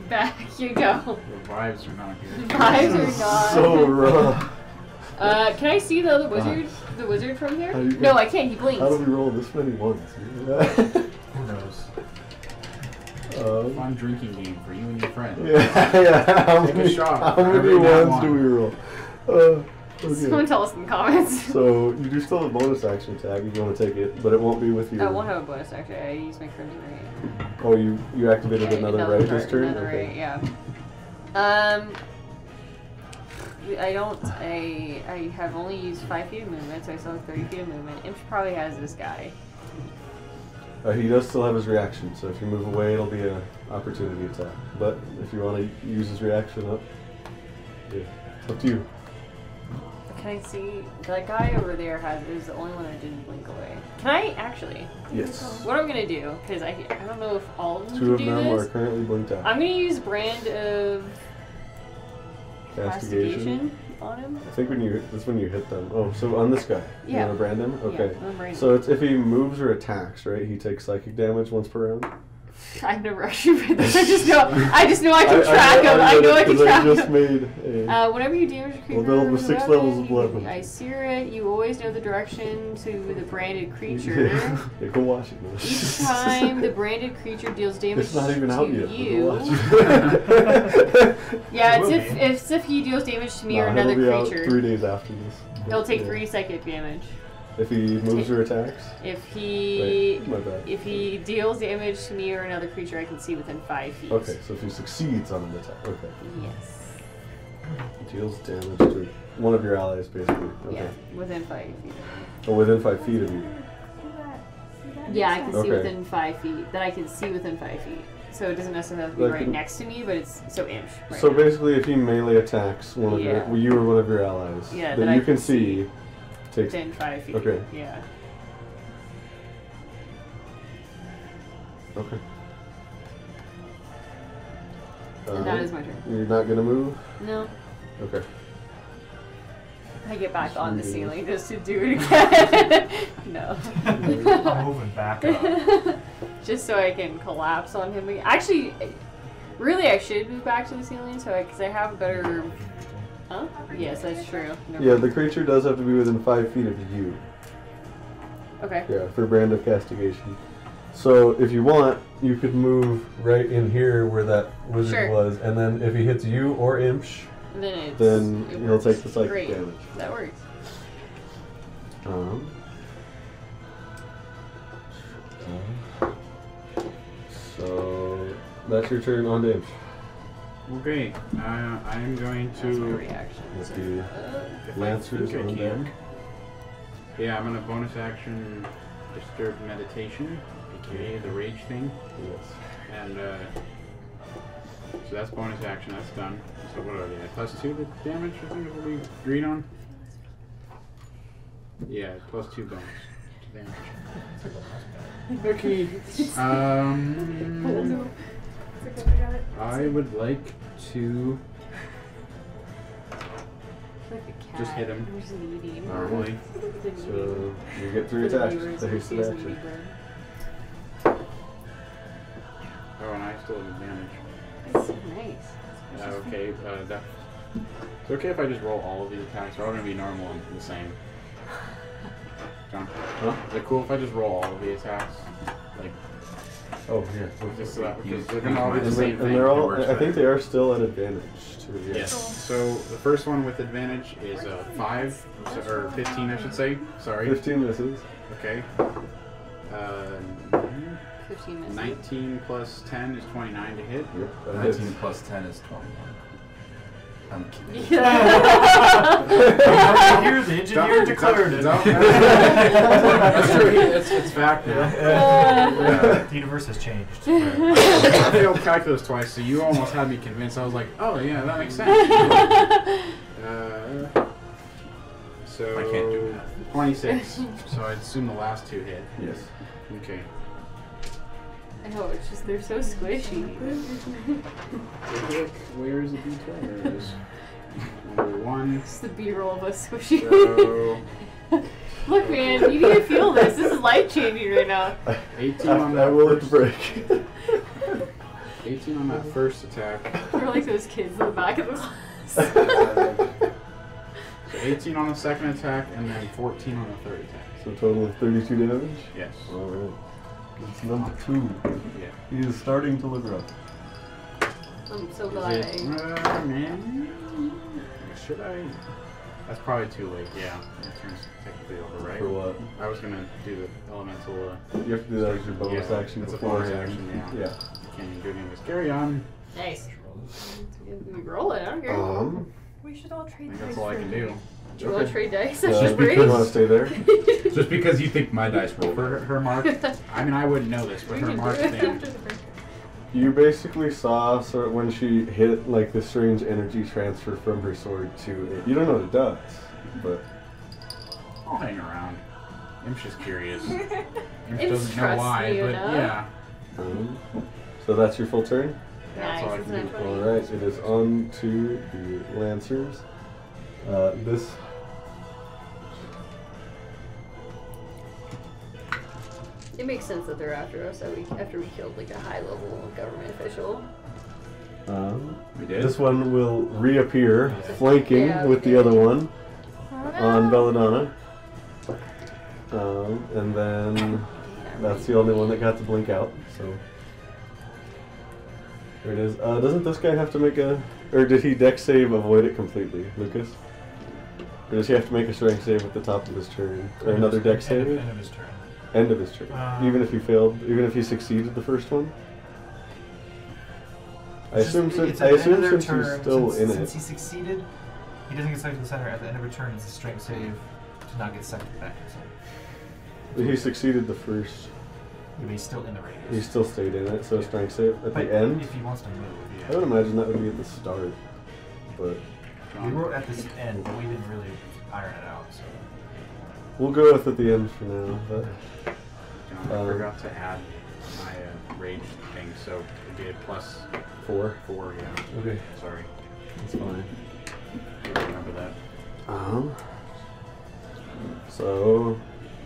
Back you go. The vibes are not The good. vibes This are is not. So rough. Uh, can I see the, the wizard? The wizard from here? How do you- No, I can't. He How do blinks. we roll this many ones? um, Who knows? Fun drinking game for you and your friend. yeah, yeah. How Take a many, shot. How many Every now ones do one. we roll? Uh, Someone okay. tell us in the comments. So you do still have a bonus action attack if you want to take it, but it won't be with you. I won't Oh, have a bonus actually. I used my crimson ray. Oh, you you activated Yeah, another, another right card, this turn. Another okay. ray, yeah. Um, I don't. I I have only used five feet of movement, so I still have thirty feet of movement. Imp probably has this guy. Uh, he does still have his reaction, so if you move away, it'll be an opportunity attack. But if you want to use his reaction up, yeah, it's up to you. Can I see that guy over there? Has is the only one that didn't blink away. Can I actually? Yes. What I'm gonna do? Because I I don't know if all of them Two of can do them this. are currently blinked out. I'm gonna use brand of Castigation. castigation on him. I think when you that's when you hit them. Oh, so on this guy, you Yeah. want to brand him? Okay. Yeah, I'm brand- So it's if he moves or attacks, right? He takes psychic damage once per round. I never actually read this. I just know. I just know I I- can track him. I read know it I can 'cause track I just him. made a. Uh, whenever you damage a creature, Well, build with with a six levels of weapon, weapon. I sear it. You always know the direction to the branded creature. yeah, go watch it. man. Each time the branded creature deals damage It's not even to out yet. but you, Go watch it. yeah, it's It will if, be. it's if he deals damage to me Nah, or it'll another be out creature. Three days after this. It'll take Yeah. three psychic damage. If he moves or attacks. If he Wait, my bad. if he deals damage to me or another creature I can see within five feet. Okay, so if he succeeds on an attack, okay, Yes. deals damage to one of your allies, basically. Okay. Yeah, within five feet. Or within five feet of you. See that? See that? Yeah, I can see Okay. within five feet. That I can see within five feet. So it doesn't necessarily have to be Like right in- next to me, but it's so inch. Right So now. basically, if he melee attacks one of Yeah. your, you or one of your allies, Yeah, that that you can I can see. see, takes within five feet. Okay. Yeah. okay. And that is my turn. You're not gonna move. No, Okay. I get back Just on the move. ceiling just to do it again. no. Oh, I'm moving back up. just so I can collapse on him. again. Actually, really, I should move back to the ceiling so because I, have a better. Huh? Yes, that's true. Never Yeah, mind. the creature does have to be within five feet of you. Okay. Yeah, for brand of castigation. So if you want, you could move right in here where that wizard Sure. was, and then if he hits you or Imsh, Then it's. then it he'll works. take the psychic Great. damage. That works. Um, um, so that's your turn on Imsh. Okay, uh, I'm going That's my to. reaction. Let's so- do uh, if I Lancers think I on can- them. Yeah, I'm gonna bonus action disturbed meditation, aka the rage thing, Yes. and uh, so that's bonus action. That's done. So what are they? at? Plus two the damage. I think is what we agreed on. Yeah, plus two bonus to damage. Okay. Um, It's okay, I got it. I would like to like a cat. Just hit him. I'm just leading. normally. So you get three attacks. There's an action. Oh, and I still have advantage. That's so nice. Uh, okay, uh, that, it's okay if I just roll all of these attacks. They're all gonna be normal and the same. John, is it cool if I just roll all of the attacks? Like, Oh yeah. just uh, so that, because Use- they're gonna all be use the And, my- they, and same thing. they're all. It works I think they are still at advantage too. yeah. Yes. So the first one with advantage is uh, five so, or fifteen, I should say. Sorry. Fifteen misses. Okay. Uh, 15 minutes. nineteen plus ten is twenty-nine to hit. Yep. that hits. 19 plus 10 is 21. I'm kidding. Here, the engineer Don't- declared it. don't- That's true. he- It's, it's back now. The universe has changed. I failed calculus twice, so you almost had me convinced. I was like, oh yeah, that makes sense. Uh, so I can't do Twenty-six. so I assume the last two hit. Yes. Okay. I know, it's just they're so squishy. Where's the d12? There it is. Number one. Just the B-roll of us squishy. So Look, man, you need to feel this. This is life changing right now. eighteen on After I that will at the first. break. 18 on that first attack. We're like those kids in the back of the class. So 18 on the second attack, and then 14 on the third attack. So total of 32 damage. Yes. All right. It's number two. Yeah. He is starting to live up. I'm so glad. Is I- it, uh, man, should I? That's probably too late. Yeah, my turn's technically over, right? For what? I was gonna do the elemental. Uh, You have to do that as your bonus Yeah, action it's a bonus beforehand. action, yeah. can do it anyways. Carry on. Nice. Roll it. I don't care. Um, We should all I trade think dice that's all I for can me. do. Do you want to trade dice? I uh, should you want to raise. stay there. Just because you think my dice roll For her, better. her mark, I mean, I wouldn't know this, but We her can do mark it thing. after the break. You basically saw sort of when she hit like the strange energy transfer from her sword to it. You don't know what it does, but I'll hang around. Imsh is curious. Imsh Imps doesn't know trusts why, you, but no? yeah. um, so that's your full turn. That's all I Nice, can isn't do. that All right, it is on to the lancers. Uh, this It makes sense that they're after us. That we after we killed like a high level government official. um, We this one will reappear, flanking Yeah, with the okay. Ah. other one Oh, no. on Belladonna, um, and then. That's the only one that got to blink out, so. There it is. Uh, doesn't this guy have to make a. Or did he deck save avoid it completely, Lucas? Or does he have to make a strength save at the top of his turn? Or another deck End of, save? end of his turn. End of his turn. Uh, even if he failed, even if he succeeded the first one? I It's just- assume since, it's I at the end assume of their since he's turn, still since, in since it. he succeeded, he doesn't get sucked to the center. At the end of a turn, it's a strength save to not get sucked back. So, He succeeded the first. yeah, but he's still in the radius. He still stayed in it, so strength save at but the end? if he wants to move, I yeah. would imagine that would be at the start. But. Oh. We were at this end, but we didn't really iron it out. So We'll go with at the end for now. But John, I Um, forgot to add my uh, rage thing, so it'd be a plus four. four. Yeah, Okay, sorry, that's fine. I don't remember that. Um. So,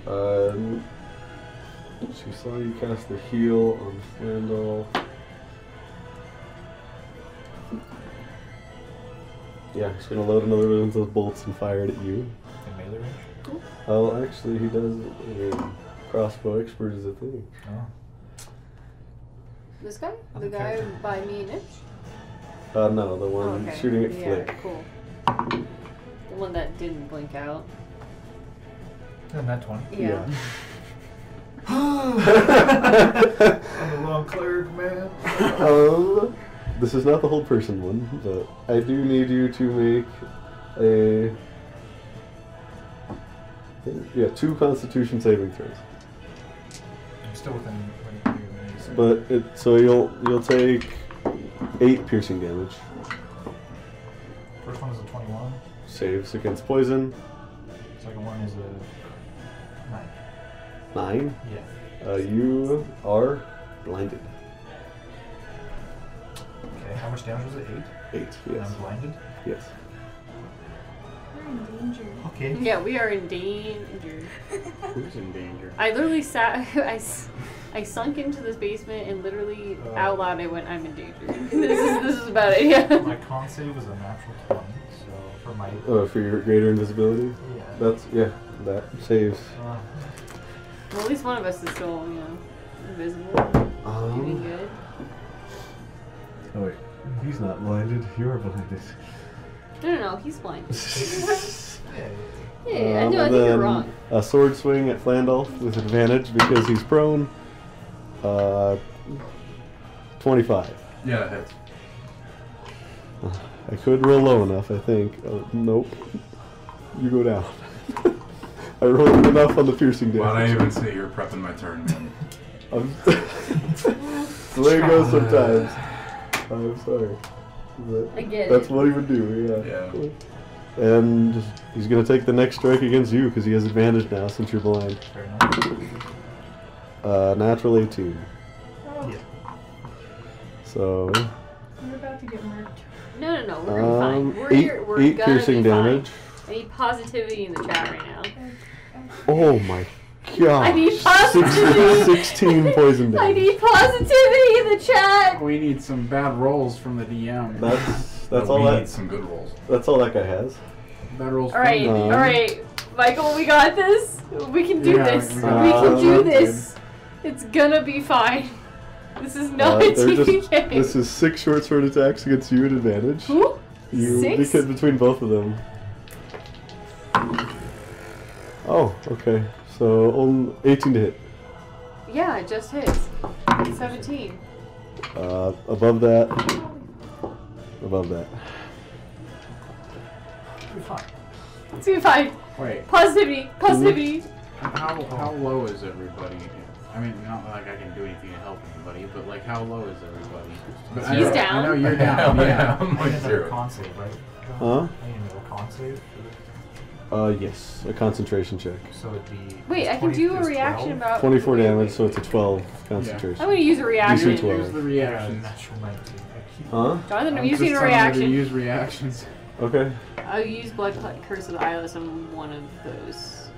um, she saw you cast the heal on Flandol. Yeah, she's gonna load another one of those bolts and fire it at you. the melee range. Oh, actually, he does. uh, crossbow expert is a thing. Oh. This guy, the Other guy character. by me and Itch. Uh, no, the one Oh, okay. shooting at yeah, Flick. cool. The one that didn't blink out. Isn't that twenty? Yeah. I'm a long cleric man. um, this is not the whole person one, but I do need you to make a yeah two Constitution saving throws. I'm still within range of your minis, so- But it so you'll you'll take eight piercing damage. first one is a twenty-one. Saves against poison Second one is a nine. nine. Yeah. Uh, you are blinded. Okay. How much damage was it? Eight. Eight. And Yes. I'm blinded. Yes. We're in danger. Oh, Okay. Yeah, we are in danger. Who's in danger? I literally sat. I, s- I sunk into this basement and literally Oh. out loud I went, "I'm in danger." this is this is about it. Yeah. My con save was a natural twenty, so for my Uh, for your greater invisibility. yeah. That's yeah. That saves. Uh, Well, at least one of us is still, you know, invisible, doing Um, good. oh wait, he's not blinded. You are blinded. No, no, no, he's blind. yeah. Um, Yeah, I know. I and think you're then wrong. A sword swing at Flandolf with advantage because he's prone. Uh, 25. Yeah, it hits. I could roll low enough, I think. Uh, nope. You go down. I rolled enough on the piercing Why'd I damage. even sit here prepping my turn, man? I'm so there you go sometimes. I'm sorry. But I get that's it. what he would do, yeah. Yeah. And he's going to take the next strike against you because he has advantage now since you're blind. Fair enough. Uh, natural 18. Oh, Yeah. So we're about to get murked. No, no, no. We're gonna be Um, fine. We're, eight- here- we're eight gonna piercing be damage. Fine. I need positivity in the chat right now. Oh my gosh. I need 16, positivity. 16 poison I damage. need positivity in the chat. We need some bad rolls from the DM. That's that's But all we that need some good rolls. that's all that guy has. bad rolls. All right, Um, all right, Michael, we got this. We can do Yeah, this. we We got can it. do Uh, this. It's gonna be fine. This is not Uh, a they're just- TV game. This is six short sword attacks against you at advantage. Ooh, You Six? because between both of them. Oh, okay. So on 18 to hit. Yeah, it just hits. Seventeen. Uh, above that. Above that. You're fine. It's gonna be fine. Wait, Positivity. Positivity. how how low is everybody? I mean, not like I can do anything to help anybody, but like how low is everybody? But I He's know- down. I know you're down. yeah. I'm I like need another zero. con save, right? Huh? I need another con save. Uh, yes. A concentration check. So it'd be. Wait, it's I can 20 do a there's 12. reaction about. 24 damage, so it's a 12 I'm concentration. gonna use a reaction. DC 12. Use the Yeah, reactions. natural 19. I keep- Huh? Jonathan, I'm just using a telling you to reaction. Use reactions. Okay. I'll use Blood Cl- Curse of the Eyeless on one of those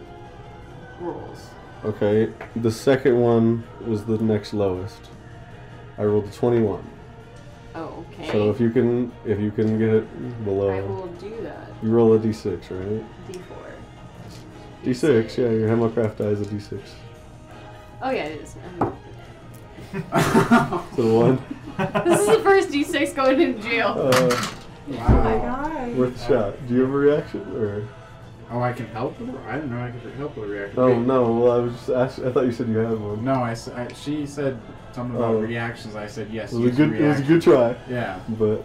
rolls. Okay. The second one was the next lowest. I rolled a 21. Oh, okay. So if you uh, can, if you can get it I below, will do that. you roll a d6, right? D4. D6. Yeah, your Hemocraft die is a d6. Oh yeah, it is. Um, So the one. This is the first D6 going into jail. Uh, wow. Oh my worth a shot. Do you have a reaction or? Oh, I can help with. I didn't know I could help with a reaction. Oh Wait, no. Well, I was just ask, I thought you said you had one. No, I, s- I- She said something about Oh. reactions. I said yes. It was a use good. It was a reaction. good try. Yeah. But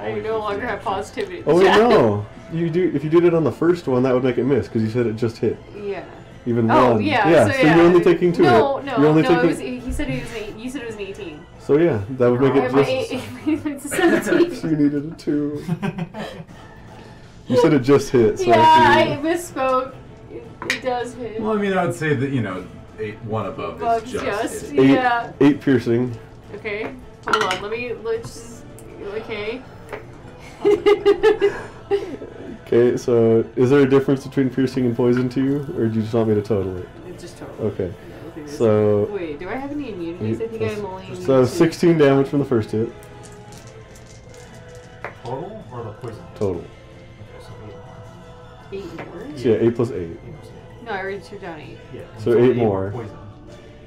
I always no use longer have reactions. positivity. oh wait, Yeah. no. You do. If you did it on the first one, that would make it miss because you said it just hit. Yeah. Even one. Oh yeah. Yeah. So, So, you're only taking two. No, hit. no, You're only no. It taking. was, e- he said it was. An, you said it was an eighteen. Oh, So yeah, that would make I it have my just. eight, it's a seventeen. You needed a two. You said it just hit. So yeah, actually- I misspoke. It, it does hit. Well, I mean, I would say that you know, eight, one above Above is just. just, it. Eight, Yeah. eight piercing. Okay. Hold on. Let me. Let's just. Okay. Okay, so is there a difference between piercing and poison to you, or do you just want me to total it? It's just totally. Okay, Okay. so Wait, do I have any immunities? I think I'm only. immune so to- 16 damage from the first hit Total or the poison? total. Okay, so eight more. Eight more? So yeah, eight plus eight. Eight was eight. No, I already threw down eight. Yeah, and So it's only eight more. Poison.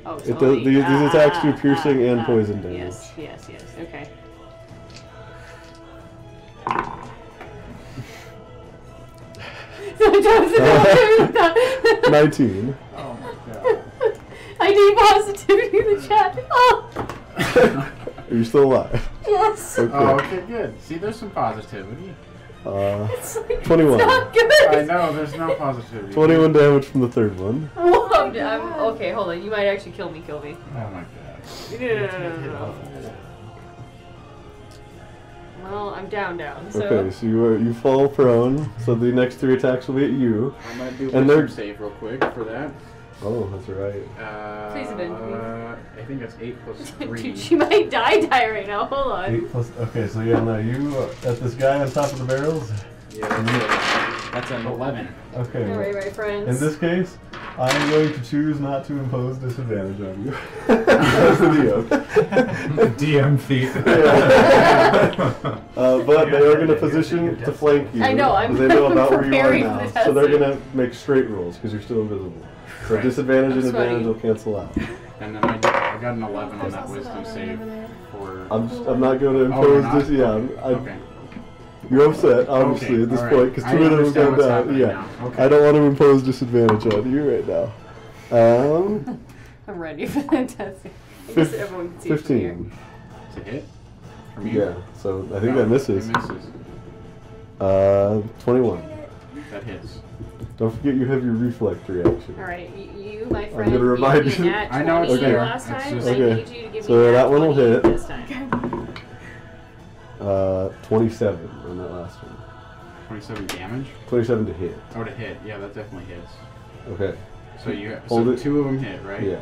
Oh, It so does- eight. these- these attacks do piercing and poison Yes, yes, yes. Okay. No, Jonathan, don't do that. 19. Oh my god. I need positivity in the chat. Oh, Are you still alive? yes. Okay. Oh, okay, good. See, there's some positivity. Uh, It's like, 21. It's not I good. know there's no positivity. 21 damage from the third one. Oh Whoa, I'm, I'm- Oh okay, hold on. You might actually kill me. Kill me. Oh my god. No, no, no, no, no, no. Well, I'm down, down. So. Okay, so you are, you fall prone. So the next three attacks will be at you. I'm gonna do And and they're- wisdom save real quick for that. Oh, that's right. Uh, Please, Benjamin. I think that's eight plus three. Dude, she might die die right now. Hold on. Eight plus. Okay, so yeah, now you uh, at this guy on top of the barrels. yeah, that's, it. Mm-hmm. That's an eleven. Okay. All right, my In friends. this case, I'm going to choose not to impose disadvantage on you. That's the DM thief. Yeah. uh, but they are going to You're position dead. to flank you. I know, I'm- 'cause they know I'm about where you are preparing now, for so they're this. going to make straight rolls because you're still invisible. So Right. disadvantage and I'm sweating. advantage will cancel out. And then I, I got an eleven on There's that also the wisdom other save one over there. for. I'm just, I'm not going to Oh, you're impose not? this. Yeah, I'm, I, okay. you're upset obviously Okay, at this all point right. because I two of them understand have what's gone down. happening Yeah, now. Okay. I don't want to impose disadvantage on you right now. Um, I'm ready for that test. I guess everyone can see it from here. fifteen. To hit. From you. Yeah, so I think No, that misses. It misses. Uh, 21. That hits. Don't forget you have your reflect reaction. All right, you, you my gonna friend, gave remind me you. a nat I know 20 it's okay. last That's time. just- so I Okay. need you to give me So a nat that one will 20 hit. this time. Uh, 27 on that last one. Twenty-seven damage. 27 to hit. Oh, to hit. Yeah, that definitely hits. Okay. So you so Hold it. two of them hit, right? Yeah.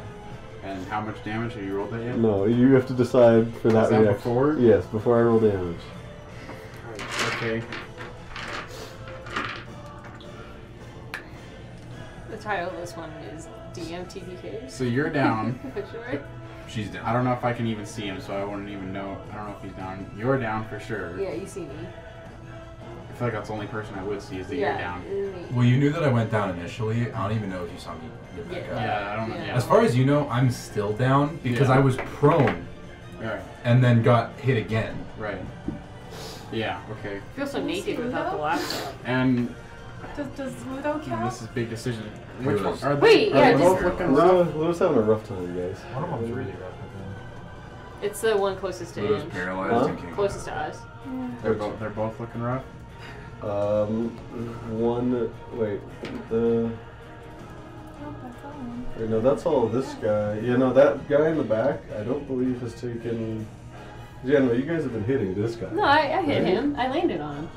And how much damage have you rolled that yet? No, you have to decide for that, Is that reaction. before? Yes, before I roll damage. Okay. That's title of this one is DMTPK. So you're down. For sure. She's down. I don't know if I can even see him, so I wouldn't even know. I don't know if he's down. You're down for sure. Yeah, you see me. I feel like that's the only person I would see is that you're yeah, Mm-hmm. down. it's me. Well, you knew that I went down initially. I don't even know if you saw me. get back Yeah. up. Yeah, I don't know. Yeah. Yeah. As far as you know, I'm still down because Yeah. I was prone Right, and then got hit again. right. Yeah, okay. I feel so Can we see naked without the Ludo? laptop. And Does, does Ludo and count? this is a big decision. Who Which one? knows? Are they, Wait, are yeah, they just- both looking rough? Ludo's, Ludo's having a rough time, you guys. One of them's really rough. but It's the one closest to It was him. paralyzed Huh? and came Closest to us. They're both, they're both looking rough? Um, one. Wait, the. Oh, that's all. Wait, no, that's all this guy. Yeah, no, that guy in the back, I don't believe has taken. Yeah, no, you guys have been hitting this guy. No, I, I hit Right? him. I landed on him.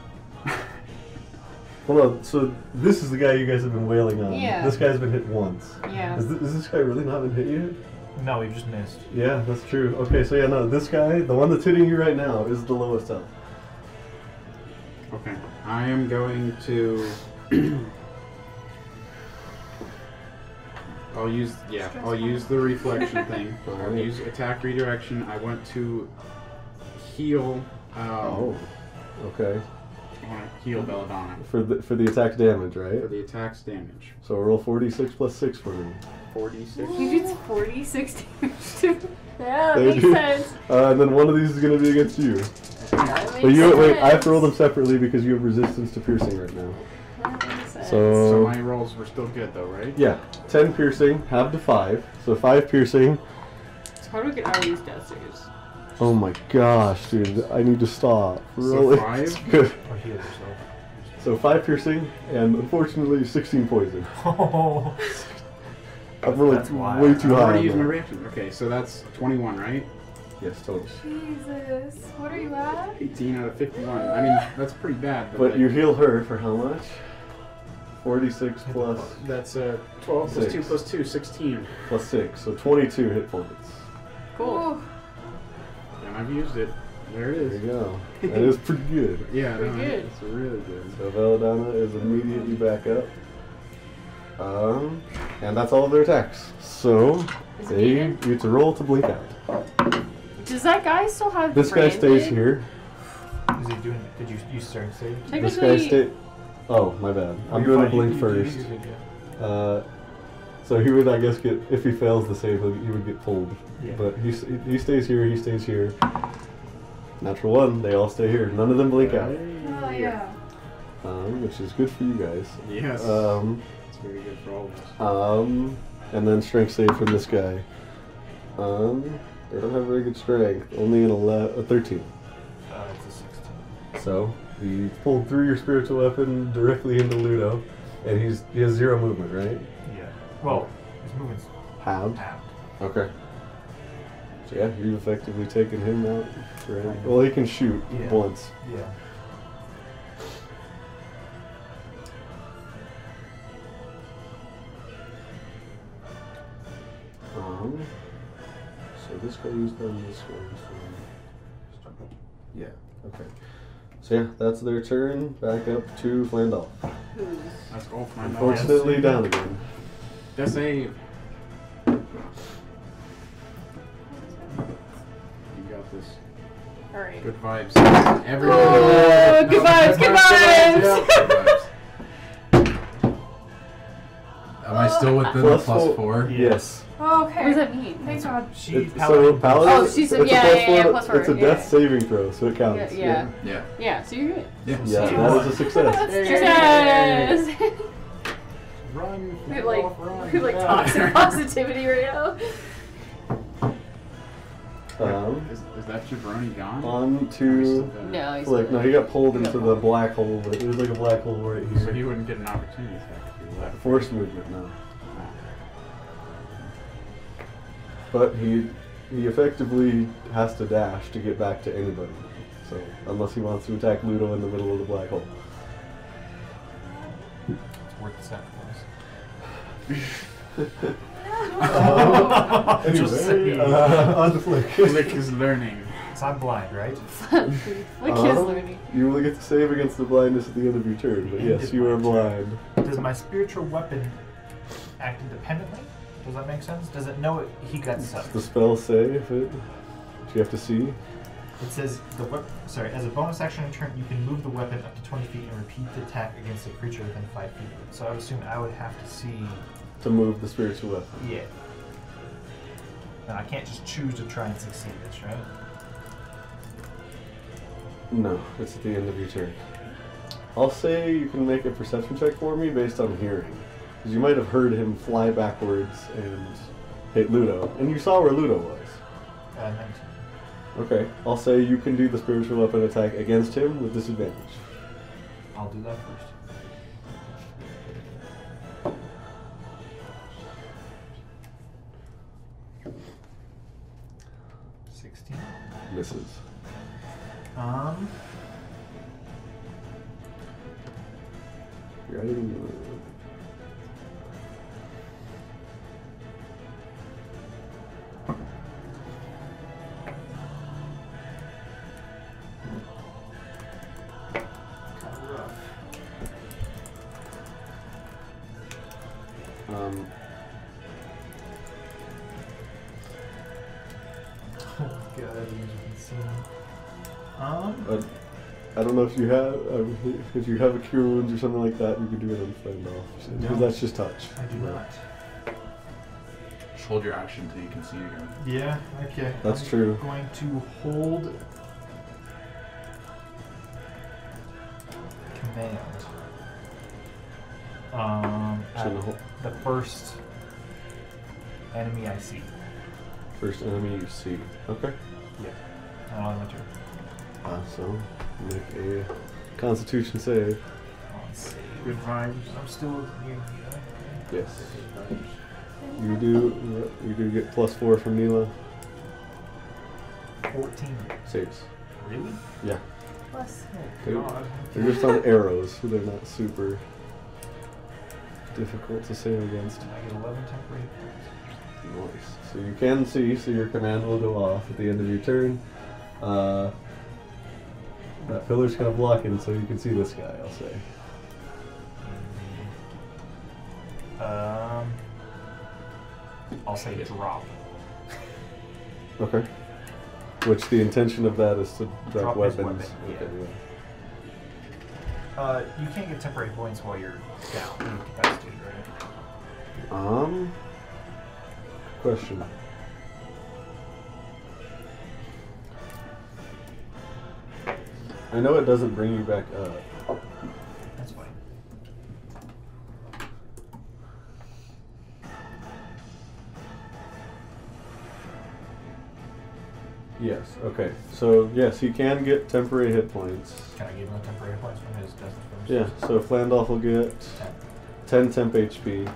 Hold on, so this is the guy you guys have been wailing on. Yeah. This guy's been hit once. Yeah. Has, th- has this guy really not been hit yet? then- No, we've just missed. Yeah, that's true. Okay, so yeah, no, this guy, the one that's hitting you right now, is the lowest health. Okay. I am going to. I'll use yeah. Stress I'll ball. use the reflection thing. I'll Alright. use attack redirection. I want to heal. Um, Oh. okay. I want to heal Belladonna For the for the attack damage, right? for the attack's damage. So roll forty-six plus six for me. Forty-six. He did 46 damage to Yeah, that They makes do. sense. Uh, and then one of these is gonna be against you. That makes But you wait, sense. I have to roll them separately because you have resistance to piercing right now. That makes sense. So So my rolls were still good though, right? yeah, ten piercing, half to five, so five piercing. So how do we get out of these downstairs? Oh my gosh, dude, I need to stop. Really? five? Good. Or heal yourself. So five piercing and unfortunately sixteen poison. Oh, I'm really That's wild. way too I high. already on used my that. reaction. Okay, so that's twenty-one, right? Yes, totally. Jesus, what are you at? Eighteen out of fifty-one. I mean, that's pretty bad. But like, you heal her for how much? Forty-six plus That's uh, twelve plus two Six. plus two, sixteen. plus six, so twenty-two hit points. Cool. Ooh, And I've used it. There it There you is. go. That is pretty good. Yeah, Pretty no, good. it's really good. So Belladonna is immediately back up. Um, and that's all of their attacks. So Is it they even? need to roll to blink out. Does that guy still have This guy stays branded? here. is he doing? Did you use strength save? This guy Technically, stay. Oh, my bad. I'm doing a blink first. Uh, so he would, I guess, get if he fails the save, he'll- he would get pulled. Yeah. But he s- he stays here. He stays here. Natural one. They all stay here. None of them blink out, oh yeah. um, which is good for you guys. Yes. Um, it's very good for all of us. um, and then strength save from this guy. Um, they don't have very good strength. Only an 11, a thirteen. Uh, it's a sixteen. So he pulled through your spiritual weapon directly into Ludo, and he's he has zero movement, right? Yeah. Well, his movement's Halved. halved. Okay. So yeah, you've effectively taken him out. Right. Well, he can shoot Yeah. once. Yeah. Um, so this guy used them. This guy used them. Yeah. Okay. So yeah, that's their turn. Back up to Flandolf. who's That's all for my bonus. Unfortunately, down again. That's a. You got this. all right? Good vibes. Everyone. Oh, good vibes, good Yeah. vibes. Am I still within the Plus plus four- four? Yes. Oh, What okay. does that mean? Thank God. She It, so paladin- paladin. Oh, she's a- it's yeah, plus yeah, yeah, four- plus four, It's a yeah. death saving throw, so it counts. Yeah. Yeah. Yeah, so you're good. Yeah. Yeah, that is a success. Yes. Run. we're like Flandolf, run. we're like toxic positivity right now. Um, Is, is that jabroni gone? on Or is to it, uh, No, he's Like, no, not. he got pulled He got into the black hole. It was like a black hole right So he here. wouldn't get an opportunity attack if he left. Force movement now. But he he effectively has to dash to get back to anybody. So unless he wants to attack Ludo in the middle of the black hole. It's worth the sacrifice. Just Anyway, saying. uh, on the flick. Lick is learning. It's not blind, right? What Um, kids learning? You only get to save against the blindness at the end of your turn, but yes, you are blind. Does my spiritual weapon act independently. Does that make sense? Does it know it, he got Does sucked? the spell say if it? Do you have to see? It says the wep- sorry, as a bonus action in turn, you can move the weapon up to 20 feet and repeat the attack against a creature within 5 feet. of it. So I would assume I would have to see. To move the spiritual weapon. Yeah. No, I can't just choose to try and succeed this, right? No, it's at the end of your turn. I'll say you can make a perception check for me based on hearing. Because you might have heard him fly backwards and hit Ludo. And you saw where Ludo was. Uh, 19. Okay, I'll say you can do the spiritual weapon attack against him with disadvantage. I'll do that first. Sixteen. Misses. Um, You're adding- Um, oh my god, Um, I, I don't know if you have um, if you have a cure wounds or something like that. You could do it on flame off because No. that's just touch. I do not. Just hold your action until you can see again. Yeah. Okay. That's I'm true. Going to hold command. Um, So at the whole- the first enemy I see. First enemy you see. Okay. Not on my turn. Uh, so make a Constitution save. Oh, see. Good vibes. I'm still here. Yes. You do. You do get plus four from Nila. yeah. 14. Saves. Really? Yeah. Plus, They're, they're just on arrows, so they're not super difficult to save against. I get 11 temporary. hit points. Nice. So you can see, so your command will go off at the end of your turn. Uh, that pillar's kind of blocking, so you can see this guy, I'll say. Um, I'll say drop. Okay. Which the intention of that is to drop, Drop his weapons. weapon, Okay, yeah. yeah. Uh, you can't get temporary points while you're down. That's dude, right? Um. Question. I know it doesn't bring you back up. That's fine. Yes. Okay. So yes, he can get temporary hit points. Can I give him a temporary points from his death? from his- Yeah. So Flandolf will get ten temp HP,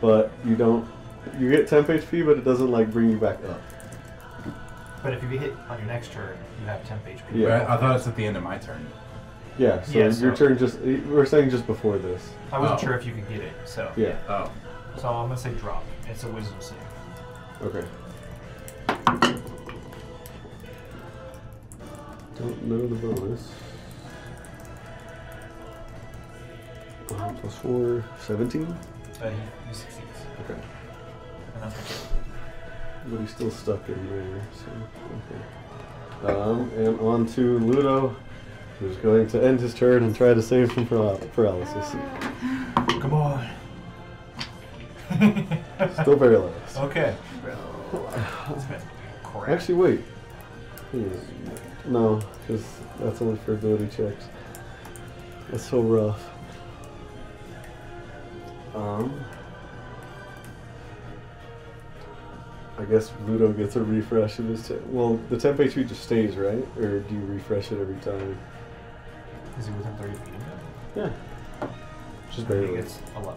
but you don't. You get temp HP, but it doesn't like bring you back up. But if you hit on your next turn, you have temp HP. Yeah. But I, I thought it's at the end of my turn. Yeah. So Yeah, your so- turn just. We're saying just before this. I wasn't Oh. sure if you could get it, so. Yeah. Oh. So I'm gonna say drop. It's a wisdom save. Okay. Don't know the bonus. Uh, plus 4, 17? But he, he succeeds, Okay. and that's okay. But he's still stuck in there, so. Okay. Um, and on to Ludo, who's going to end his turn and try to save from paral- paralysis. Come on. Still paralyzed. okay. It's been crap. Actually, wait. Hmm, No, because that's only for ability checks. That's so rough. Um. I guess Ludo gets a refresh in this. Te- well, the temp HP just stays, right? Or do you refresh it every time? is he within 30 feet of me? Yeah. Just I think barely. it's 11.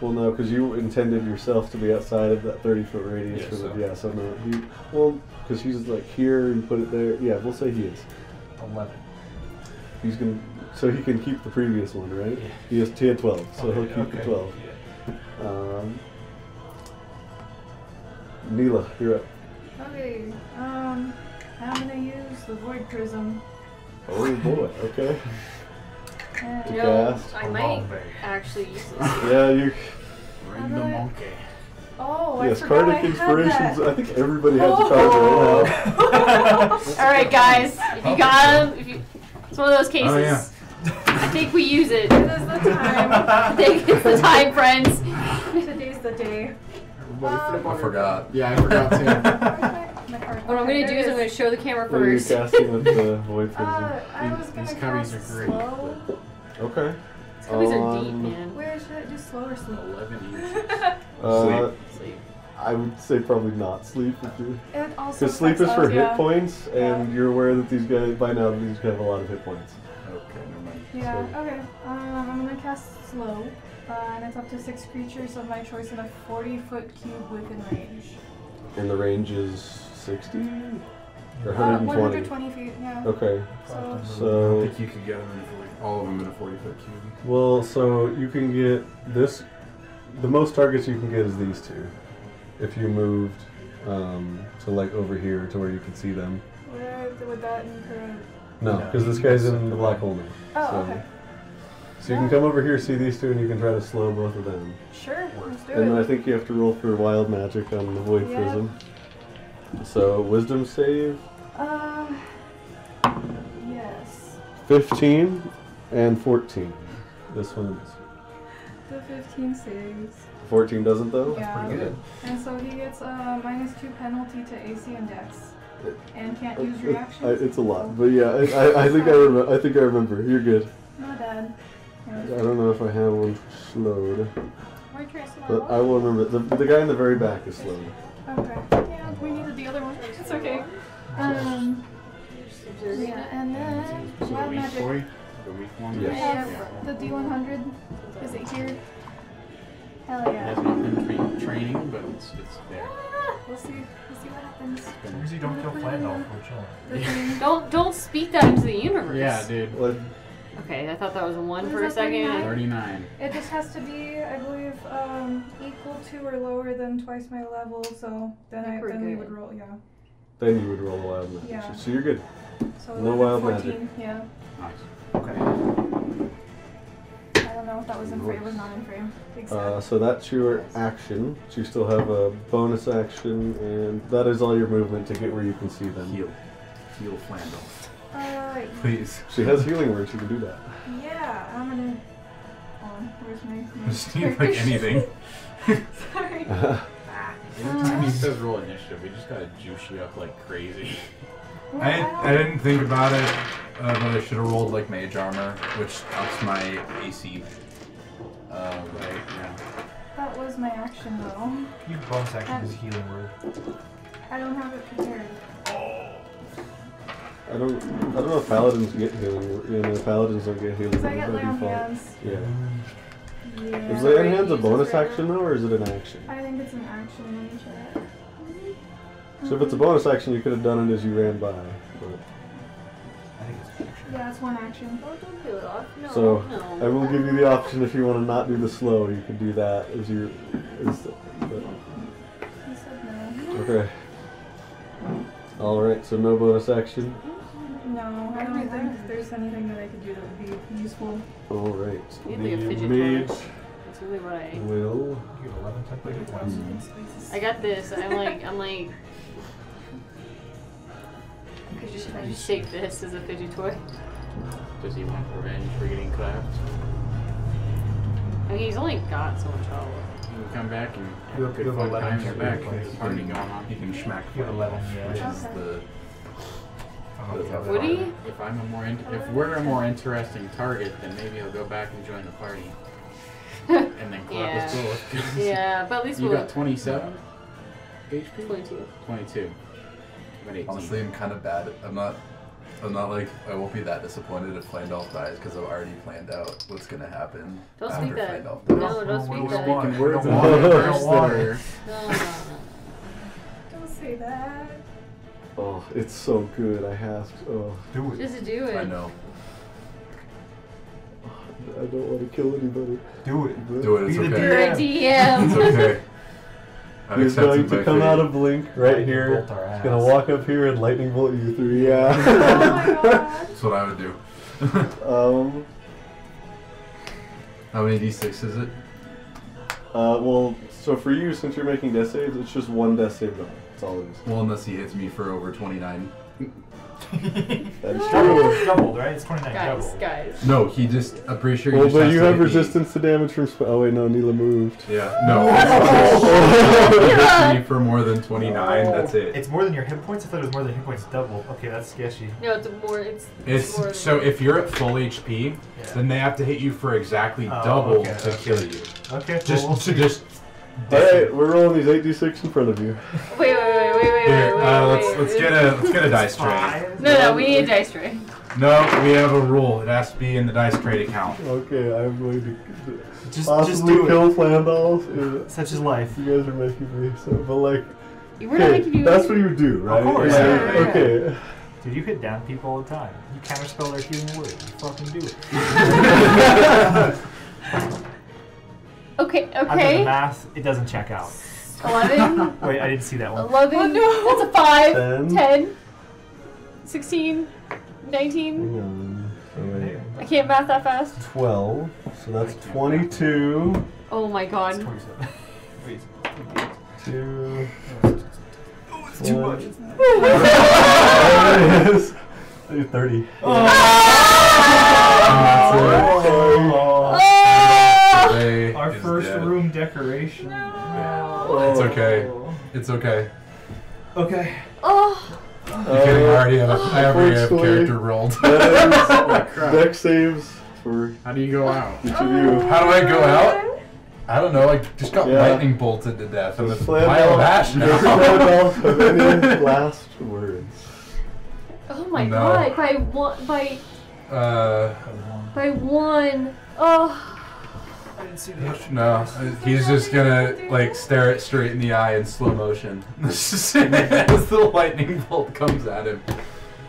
Well, no, because you intended yourself to be outside of that 30 foot radius Yeah, for so- the. Yeah, so no. You, well, because he's like here, you put it there. Yeah, we'll say he is. 11. He's gonna, so he can keep the previous one, right? Yeah. He has he had twelve, so he'll keep the okay. twelve. Yeah. Um, Neela, you're up. okay. Um, I'm gonna use the void prism. Oh boy. Okay. And Yeah. Yes. I A long might bay. actually use this. Yeah, you. Ring the monkey. Oh, yes, I Cardic forgot I Inspirations. Had I think everybody has a Oh. card right now. All right, guys. If you got them, if you, it's one of those cases. Oh, yeah. I think we use it. that. It is the time. I think it's the time, friends. Today's the day. Everybody Um, flip I on your- forgot. Yeah, I forgot too. What I'm gonna do is I'm gonna show the camera What are you first. casting with the void Uh, I prism? was gonna These cubbies cast are great, Slow. okay. Cubbies are deep, Um, man. Where should I do slow or sleep? 11 each. it Uh, Sleep. Sleep. I would say probably not sleep if you also Because sleep affects is for us, yeah. hit points, and you're aware that these guys by now these guys have a lot of hit points. Okay, never mind. Yeah. Okay. Um, I'm gonna cast slow, uh, and it's up to six creatures of my choice in a 40 foot cube within range. And the range is 60 or Uh, 120. 120 feet. Yeah. Okay. So So- I think you could get them in like all of them in a 40 foot cube. Well, so you can get this. The most targets you can get is these two. If you moved um, to like over here to where you can see them. where would that include? No, No. because this guy's in the black hole now. Oh, so, okay. So you can come over here, see these two, and you can try to slow both of them. Sure. Let's do And then I it. think you have to roll for wild magic on the void Yeah. prism. So wisdom save Um. Yes. 15 and 14. This one is. The 15 saves. Oh, 14 doesn't though? Yeah. Pretty good. And so he gets uh, minus two penalty to AC and Dex, and can't use It- I, reactions. it's a lot, but yeah, I, I, I think I remember. I think I remember. You're good. Not bad. I Yeah. don't know if I have one slowed, We're dressed but I will remember. The, the guy in the very back is slowed. Okay. Yeah, we needed the other one. It's okay. Um. Yeah, and then So the wild weak magic. boy, the weak one. I Yes. have the D100. Is it here? Hell It has yeah. not been tra- training, but it's it's there. Ah, We'll see. We'll see what happens. As long as you don't kill Flandolf, we're The chilling. thing. Don't don't speak that into the universe. Yeah, dude. Like, Okay, I thought that was a one What for a is that thing second. now? Thirty-nine. It just has to be, I believe, um, equal to or lower than twice my level. So then I You're pretty then we good. would roll. Yeah. then you would roll a wild magic. Yeah. So you're good. So No 11, wild 14, magic. Yeah. Nice. Okay. I don't know if that was in frame. It was not in frame. Big sad. Uh, so that's your action. So you still have a bonus action, and that is all your movement to get where you can see them. Heal. Heal Flandolf. Uh, Please. She has healing words. You can do that. yeah. I'm gonna. Hold on. Where's my? my Just need like anything. Sorry. Anytime he says roll initiative, we just gotta juice you up like crazy. Well, I, don't- I didn't think about it, uh, but I should have rolled like mage armor, which ups my AC. Uh, Right? Yeah. That was my action though. You can bonus action as a healing word. I don't have it prepared. I don't. I don't know if paladins get healing. wor- You know, paladins don't get healing Cause words I got by lay on default. hands. Yeah. Yeah. Is So lay on Ray hands a uses bonus right now? action though, or is it an action? I think it's an action. Let me check. So if it's a bonus action, you could have done it as you ran by. but- I think it's action. Yeah, it's one action. Oh, don't peel it off. No, so no. I will give you the option if you want to not do the slow. You can do that as you. As the, but- He said no. okay. All right. So no bonus action. No, I don't think there's anything that I could do that would be useful. All right. You need, like, a the fidget mage That's really what I. will. You get 11 template hit points. I got this. I'm like I'm like. I just, I just shake this as a fidget toy. Does he want revenge for getting clapped? I mean, he's only got so much health. He can come back and have You a have- you good have fun 11 time in the back. template There's a party going You on. can schmack You have 11, yeah. which is Okay. the Mm-hmm. Oh, okay. Would he? If I'm a more, in- if we're a more interesting target, then maybe he'll go back and join the party, and then clap us Yeah. both. yeah, but at least You we'll. got 27 HP? Twenty-two. 22. I'm at 18. Honestly, I'm kind of bad. I'm not. I'm not like I won't be that disappointed if Flandolf dies because I've already planned out what's gonna happen Don't after speak that. Flandolf No, dies. don't Well, speak we that. want- Fucking we words don't in want it. We don't reverse want it. there. No, no, no. Don't say that. Oh, it's so good. I have to. Oh, Do no. it. Just do it. I know. I don't want to kill anybody. Do it. but- Do it. It's Be the okay. You're a It's DM. okay. I've He's going accepted to my come fate. out of Blink right Lightning here. bolt our He's gonna ass. walk up here and lightning bolt you three. Oh Yeah. my god. That's what I would do. um, How many d6 is it? Uh, well, so for you, since you're making death saves, it's just one death save die. That's all it is. Well, unless he hits me for over 29. That is true. doubled, doubled, right? It's 29 Guys, doubled. guys. No, he just. I'm pretty sure. He Well, just but has you to have hit me. resistance to damage from spell. Oh wait, no, Neela moved. Yeah. No. He hits me for more than 29. That's it. It's more than your hit points? I thought it was more than hit points double. Okay, that's sketchy. No, it's more. It's. more It's than- so if you're at full HP, Yeah. then they have to hit you for exactly Oh, double okay, to okay. kill you. Okay, Just, well, we'll to see. just. All right, we're rolling these eight d six in front of you. Wait, wait, wait, wait, wait, wait, Here, wait. uh, wait, let's let's wait. get a let's get a dice tray. Five. No, no, we need a dice tray. No, we have a rule. It has to be in the dice trade account. Okay, I'm going to Just, just possibly do it. kill Flandolf. Such is life. You guys are making me so, but like, You were not okay, making you. that's what you do, right? course, Like, yeah, yeah, yeah. Okay. Dude, you hit down people all the time. You counterspell their healing word. You fucking do it. Okay, I've done the okay. math. It doesn't check out. Oh, 11, Wait, I didn't see that one. 11. That's a 5, Ten. 10, 16, 19. Hang on. Oh, wait. I can't math that fast. 12. So that's 22. Oh my It's god. 27. Wait, Two. oh, it's too much. there it is. You're 30. That's it. Oh. Today Our is first dead. room decoration. Yeah. It's okay. It's okay. Okay. Oh, You can Uh, already have. I already have unfortunately- character rolled. That is crap. deck saves for How do you go out? each of you. How do I go out? I don't know. I just got Yeah. lightning bolted to death. I'm a Flandolf- pile of ash Does Flandolf now. have any last words? oh my No. god. By one, by, uh, by one. Oh, I didn't see that. no, he's just gonna like stare it straight in the eye in slow motion as the lightning bolt comes at him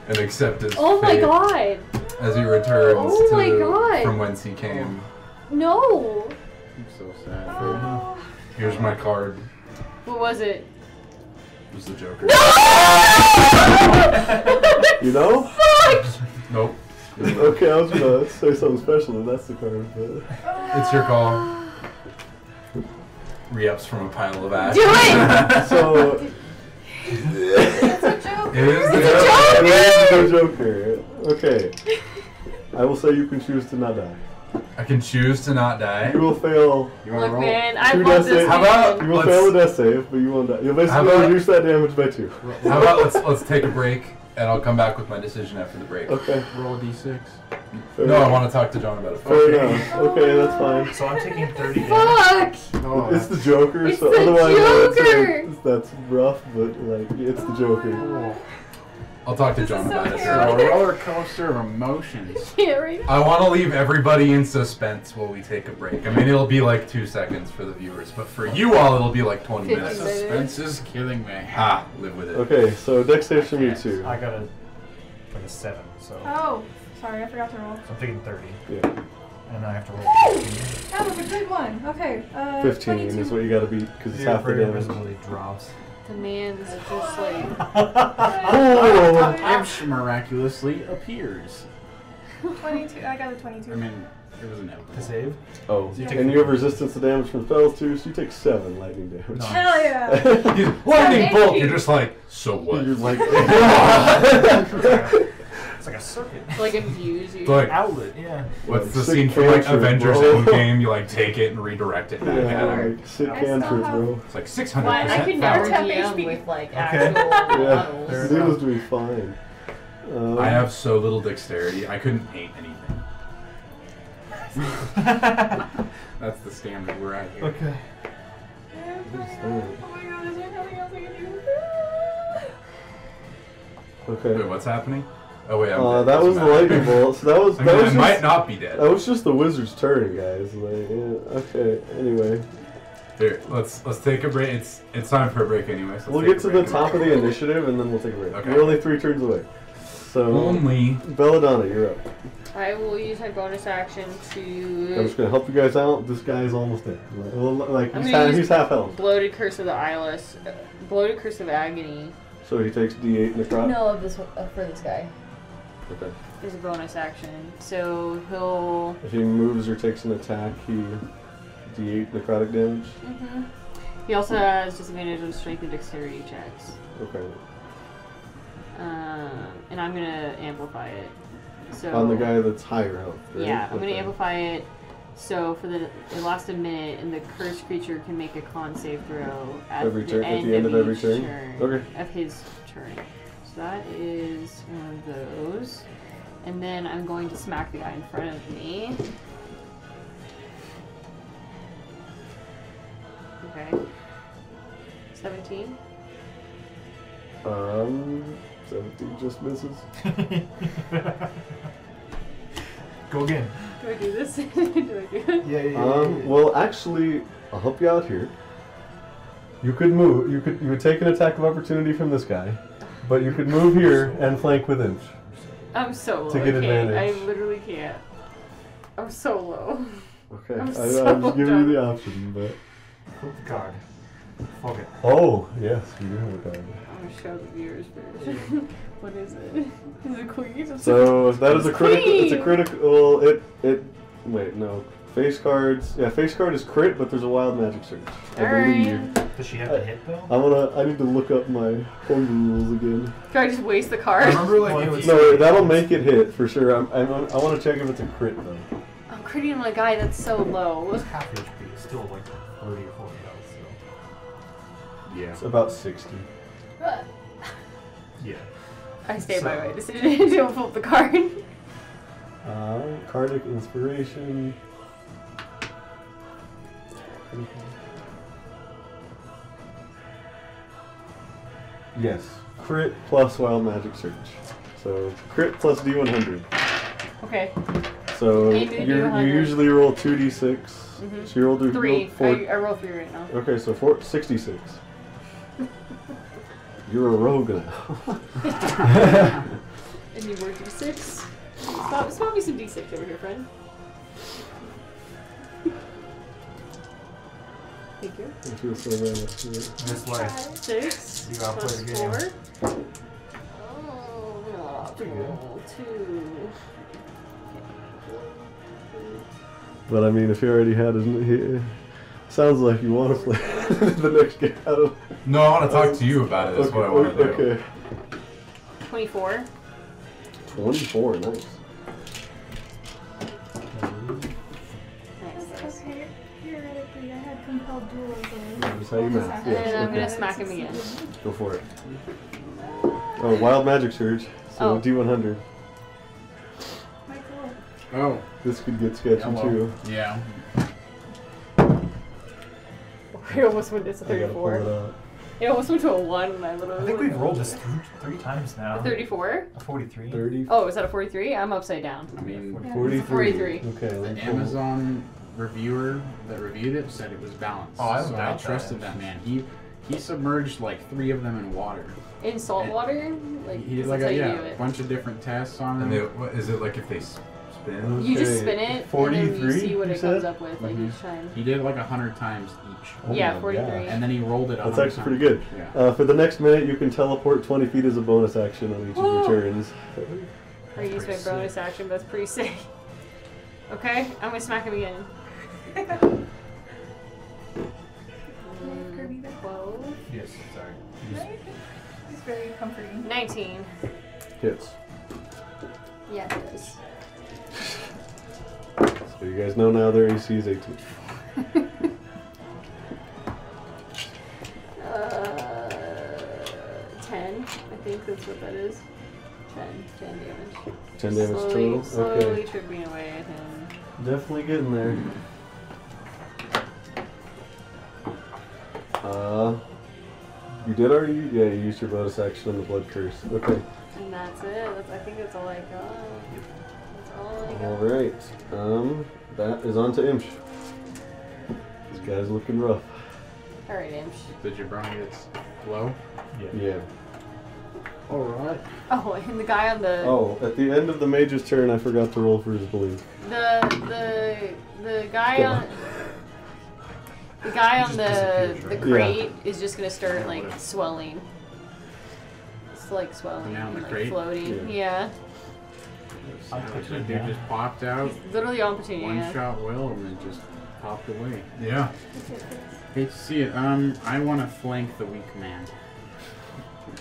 and accept his oh my fate god. as he returns Oh to my God. from whence he came. No. I'm so sad. Oh. Here's my card. What was it? It was the Joker. You know? Nope. Okay, I was gonna say something special, and that's the card, but. It's your call. Re-ups from a pile of ash. Do it! So. It's a joke. It is the It's a Joker. joke! It is the Joker. Okay. I will say you can choose to not die. I can choose to not die. You will fail. You want Look, to roll? man, I Two love dice this. saves. How man. about- You will Let's- fail a death save, but you won't die. You'll basically How about- reduce that damage by two. How about let's let's take a break and I'll come back with my decision after the break. Okay. Roll a d6. Fair No, I enough. want to talk to John about it. Fair enough. Okay, that's fine. So I'm taking 30 damage. Fuck! Oh, It's the Joker, It's so the otherwise that's, Joker! like, that's rough, but like it's the Joker. I'll talk to This John is so about It's a it. chaotic. roller coaster of emotions. Yeah, right? I want to leave everybody in suspense while we take a break. I mean, it'll be like two seconds for the viewers, but for you all, it'll be like 20 Fifty The minutes. minutes. suspense is killing me. Ah, live with it. Okay, so dex saves from you two. I got a like a seven, so Oh, sorry, I forgot to roll. I'm taking 30, Yeah. and then I have to roll. 15. That was a good one. Okay. Uh, Fifteen 22. is what you gotta beat because it's Your half the prayer damage. invisibility drops. The man's just like. Oh, Amsh miraculously appears. 22. I got a I 22. mean, it was To inevitable. save? oh. You and you have resistance to damage from spells too, so you take seven lightning damage. No. Hell yeah. You- lightning Thank bolt. you. You're just like, so what? You're like, It's like a circuit. Like abuse you. Like, Outlet, yeah. what's the Sick scene from like cancer, Avengers bro. Endgame? You like take it and redirect it back yeah, at her. like, sit I cantrip, still have- bro. It's like Why 600 I could percent never power. tap tap HP. HP with like actual Yeah. models. Fair Yeah, was enough. doing fine. Um, I have so little dexterity. I couldn't paint anything. That's the standard we're at here. okay. Oh, Oh my god, is there nothing else I can do? Okay. Wait, what's happening? Oh wait, I'm Uh, dead. that Doesn't was the matter. lightning bolt. So that was I that mean, I was might just, not be dead. that was just the wizard's turn, guys. Like, yeah, okay. Anyway, Here, let's let's take a break. It's it's time for a break anyway. So let's we'll take get a to the break. top of the initiative and then we'll take a break. Okay. Oh We're only three turns away. So, Only Belladonna, you're up. I will use my bonus action I'm just to gonna help you guys out. This guy's almost dead. Like, well, like I'm he's, gonna half, use- he's half health, bloated curse of the eyeless, uh, bloated curse of agony. so he takes D8 necrotic. No, of this one, uh, for this guy. Okay. Is a bonus action, so he'll If he moves or takes an attack, he D8 necrotic damage. Mm-hmm. He also has disadvantage on strength and dexterity checks. Okay. Um, and I'm gonna amplify it. So On the guy that's higher health. Right? Yeah, I'm gonna Okay. amplify it. So for the it lasts a minute, and the cursed creature can make a con save throw at Every the turn- at end the end of every each turn? Okay. of his turn. So that is one of those, and then I'm going to smack the guy in front of me. Okay. 17. Um, 17 just misses. Go again. Do I do this? do I do it? Yeah, yeah, yeah. Um, well, actually, I'll help you out here. You could move. You could you would take an attack of opportunity from this guy, but you could move here and flank with inch. I'm so low. To get okay. advantage. I literally can't. I'm so low. Okay, I'm I, so I'm just giving you the dumb. option, but Flip the card. Fuck it. oh yes, we do have a card. I'm gonna show the viewers version. what is it? Is it queen? So that is a critical. It's a Queen! critical. It it. Wait, no. Face cards. Yeah, face card is crit, but there's a wild magic surge. I believe. Alright. Does she have to hit though? I wanna. I need to look up my Horn rules again. Do I just waste the I card? remember Well, like it if was- you- No, that'll make it hit for sure. I'm, I'm, I want to check if it's a crit though. I'm critting on a guy that's so low. It's half HP. It's still like 30 or 40 health. So. Yeah. It's about sixty. Yeah. I stay by So- my decision. Don't flip the card. Uh, Cardiac inspiration. Yes. Crit plus wild magic surge. So crit plus D100. Okay. So Can you do you're- you D100? usually roll 2d6. Mhm. So you rolled a Three. rolled I, Four, I roll three right now. okay, so four, 66. you're a rogue now. And you were d6. Swap, swap me some d6 over here, friend. Thank I you. feel so bad after that. This life. Six. You gotta play plus the game. Four. Oh, Pretty good. two. But I mean, if he already had his, he, sounds like you want to play the next game. I don't, no, I want to talk to you about it. That's what I want to do. okay. 24. Twenty-four, nice. Nice, That's nice. okay. Theoretically, I had compelled dualism. That's how you What does math, that yes, And I'm okay. gonna smack him again. Go for it. Oh, wild magic surge. So Oh. D100. Michael, Oh. This could get sketchy Hello. too. Yeah. It almost went to I gotta pull it 34. out. It almost went to a 1 and I literally. I think we've went, rolled this three, three times now. A 34? A 43. 30. Oh, is that a 43? I'm upside down. I mean, Yeah. 43. 43. Okay. the let me pull- Amazon reviewer that reviewed it said it was balanced. Oh, I don't so I doubt that, trusted that, actually. man. He he submerged like three of them in water. In salt And- water? Like, he did that's like how a, you yeah, do a it. bunch of different tests on them. And they, what, is it like if they s- spin? You just Okay, spin it, and then you 43, see what you it comes said? up with, like, Mhm. each time. he did it like a hundred times each, Oh yeah, my 43. God. and then he rolled it. a That's hundred actually pretty times. good. Yeah. Uh, for the next minute, you can teleport 20 feet as a bonus action on each of Whoa. your turns. I used my pretty bonus action, but that's pretty sick. Okay, I'm gonna smack him again. Mm, Kirby there. 12, Yes, sorry. right? It's very comforting. 19. Hits. Yeah, it does. So you guys know now their AC is 18. Uh, 10, I think that's what that is. 10, 10 damage. 10 damage slowly, total. Slowly Okay. tripping away at him. Definitely getting there. Uh, you did already? Yeah, you used your bonus action on the blood curse. Okay. And that's it. That's, I think that's all I got. That's all I got. All right. Um, that is on to Imsh. This guy's looking rough. Alright, Imsh. The jabroni that's low. Yeah. All right. Oh, and the guy on the. Oh, at the end of the mage's turn, I forgot to roll for his blink. The the the guy Yeah. on the guy on Just the disappears, the right? crate is just gonna start Yeah, like whatever. swelling. It's like swelling, man on and, the like crate? floating. Yeah. I'm The picturing dude that. just popped out. he's literally on Petunia. One shot will and then just popped away. Yeah. Hate to see it. Um, I want to flank the weak man.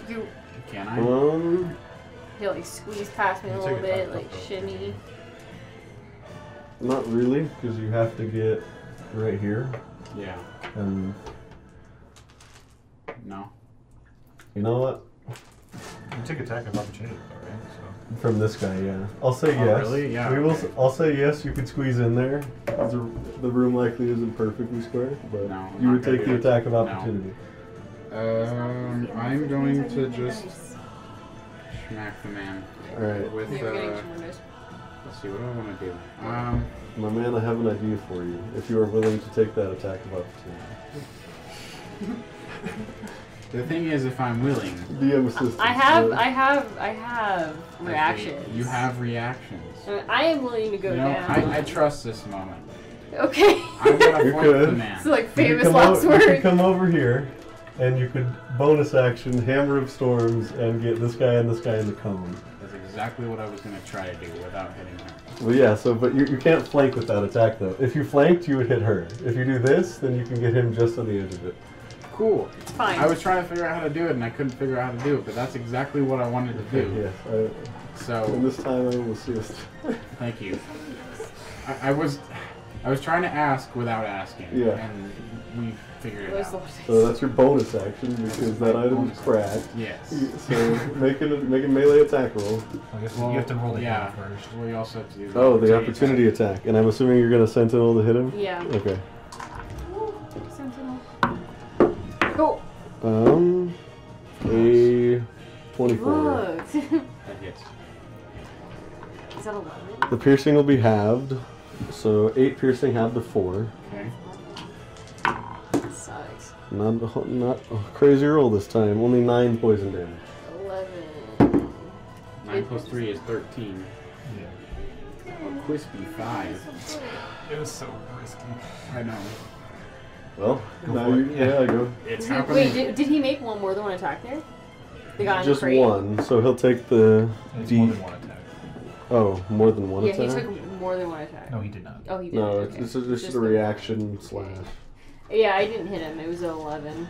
You Can I? Um, he like squeeze past me a You little take a bit, back like up, though. shimmy. not really, because you have to get right here, Yeah. and No. you know what? You took attack of opportunity, though, right? So From this guy, yeah. I'll say Oh, yes. really? Yeah, We will. s- okay. I'll say yes. You could squeeze in there. 'cause The the room likely isn't perfectly square, but No, I'm you not would gonna take do the it. attack of No. opportunity. Um, I'm going to just smack the man All right, with. You're getting Uh, tremendous. let's see. What do I want to do? Um, my man, I have an idea for you. If you are willing to take that attack of opportunity, the thing is, if I'm willing, DM assistance. I have, right? I have, I have I think reactions. You have reactions. I mean, I am willing to go you know, down. I, I trust this moment. okay. I want to You're flank the good. man. it's like You could famous come last o- You could word. come over here, and you could bonus action Hammer of Storms and get this guy and this guy in the cone. That's exactly what I was gonna try to do without hitting her. Well, yeah. So, but you, you can't flank with that attack though. If you flanked, you would hit her. If you do this, then you can get him just on the edge of it. Cool. It's fine. I was trying to figure out how to do it, and I couldn't figure out how to do it. But that's exactly what I wanted to do. Yes. I, and So this time I will assist. thank you. I, I was, I was trying to ask without asking, Yeah. and we figured it Those out. little things. So that's your bonus action because that item is cracked. Yes. So make a make a melee attack roll. I guess Well, you have to roll the yeah. yeah. first. Well, you also have to do. Oh, the opportunity attack, and I'm assuming you're gonna sentinel to hit him. Yeah. Okay. Sentinel. Go. Um, a twenty-four. Look. That hits. Is that eleven? The piercing will be halved, so eight piercing halved to four. Okay. Sucks. Not a- not a crazy roll this time. Only nine poison damage. Eleven. Nine plus three is thirteen. Yeah. A crispy five. It was so risky. I know. Well, Go now for you, it. yeah, I go. It's Wait, happening. did, did he make one more than one attack there? The guy in Just the crate? one, so he'll take the It's D. more than one attack. Oh, more than one Yeah, attack. he took more than one attack. No, he did not. Oh, he did. no, okay. it's this is just, Just a the- reaction slash. Yeah, I didn't hit him. It was an eleven.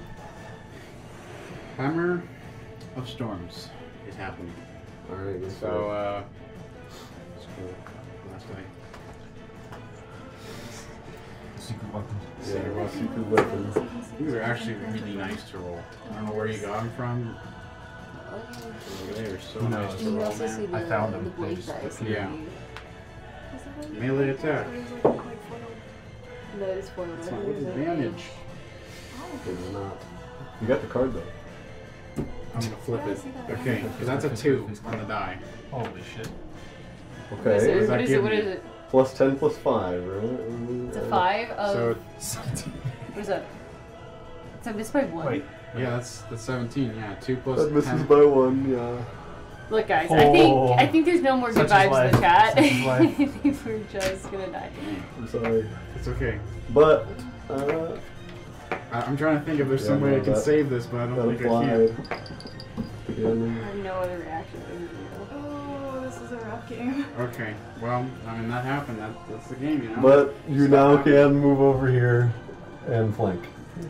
Hammer of storms is happening. All right. So, uh, it's cool. Last night. Secret weapons. uh, yeah, well, secret weapon. These are actually really nice to roll. I don't know where you got them from. but They are so Who nice knows? to You roll, also see man. the, I found them. the They blade just dice. appeared. Yeah. Melee attack. That is foil. It's not with advantage. It is not. You got the card though. I'm gonna flip it. Okay, 'cause that's a two on the die. Holy shit. What is Okay. it? does that What is give it? What is me? it? Plus ten, plus five, right? uh, It's a five of. Uh, So, what is that? So I missed by one. Wait. yeah, that's that's 17. Yeah, two plus That misses 10. by one. Yeah. Look, guys, I think I think there's no more good Such is vibes in the life. chat. Such is I life. think we're just gonna die. I'm sorry, It's okay. but uh, I, I'm trying to think if there's some Yeah, way I no, can that- save this, but I that don't think I applied. can. Yeah, I no. have no other reaction. I can do. Oh, this is a rough game. Okay, well, I mean, that happened. That, that's the game, you know? But you now can move over here and flank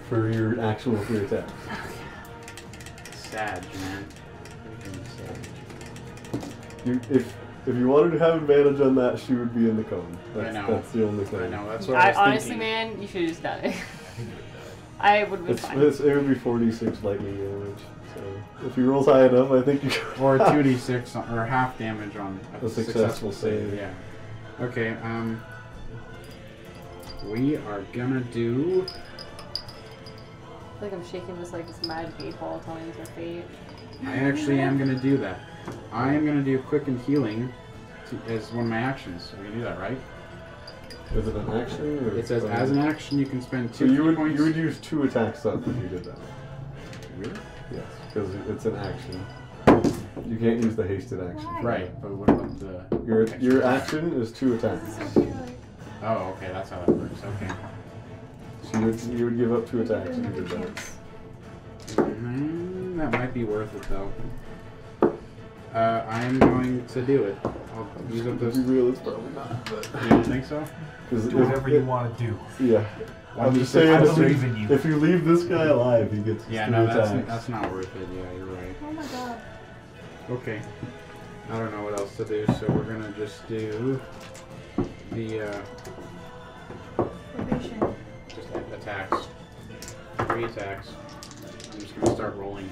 for your actual three attacks. Sad, man. Freaking sad. You, if if you wanted to have advantage on that, she would be in the cone. That's, know. that's the only thing. I know, that's what I, I, was honestly, thinking. man, you should have just done it. I would have been It's, fine. it's, it would be 46 lightning damage. So if he rolls high enough, I think you Or 2d6 on- or half damage on A successful save. Yeah. Okay, um. We are gonna do. I feel like I'm shaking this like this mad eight ball telling us our fate. I actually am gonna do that. I am gonna do quicken healing to, as one of my actions. I'm gonna do that, right? Is it an action? Or It says as an action, you can spend So two you would points. you would use two attack stuff if you did that. Really? Yes, because it's an action. You can't use the hasted action. for Right, but what about the. that. Your your action is two attacks. Oh, okay, that's how that works. Okay. So you would, you would give up two attacks if you did that. Mm, that might be worth it though. Uh, I am going to do it. I'll use up To this. be real, it's probably not. But You don't think so? Cause Do whatever you want to do. Yeah. I'm I'm just just- saying, I if believe you- in you. if you leave this guy alive, he gets Yeah, three no, attacks. that's, that's not worth it. Yeah, you're right. Oh my god. Okay. I don't know what else to do, so we're gonna just do the uh, We're patient. just a- attacks. Three attacks. I'm just gonna start rolling.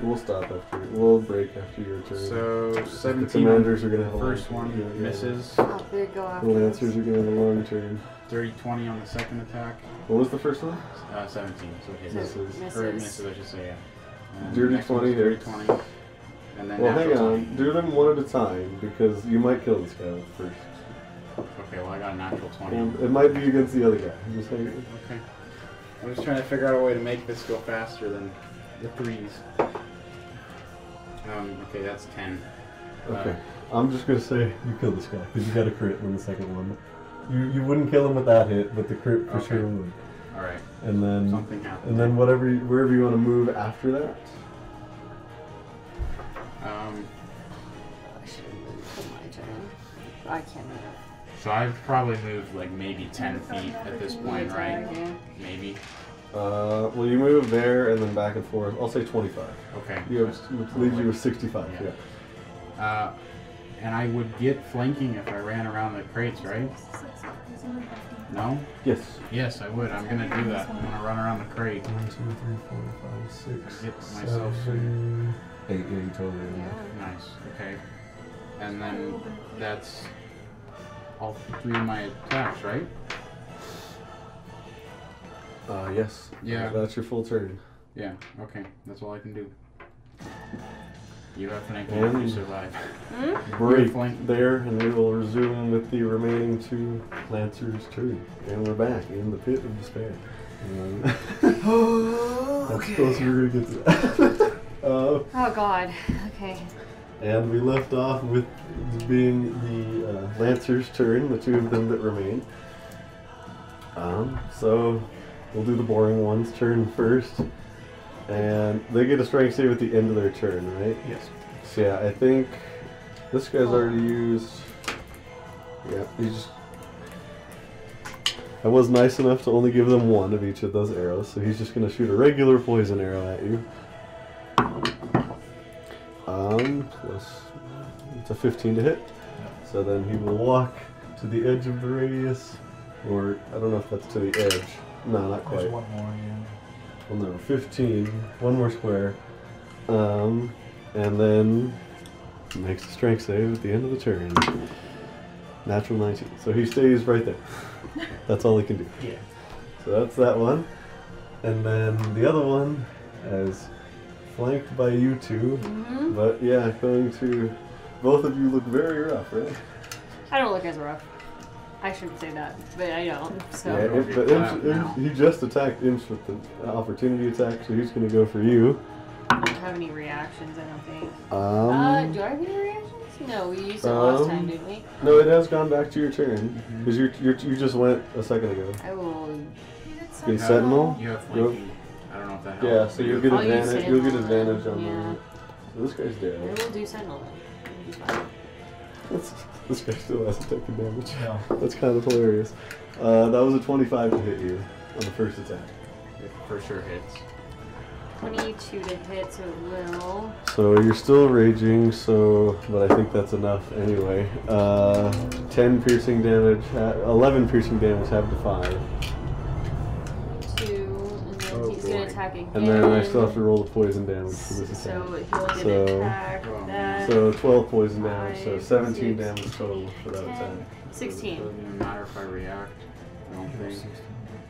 We'll stop after. We'll break after your turn. So the 17. commanders are gonna have a First long one turn. Yeah, yeah. misses. Oh, there you go The after lancers are gonna have a long turn. 30 20 on the second attack. What was the first one? Uh, 17, so it hits. Misses. Or it Misses. misses, I should say, yeah. And Dirty next one's 20 dirty hits. 20. And then well, natural hang on. 20. Do them one at a time because you might kill this guy with the first. Okay, well, I got a natural 20. And it might be against the other guy. Just hang. Okay. I'm just trying to figure out a way to make this go faster than the threes. Um, okay, that's Uh, 10. Okay. I'm just gonna say you kill this guy because you got a crit on the second one. You you wouldn't kill him with that hit, but the crit for Okay. sure would. Alright, And then something happened. and then whatever you, wherever you want to move after that. Um, Oh, I should have moved to my turn. I can't move. so I've probably moved like maybe 10 feet at this point, Sorry, right? yeah. Maybe. Uh, well, you move there and then back and forth. I'll say 25. Okay. You have, which leaves you with 65. Yeah. Yeah. Uh, and I would get flanking if I ran around the crates, right? No? Yes. Yes, I would. I'm gonna do that. I'm gonna run around the crate. One, two, three, four, five, six, Get myself seven, eight. Yeah, you totally. did Yeah. that. Nice. Okay. And then that's all three of my attacks, right? Uh, yes. Yeah. That's your full turn. Yeah. Okay. That's all I can do. You have flanking if you And- survive. Break flank. there, and we will resume with the remaining two Lancers' turn. And we're back in the pit of despair. Um, That's close we were gonna get to that. uh, Oh god. Okay. And we left off with being the uh, Lancer's turn, the two of them that remain. Um, so we'll do the boring one's turn first. And they get a strength save at the end of their turn, right? Yes. So yeah, I think this guy's already used. Yeah, he just. I was nice enough to only give them one of each of those arrows, so he's just gonna shoot a regular poison arrow at you. Um, plus it's a 15 to hit. So then he will walk to the edge of the radius, or I don't know if that's to the edge. No, not quite. There's one more, yeah. Well, no, 15. One more square. Um, and then makes a strength save at the end of the turn. Natural 19. So he stays right there. That's all he can do. Yeah. So that's that one. And then the other one is flanked by you two. hmm But yeah, going to. Both of you look very rough, right? I don't look as rough. I shouldn't say that, but I don't. So. yeah, Imp, but Imps, Imps, he just attacked Imps with the opportunity attack, so he's going to go for you. I don't have any reactions, I don't think. Um, uh, do I have any reactions? No, we used it last time, um, didn't we? No, it has gone back to your turn because you're, you're, you just went a second ago. I will. You did You something. sentinel. You have flanking. I don't know if that helps. Yeah, so you'll get I'll use advantage. You'll get Sentinel. advantage on Yeah. the. So this guy's I dead. will do Sentinel then. It'll be fine. That's, this guy still hasn't taken damage. No. That's kind of hilarious. Uh, that was a 25 to hit you on the first attack. It for sure hits. 22 to hit, so it will. So you're still raging. So, but I think that's enough anyway. Uh, 10 piercing damage. Uh, 11 piercing damage. Have to five. Two, and then Oh, he's gonna boy. attack again. And then I still have to roll the poison damage for this attack. So he'll get So- an attack. Oh, that. So 12 poison damage, so Five, 17 six, damage total for that ten. attack. 16. Doesn't even matter if I react. I don't think.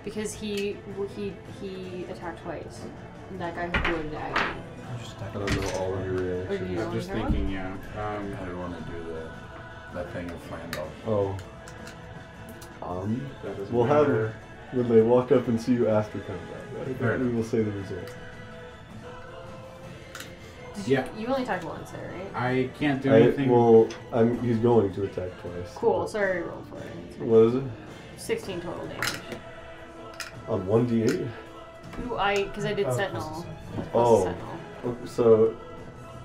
Because he he he attacked twice. And that guy who bloated at me. I'm just I stuck. don't know all of your Or do reactions. you- I'm just want thinking, yeah. Um, I don't want to do the that thing of Flandel. Oh. Um, that doesn't We'll have matter. when they walk up and see you after combat, right? Fair we enough. will say the result. Did you, Yeah. you only attacked once there, right? I can't do I, anything. well, I'm, he's going to attack twice. Cool, so I already rolled for it. What is it? 16 total damage. On 1d8? Ooh, I because I did Oh, Sentinel. this is- Plus Oh. Sentinel. So,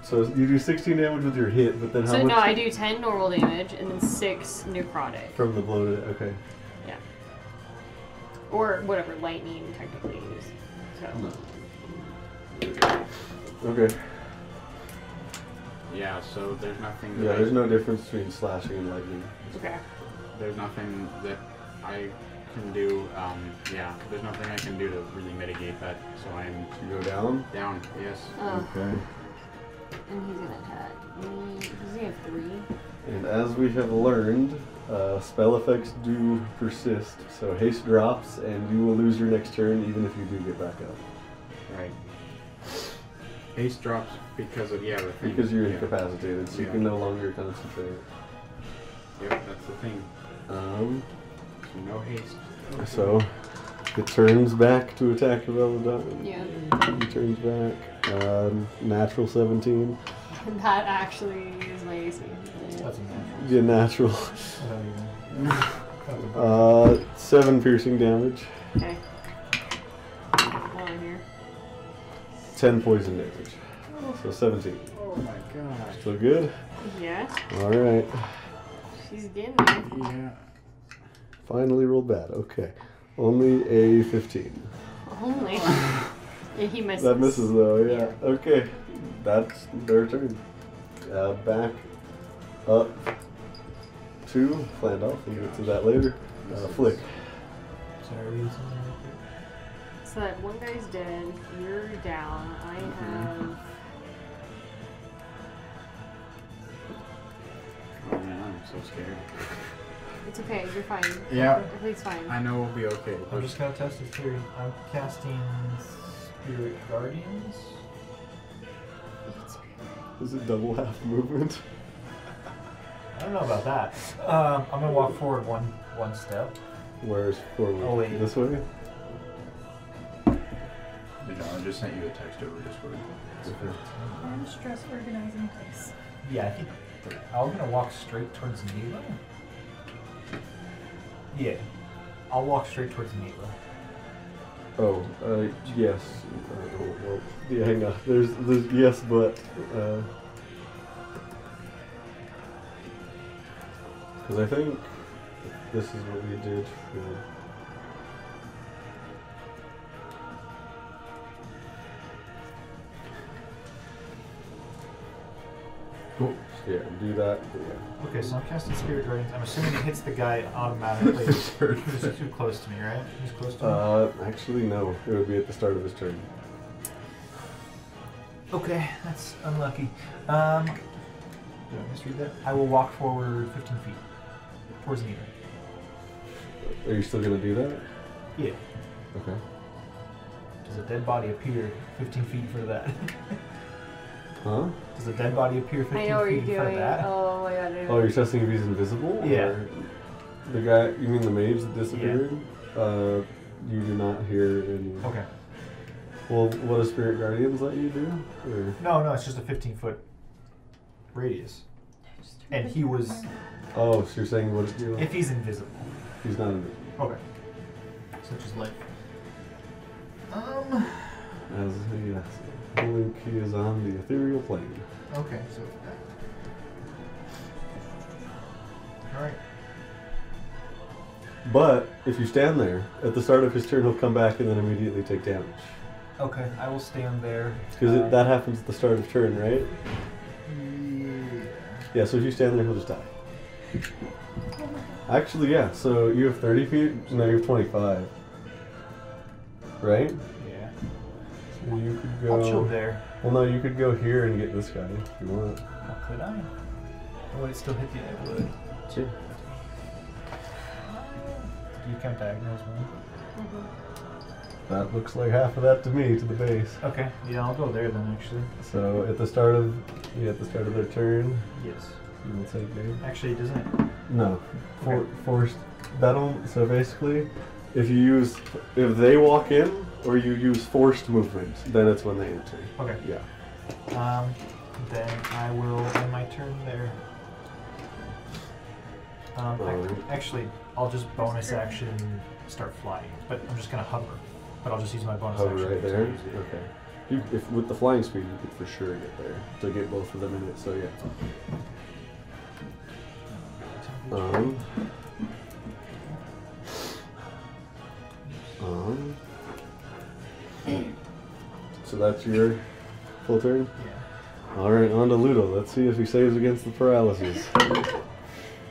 So you do 16 damage with your hit, but then how So much no, I do ten normal damage and then six necrotic from the blow? To, okay. or whatever lightning technically is. So Hmm. Okay. Yeah, so there's nothing. Yeah, that I- there's no difference between slashing and lightning. okay, there's nothing that I can do. Um, yeah, there's nothing I can do to really mitigate that. So I'm You go down. down. Yes. uh, Okay. and he's gonna attack me. Does he have three? And as we have learned, uh, spell effects do persist. So haste drops, and you will lose your next turn even if you do get back up Right. Haste drops because of yeah the thing. because you're yeah. incapacitated, so you Yeah. can no longer concentrate. Yep, that's the thing. Um, So no haste. so it turns back to attack the Velodon. Yeah, He turns back. Um, natural 17. that actually is my AC. That's a Yeah, natural. natural. Without even. That's a bonus. Uh, 7 piercing damage, Okay. While I'm here. 10 poison damage. So 17. Oh my god. Still good? Yeah, Alright. she's getting there. Yeah. Finally rolled bad. Okay. Only a 15. Only. Yeah, he misses. That misses though, yeah. Okay. That's their turn. Uh, back up to Flandolf. We'll get to that later. Uh, flick. Sorry, read something real quick. So that one guy's dead. You're down. I have. Oh man, I'm so scared. It's okay. You're fine. Yeah. Everything's fine. I know we'll be okay. I'm just gonna test his theory. I'm casting Spirit Guardians. Is it double half movement? I don't know about that. Um, I'm gonna walk forward one one step. Where's forward? Oh, wait. This way? You know, I just sent you a text over Discord. I'm stress organizing dice. Yeah, I think I'm gonna walk straight towards Neela. Yeah, I'll walk straight towards Neela. Oh, uh, yes. Uh, well, well, yeah, hang on. There's, there's yes, but. uh, Because I think this is what we did for. Cool. Oh, Yeah, do that. but yeah. Okay, so I'm casting Spirit Guardians. I'm assuming it hits the guy automatically who's too close to me, right? Who's close to me? Uh, actually, no. It would be at the start of his turn. Uh, Okay, that's unlucky. Um, did I misread that? I will walk forward 15 feet towards Neela. Are you still going to do that? Yeah. Okay. Does a dead body appear 15 feet in front of that? Huh? Does a dead body appear 15 I know what feet you're in front of doing. that? Oh my god. I Oh, know. you're testing if he's invisible? Yeah. or The guy, you mean the mage that disappeared? Uh, you do not hear any. Okay. Well, what do spirit guardians let you do? Or, No, no, it's just a 15 foot radius. And he was, oh, so you're saying what if you? if he's invisible. He's not invisible. Okay. Such as light. Um. As yes, Link he is on the ethereal plane. Okay, so. Alright. But if you stand there at the start of his turn, he'll come back and then immediately take damage Okay, I will stand there. because Uh, that happens at the start of turn, right? Yeah. So if you stand there, he'll just die. Actually, yeah. So you have 30 feet. No, you have 25. Right? Yeah. So you could I'll chill go. there. Well, no, you could go here and get this guy if you want. How could I? Or would it still hit you? It would. Sure. Do you count diagonals one? That looks like half of that to me to the base. Okay, yeah, I'll go there then actually. So at the start of yeah, at the start of their turn, Yes. you will take damage. Actually, doesn't it? No, for, Okay. forced. That'll so basically, if you use if they walk in or you use forced movement, then it's when they enter. Okay. Yeah. Um, then I will end my turn there. Um, I- Alright. actually, I'll just bonus action start flying, but I'm just gonna hover. But I'll just use my bonus Oh, action. right to there. use it. Okay. You, if with the flying speed, you could for sure get there to get both of them in it. So yeah. Uh, Um. Um. So that's your full turn. Yeah. All right, on to Ludo. Let's see if he saves against the paralysis.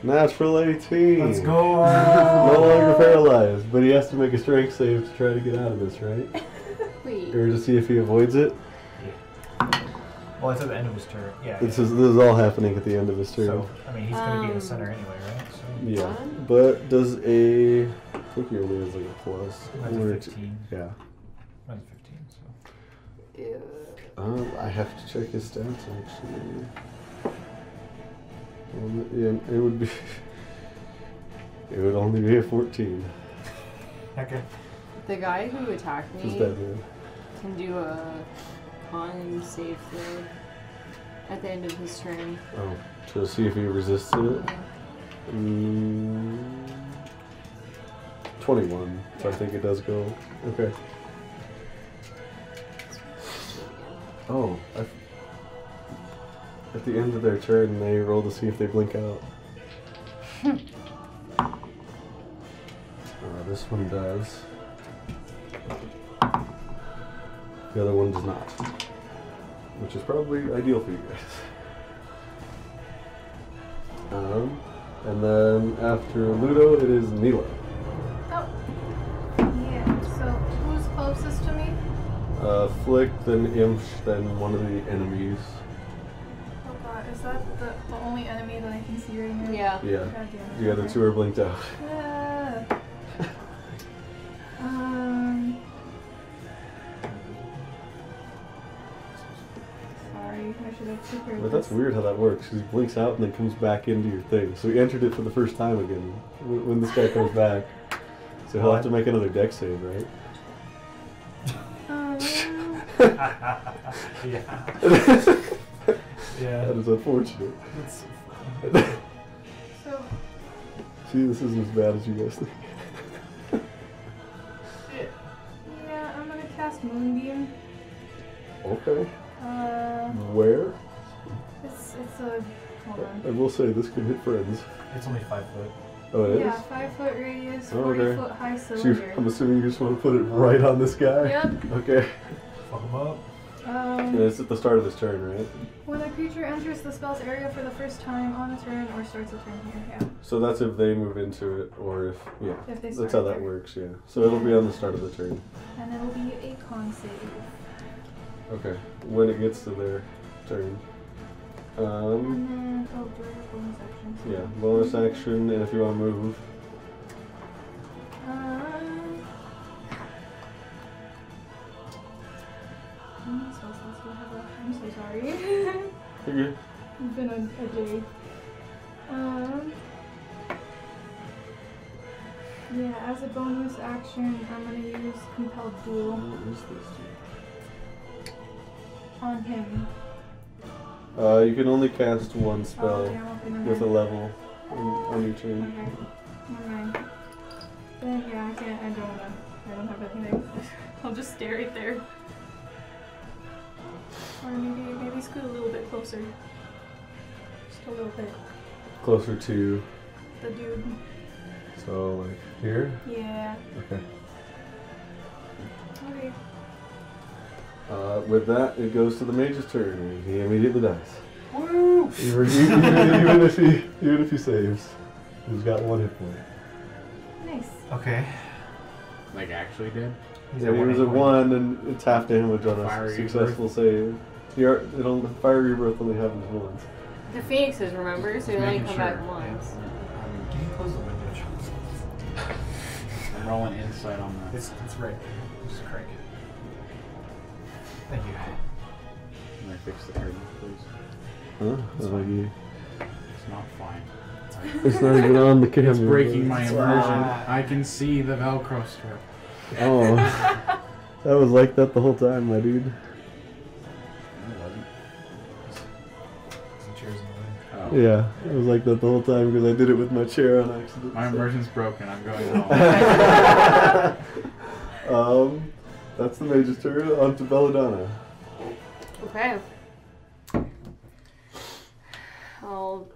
Natural 18. Let's go. No longer paralyzed, but he has to make a strength save to try to get out of this, right? Wait. Or to see if he avoids it. well, it's at the end of his turn. Yeah. This is this is all happening at the end of his turn. So, I mean, he's going to be in Um, the center anyway, right? So, yeah, Fun. but does a I think he only has like a plus. mine's or a two- 15. Yeah. Mine's a 15, so. Ew. Um, I have to check his stats actually. Um, yeah, it would be. It would only be a 14. Okay. uh, The guy who attacked Just me that man. can do a con save throw at the end of his turn. Oh, to see if he resists it. Mm, 21. So I think it does go. Okay. Oh, I f- at the end of their turn, they roll to see if they blink out. uh, this one does. The other one does not, which is probably ideal for you guys. Um, and then after Ludo, it is Nila. Oh. Yeah, so who's closest to me? Uh, Flick, then Imsh, then one of the enemies. Oh god, is that the, the only enemy that I can see right now? Yeah. Yeah, God damn it. the other two are blinked out. Ah. Um. Sorry, I should have prepared But that's this. weird how that works. 'cause He blinks out and then comes back into your thing. So he entered it for the first time again when when this guy comes back. So he'll have to make another deck save, right? Um, yeah. That Yeah. is unfortunate. That's so, See, this isn't as bad as you guys think. shit. yeah, I'm gonna cast Moonbeam. Okay. Uh, Where? it's, it's a. Hold on. I will say this could hit friends. It's only five foot. Oh, it is? Yeah, 5 foot radius, Oh, 40 okay. foot high So you- cylinder. I'm assuming you just want to put it right on this guy? Yep. Okay. Fuck him up. Um, And it's at the start of his turn, right? When a creature enters the spell's area for the first time on a turn or starts a turn here, yeah. So that's if they move into it or if. Yeah. If they That's start how that there. works, yeah. So it'll be on the start of the turn. And it'll be a con save. Okay. When it gets to their turn. Um, And then, oh, do I have bonus action? yeah, bonus action, and if you want to move, Um, how many spell slots do I have left? I'm so sorry. okay. it's been a, a day. Um, yeah, as a bonus action, I'm going to use Compelled Duel on him. Uh, you can only cast one Oh, spell damn, okay, never with mind. a level on, on your turn. Okay. Never mind. Then yeah, I can't. I don't wanna. I don't have anything. I'll just stare right there. Or maybe maybe scoot a little bit closer. Just a little bit. Closer to, The dude. so like here. Yeah. Okay. Okay. Uh, with that, it goes to the mage's turn, and he immediately dies. Woo! Even, even- even if he, even if he saves, he's got one hit point. Nice. Okay. Like actually did. He's Yeah, he was hit at point. one, and it's half damage on a Fiery successful save. You're, it'll, fire rebirth only happens once. The phoenixes, remember? So they Just only making come sure. back once. Um, can you close the window? Charles? I'm rolling insight on that. It's, it's right there. Just crank it. Thank you. Can I fix the curtain, please? Huh? It's fine. It's not flying. It's not even on the camera. It's breaking my It's immersion. fine. I can see the Velcro strip. Oh. that was like that the whole time, my dude. No, it wasn't. Some chairs in the Oh. Yeah, it was like that the whole time because I did it with my chair on accident. My immersion's broken. I'm going home. um, that's the major turn. On to Belladonna. Okay. I'll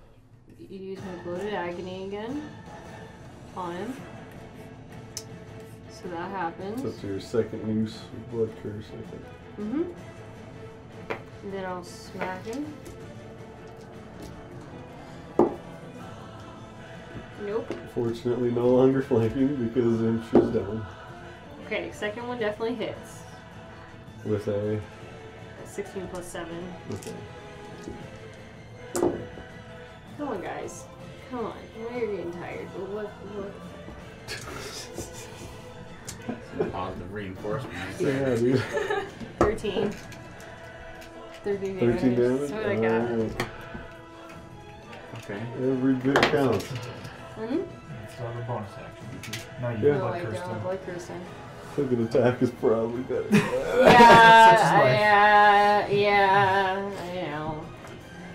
use my bloated agony again on him. So that happens. It's up to your second use of blood curse, I think. Mm-hmm. Then I'll smack him. Nope. Fortunately, no longer flanking because Imch is down Okay, second one definitely hits. with a. 16 plus 7. Okay. Come on, guys. Come on. I know you're getting tired, but what? what? Some positive reinforcement. I'd say. Yeah, dude. 13. 13 damage. 13 damage. That's what I got. Alright. Okay. Every bit counts. Oh. Hmm? You still have a bonus action. No, you Yeah. No, have blood I curse don't. still. Blood Kirsten. Second attack is probably better. Such is yeah, life. yeah, yeah. I know.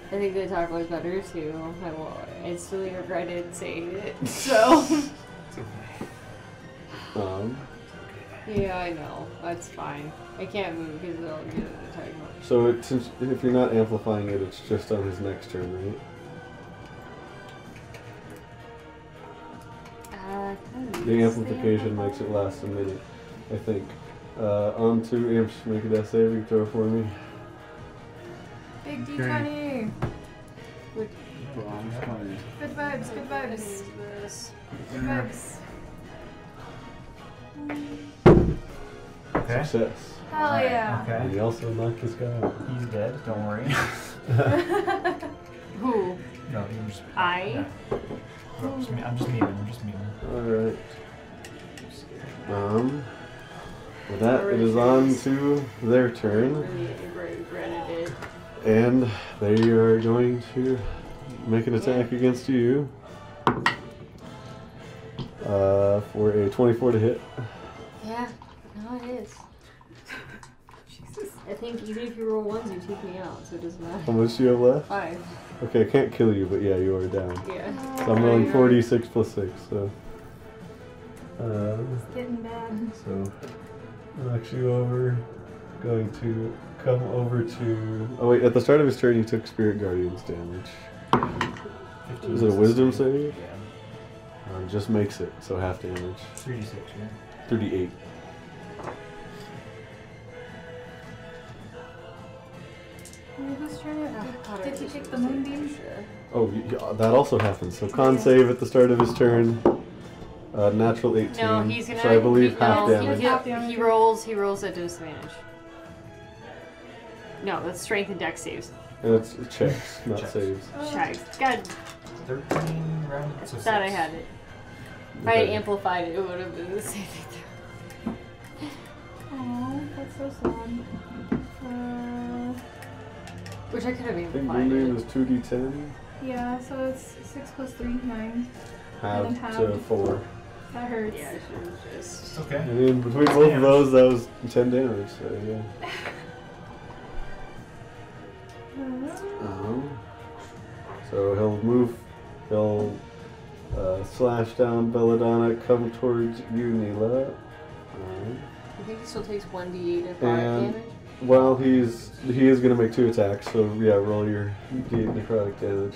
I think the taco was better too. I will instantly regretted saying it. So It's okay. um, yeah, I know. That's fine. I can't move because I'll get an attack. on- so it, since if you're not amplifying it, it's just on his next turn, right? Uh, can I The use amplification makes it last a minute, I think. Uh, on to Imch, make a death saving throw for me. Big D20. Well, I'm just gonna- Good vibes, good vibes. This. Good vibes. Okay. Success. Hell yeah. And Okay. he also knocked this guy out. He's dead. Don't worry. Who? no, you just. I? No. No, I'm just me- I'm just memeing. I'm just memeing. Alright. Um. With that, it is on to their turn, Really regretted it. and they are going to make an attack against you. Uh, for a 24 to hit. Yeah, no, it is. I think even if you roll ones, you take me out, so it doesn't How matter. much do you have left? Five. Okay, I can't kill you, but yeah, you are down. Yeah. So I'm rolling 46 plus 6, so. Uh, It's getting bad. So, knocks you over. Going to come over to. Oh wait! At the start of his turn, he took Spirit Guardian's damage. 15 Is it a wisdom save? save? Yeah. Uh, just makes it, so half damage. 3d6, yeah. Thirty-eight. Who's trying to. Did he take the moonbeam? Oh, y- y- that also happens. So con save at the start of his turn. Uh, natural eighteen. No, he's gonna. So I believe he, half no, damage. He, Half he, damage. he rolls. He rolls at disadvantage. No, that's strength and dex saves. And it's it checks, not Checks. saves. Oh, Shags. God, 13 round. So thought I six. had it. If I had Okay. amplified it, it would have been the same thing. Aw, that's so sad. Uh, Which I could have I think amplified. moonbeam It. is two d ten. yeah, so it's 6 plus 3, 9. And Half then to halved. four. That hurts. Yeah, I should have just. It's okay. And in between both of Damn. those, that was ten damage. So yeah. Uh, Um, so he'll move, he'll uh, slash down Belladonna, come towards you, Neela. Um, I think he still takes one d8 of fire And- damage. while he's he is gonna make two attacks, so yeah, roll your d8 necrotic damage.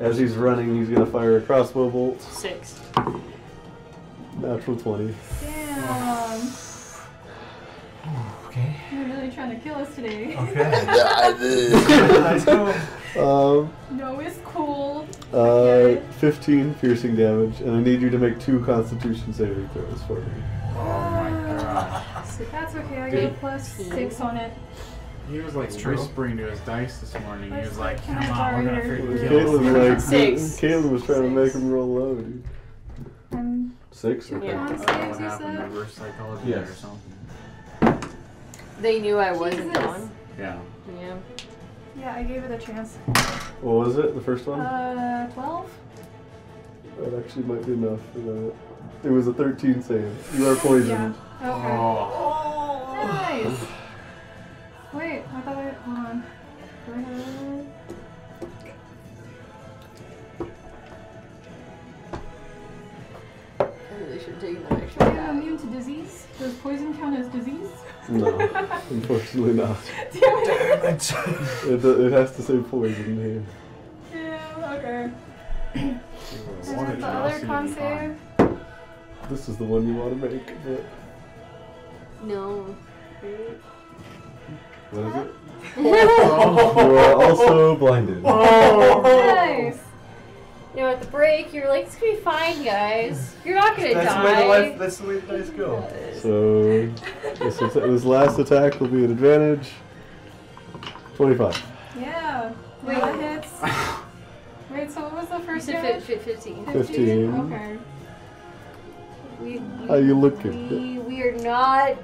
As he's running, he's gonna fire a crossbow bolt, Six. natural twenty. damn. Okay. You're really trying to kill us today. Okay. Let's go. Um, no, it's cool. uh, fifteen piercing damage, and I need you to make two Constitution saving throws for me. Oh my god. That's okay, I got a plus 6 on it. He was like It's true. whispering to his dice this morning. He Let's was like, look come at on, we're gonna our- freaking kill this Caitlin like Six. Caitlin was trying to make Six. him roll low, dude. Um, Six. Yeah. Okay. I On don't stage, know what you happened. said? Reverse psychology Yes. or something. They knew I wasn't Jesus. gone. Yeah. Yeah. yeah, I gave it a chance. What was it? The first one? Uh, 12? That actually might be enough. for that. It was a 13 save. You are poisoned. Okay. Oh. Nice. Wait, I thought I. Hold on. Do I have another one? I really should have taken that extra Am I die. immune to disease? Does poison count as disease? No, unfortunately not. Damn it. It, do- it has to say poison here. Yeah, okay. Is Is it the other con save? This is the one you want to make. But No. what is it? You are Oh. also blinded. Oh. Oh. Nice. You know, at the break, you're like, it's gonna be fine, guys. You're not gonna That's the way the die. life. That's the way the dice go. So this, atta- this last attack will be an advantage. Twenty-five. Yeah. Wait, that hits. Wait, so what was the You first said damage? fif- fif- 15. 15. Okay. We, How you looking? We, we are not.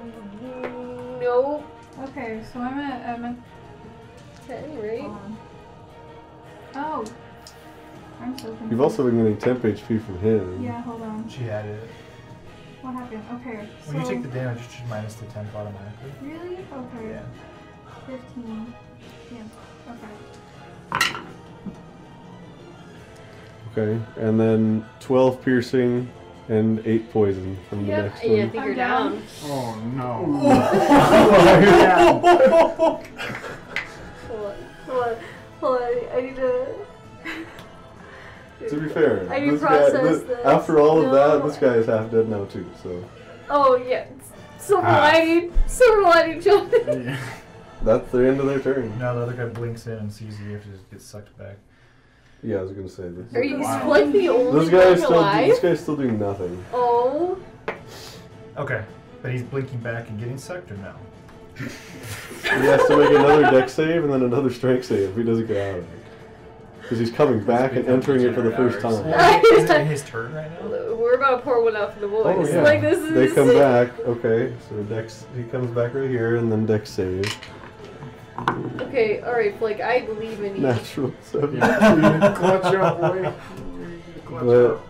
Nope. Okay, so I'm at, I'm at, Okay, right? hold on. Oh. I'm so confused. You've also been getting temp HP from him. Yeah, hold on. She had it. What happened? Okay, so. When you take the damage, it should minus the temp automatically. Really? Okay. Yeah. 15. Yeah. Okay. Okay, and then twelve piercing and eight poison from the Yep. next Yeah, I one. think I'm you're down. down. Oh no. Hold on. Hold on. Hold on. I need to. To be fair, I need to this guy, process thi- this. after all of No. that, this guy is half dead now too. So Oh, yeah. Silver Ah. lining. Silver lining, John. that's the end of their turn. Now the other guy blinks in and sees you after it gets sucked back. Yeah, I was gonna say this. Are you Wow. like the only This guy's one still alive? this guy's still doing nothing. Oh. Okay, but he's blinking back and getting sucked or no? He has to make another deck save and then another strength save if he doesn't get out of it. Because he's coming back and entering it for the first time. Is it his turn right now? We're about to pour one out for the boys. Oh yeah. Like this is they come back. Okay, so Dex he comes back right here and then Dex save. Okay, all right, Blake. I believe in you. Natural seventeen. Clutch up, boy. Clutch But up.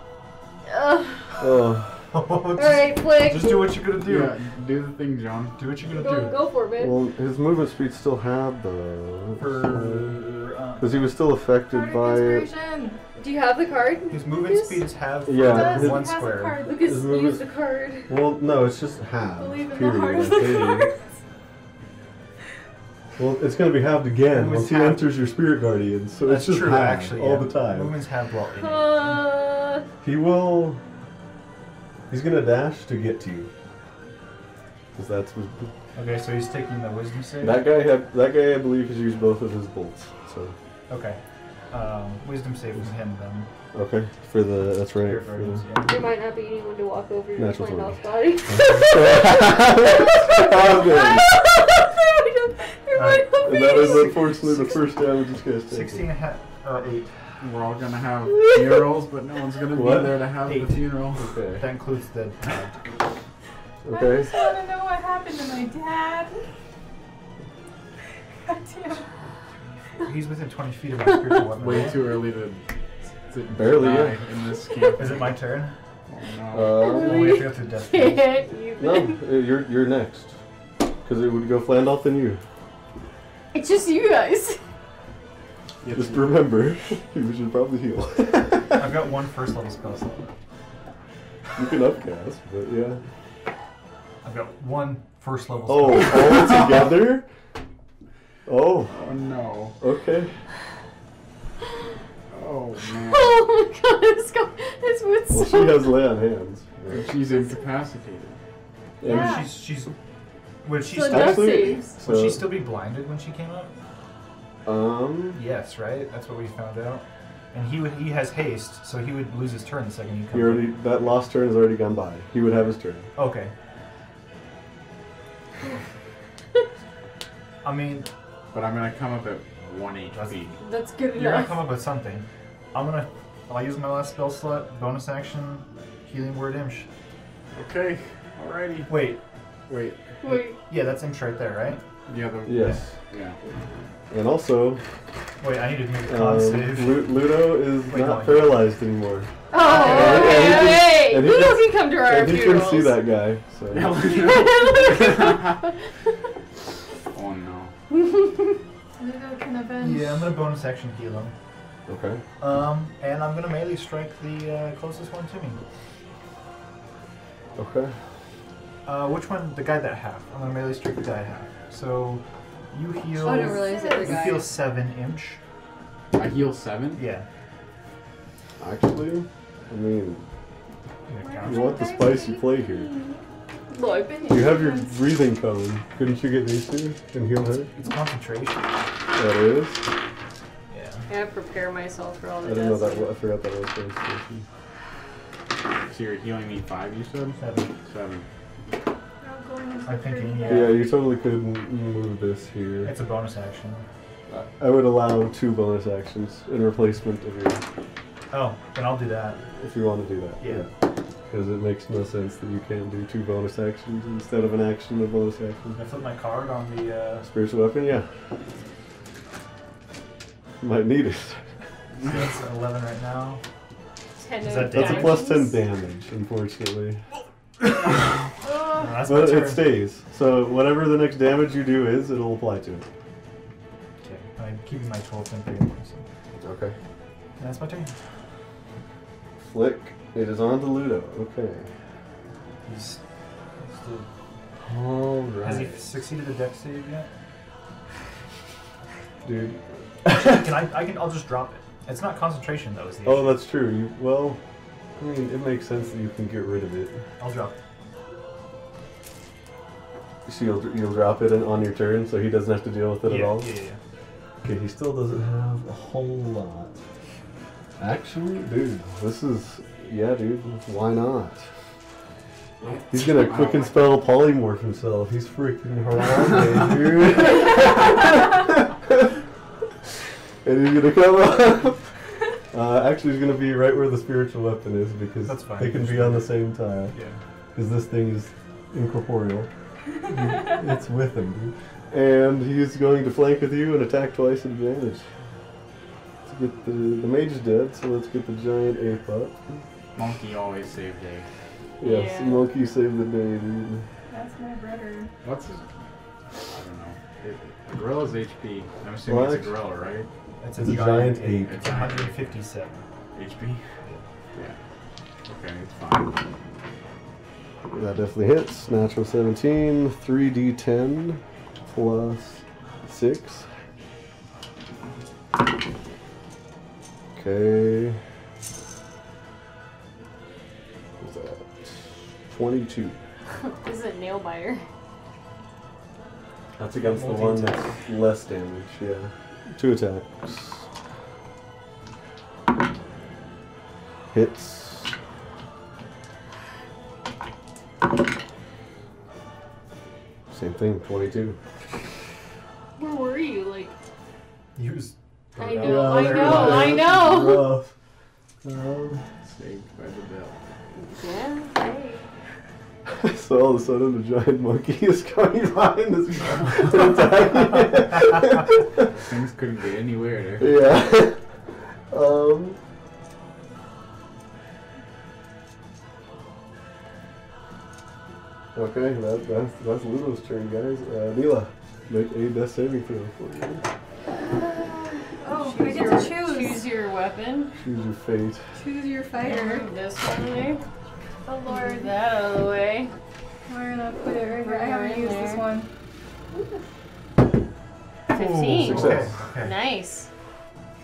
Ugh. oh, all all right, Blake. Just do what you're gonna do. Yeah, do the thing, John. Do what you're Go, gonna do. go for it, man. well, his movement speed still had though. For uh, Because he was still affected Card by of it. inspiration. Do you have the card? his movement Yes. speed is half Yeah. Does He one has a square. card. Lucas, His use movement- the card. Well, no, it's just half. Believe in the period, heart of I the think. cards. Well, it's going to be halved again It was once he halved. enters your spirit guardian. So That's it's just true, halved actually. all yeah. the time. Movements have block in it. Uh, He will. He's gonna dash to get to you. Cause that's what, Okay, so he's taking the wisdom save. that guy had. That guy, I believe, has used both of his bolts. So Okay. Um, wisdom save from him then. okay, for the that's right. Spirit for guardians, the- yeah. there might not be anyone to walk over your Natural plane 20. off body. That was There might not good. be And that was anyone. unfortunately the first damage this guy's taken. Uh, Sixteen and a half. Uh, eight. We're all gonna have funerals, but no one's gonna What? be there to have Eight. the funeral. Okay. That includes the. uh, I Okay. just want to know what happened to my dad. God damn. He's within twenty feet of my spiritual weapon. Way right? too early to, to Barely, die yeah. in this camp. Is it my turn? Oh, no. Uh, Oh, we have to go through death. phase. Can't even. no, uh, you're you're next. Cause it would go Flandolf and you. It's just you guys. Yeah, Just remember, you should probably heal. I've got one first level spell slot. You can upcast, but yeah. I've got one first level. Oh, spell. all together? Oh, oh no. okay. Oh man. Oh my god, this guy, this would Well, she so. has lay on hands. And She's incapacitated. And Yeah. She's she's. Would she So still? death Actually, saves. So, Would she still be blinded when she came up? um, Yes, right. That's what we found out. And he would, he has haste, so he would lose his turn the second he comes. he already that last turn has already gone by. He would have his turn. up. Okay. I mean, But I'm gonna come up at one HP. That's good you're gonna enough. come up with something. I'm gonna. I'll use my last spell slot, bonus action, healing word imsh. Okay. Alrighty. Wait, Wait. Wait, yeah, that's imsh right there, right? The other. Yes. Yeah. And also, Wait, I need to make a con um, save. Lu- Ludo is Wait, not no. paralyzed anymore. Oh, And- and he hey, can- hey, and he Ludo can- can come to our and he can funerals. see that guy. So oh no. Lugo can avenge. Yeah, I'm gonna bonus action heal him. okay. Um, and I'm gonna melee strike the uh, closest one to me. Okay. Uh, which one? The guy that half. I'm gonna melee strike the guy half. So you heal. I don't realize that the You guy. heal seven inch. I heal seven. Yeah. Actually, I mean, I'm gonna count. you want the spice you play here. Well, I've been You have your breathing cone. Couldn't you get these two and heal her? It's concentration. That is. Yeah. I prepare myself for all I the didn't know deaths. that. wa- I forgot that was concentration. So you're healing me five. You said Seven. seven. I'm thinking, Yeah. Yeah. you totally could m- move this here. It's a bonus action. I would allow two bonus actions in replacement of your Oh, then I'll do that. if you want to do that. Yeah. Because it makes no sense that you can't do two bonus actions instead of an action, a bonus action. I flip my card on the. Uh, Spiritual weapon, yeah. Might need it. so it's at eleven right now. Ten Is of that- That's a plus 10 diamonds. damage, unfortunately. No, that's my But turn. it stays. So whatever the next damage you do is, it'll apply to it. Okay. I'm keeping my twelve and three. So. Okay. That's my turn. Flick. It is on to Ludo. Okay. He's, he's the- Alright. Has he succeeded the deck save yet? Dude. can I? I can. I'll just drop it. It's not concentration though. Is the Oh, issue. that's true. You, well, I mean, it makes sense that you can get rid of it. I'll drop it. So you'll, you'll drop it in, on your turn, so he doesn't have to deal with it at yeah, all. Yeah, yeah, yeah. Okay, he still doesn't have a whole lot. Actually, dude, this is yeah, dude. Why not? He's gonna I quicken don't spell polymorph himself. He's freaking Harambe, dude. and he's gonna come up. Uh, actually, he's gonna be right where the spiritual weapon is because That's fine. they can be on the same tile. Yeah. Because this thing is incorporeal. it's with him, dude. And he's going to flank with you and attack twice at advantage. Let's get the, the mage is dead, so let's get the giant ape up. Monkey always saved day. Yes, Yeah. monkey saved the day, dude. That's my brother. What's his? I don't know. It, a gorilla's HP. I'm assuming What? it's a gorilla, right? It's a The giant, giant ape. ape. It's 157. HP. Yeah. Okay, it's fine. That definitely hits. Natural 17, 3d10 plus 6. Okay. What's that? 22. This is a nail biter. That's against the one Multi-attack. that's less damage, yeah. Two attacks. Hits. Same thing, 22. Where were you? Like, Use. I know, I know, I know. know! Um, Saved by the bell. Yeah, hey. so all of a sudden, the giant monkey is coming behind this guy. Things couldn't get any weirder. Yeah. um. Okay, that, that's that's Ludo's turn, guys. Uh, Mila, make a death saving throw for you. Oh, I Choose get your- to choose. Choose your weapon. Choose your fate. Choose your fighter. Move this one there. Oh Move lord. that out of the way. We're gonna put it right here. I Right haven't used there. this one. Fifteen. Success. Okay. okay. Nice.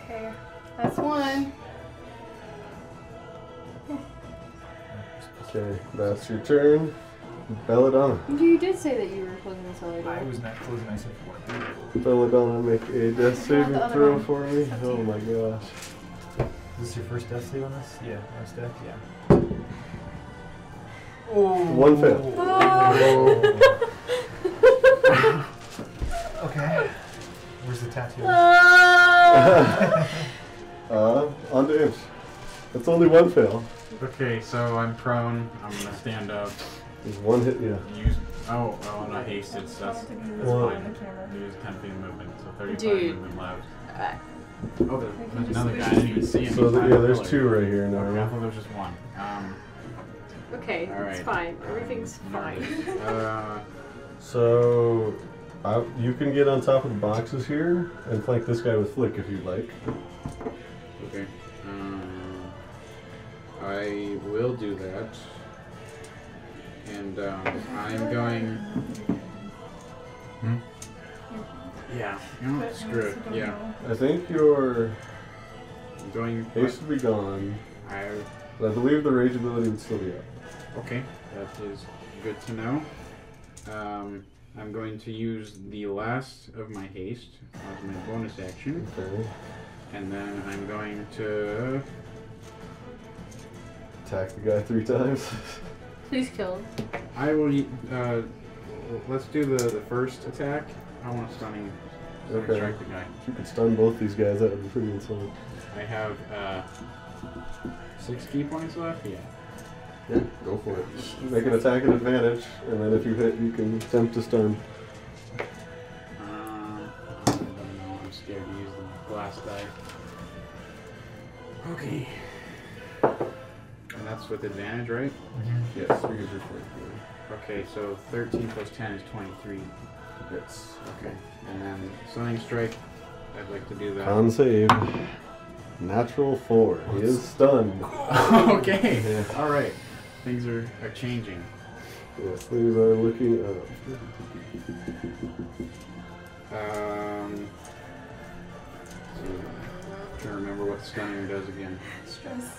Okay. That's one. Okay, that's your turn. Belladonna. You did say that you were closing this all the I way. was not closing myself for it. Belladonna, make a death saving the other throw one. for me. Up to Oh you. my gosh. Is this your first death save on this? Yeah, first death? Yeah. One fail. Oh. okay. Where's the tattoo? Oh! Uh, on to Imps. That's only one fail. Okay, so I'm prone. I'm gonna stand up. There's one hit, yeah. Use. Oh, oh, and I hasted, so that's, that's Well- fine. Use 10 feet of movement, so 35 Dude. movement left. Uh, Oh, there, there's another guy. I didn't even see him. So, He's th- not yeah, a there's pillar. two right here Okay, I now. thought there was just one. Um, okay, all right. it's fine. Everything's I'm fine. nervous. uh, So, I, you can get on top of the boxes here and flank this guy with flick if you'd like. okay. uh, Um, I will do that. and um, I'm going. Hmm? Yeah. You know, But I what? screw it. also don't Yeah. know. I think your I'm going. haste would be gone, I. but I believe the rage ability would still be up. Okay. That is good to know. Um, I'm going to use the last of my haste as my bonus action. Okay. And then I'm going to. Attack the guy three times. Please kill. I will. y- Uh, let's do the, the first attack. I want to stunning, stunning Okay. strike the guy. if you could stun both these guys, that would be pretty insolent. I have uh, six key points left. Yeah. Yeah, go for it. Make an attack at advantage, and then if you hit, you can attempt to stun. Um, I don't know. I'm scared to use the glass die. Okay. And that's with advantage, right? Yes, because you're flanking. Okay, so 13 plus 10 is 23. Yes. Okay. And then stunning strike. I'd like to do that. Con save. Natural four. He is stunned. okay. Yeah. All right. Things are, are changing. Yes, things are looking up. Um, so, trying to remember what stunning does again. Stress.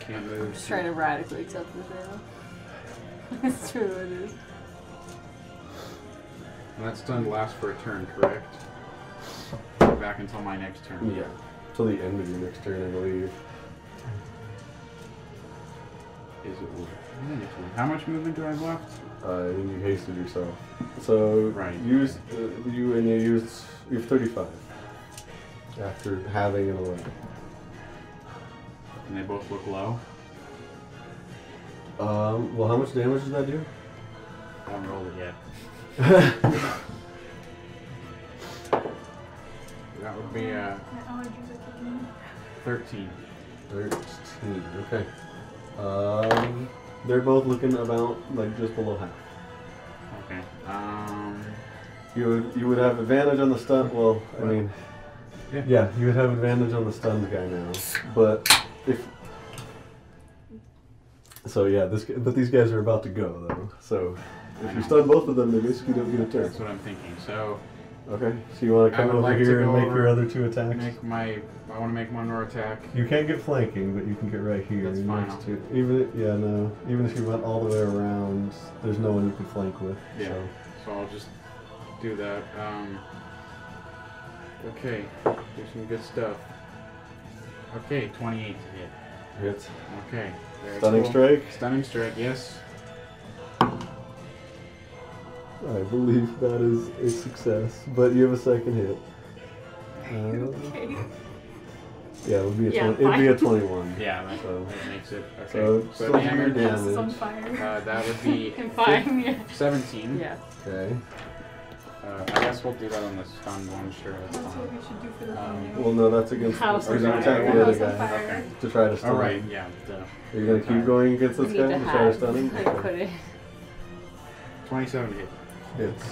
Can't I'm move. just trying to radically accept this now. That's true, it is. And that stun lasts for a turn, correct? Back until my next turn. Yeah. Till the end of your next turn, I believe. Is it? I think it's one. How much movement do I have left? Uh, and you hasted yourself. So Right. use uh, you and you used you have 35 after having an 11. And they both look low. Um, well, how much damage does that do? I haven't rolled it yet. that would be My uh, allergies are kicking in. 13. 13. Okay. Um, they're both looking about like just below half. Okay. Um. You would you would have advantage on the stun. Well, I mean, Yeah. yeah, you would have advantage on the stunned guy now. But if so, yeah, this g- but these guys are about to go though. So I if know. you stun both of them, they basically don't get a turn. That's what I'm thinking. So Okay, so you want to I come would over like to here and go make over- your other two attacks. make my. I want to make one more attack. You can't get flanking, but you can get right here. That's You're fine. next to- even if- yeah, no. Even if you went all the way around, there's no one you can flank with. Yeah. So. So I'll just do that. Um, okay, do some good stuff. Okay, 28 to hit. Hits. Okay. very Stunning cool. strike. Stunning strike, yes. I believe that is a success, but you have a second hit. Uh, Okay. yeah, it would be a Yeah, 20, it'd be a fine. 21. Yeah, that, So- that makes it. Okay. so so still the hammer hammer, This Um, is on damage. fire. uh, that would be And fine, yeah. 17. Yeah. Okay. Uh, I guess we'll do that on the stun one, sure. That's That's what fine. we should do for the Um, video. Well, no, that's against. House Or on you fire. attack Yeah, the other house on guy fire. Okay. to try to stun. All right, yeah. duh. Are you gonna keep going against I this need guy to to try to have. stun him? I Okay. put it. 27 to hit. Hits.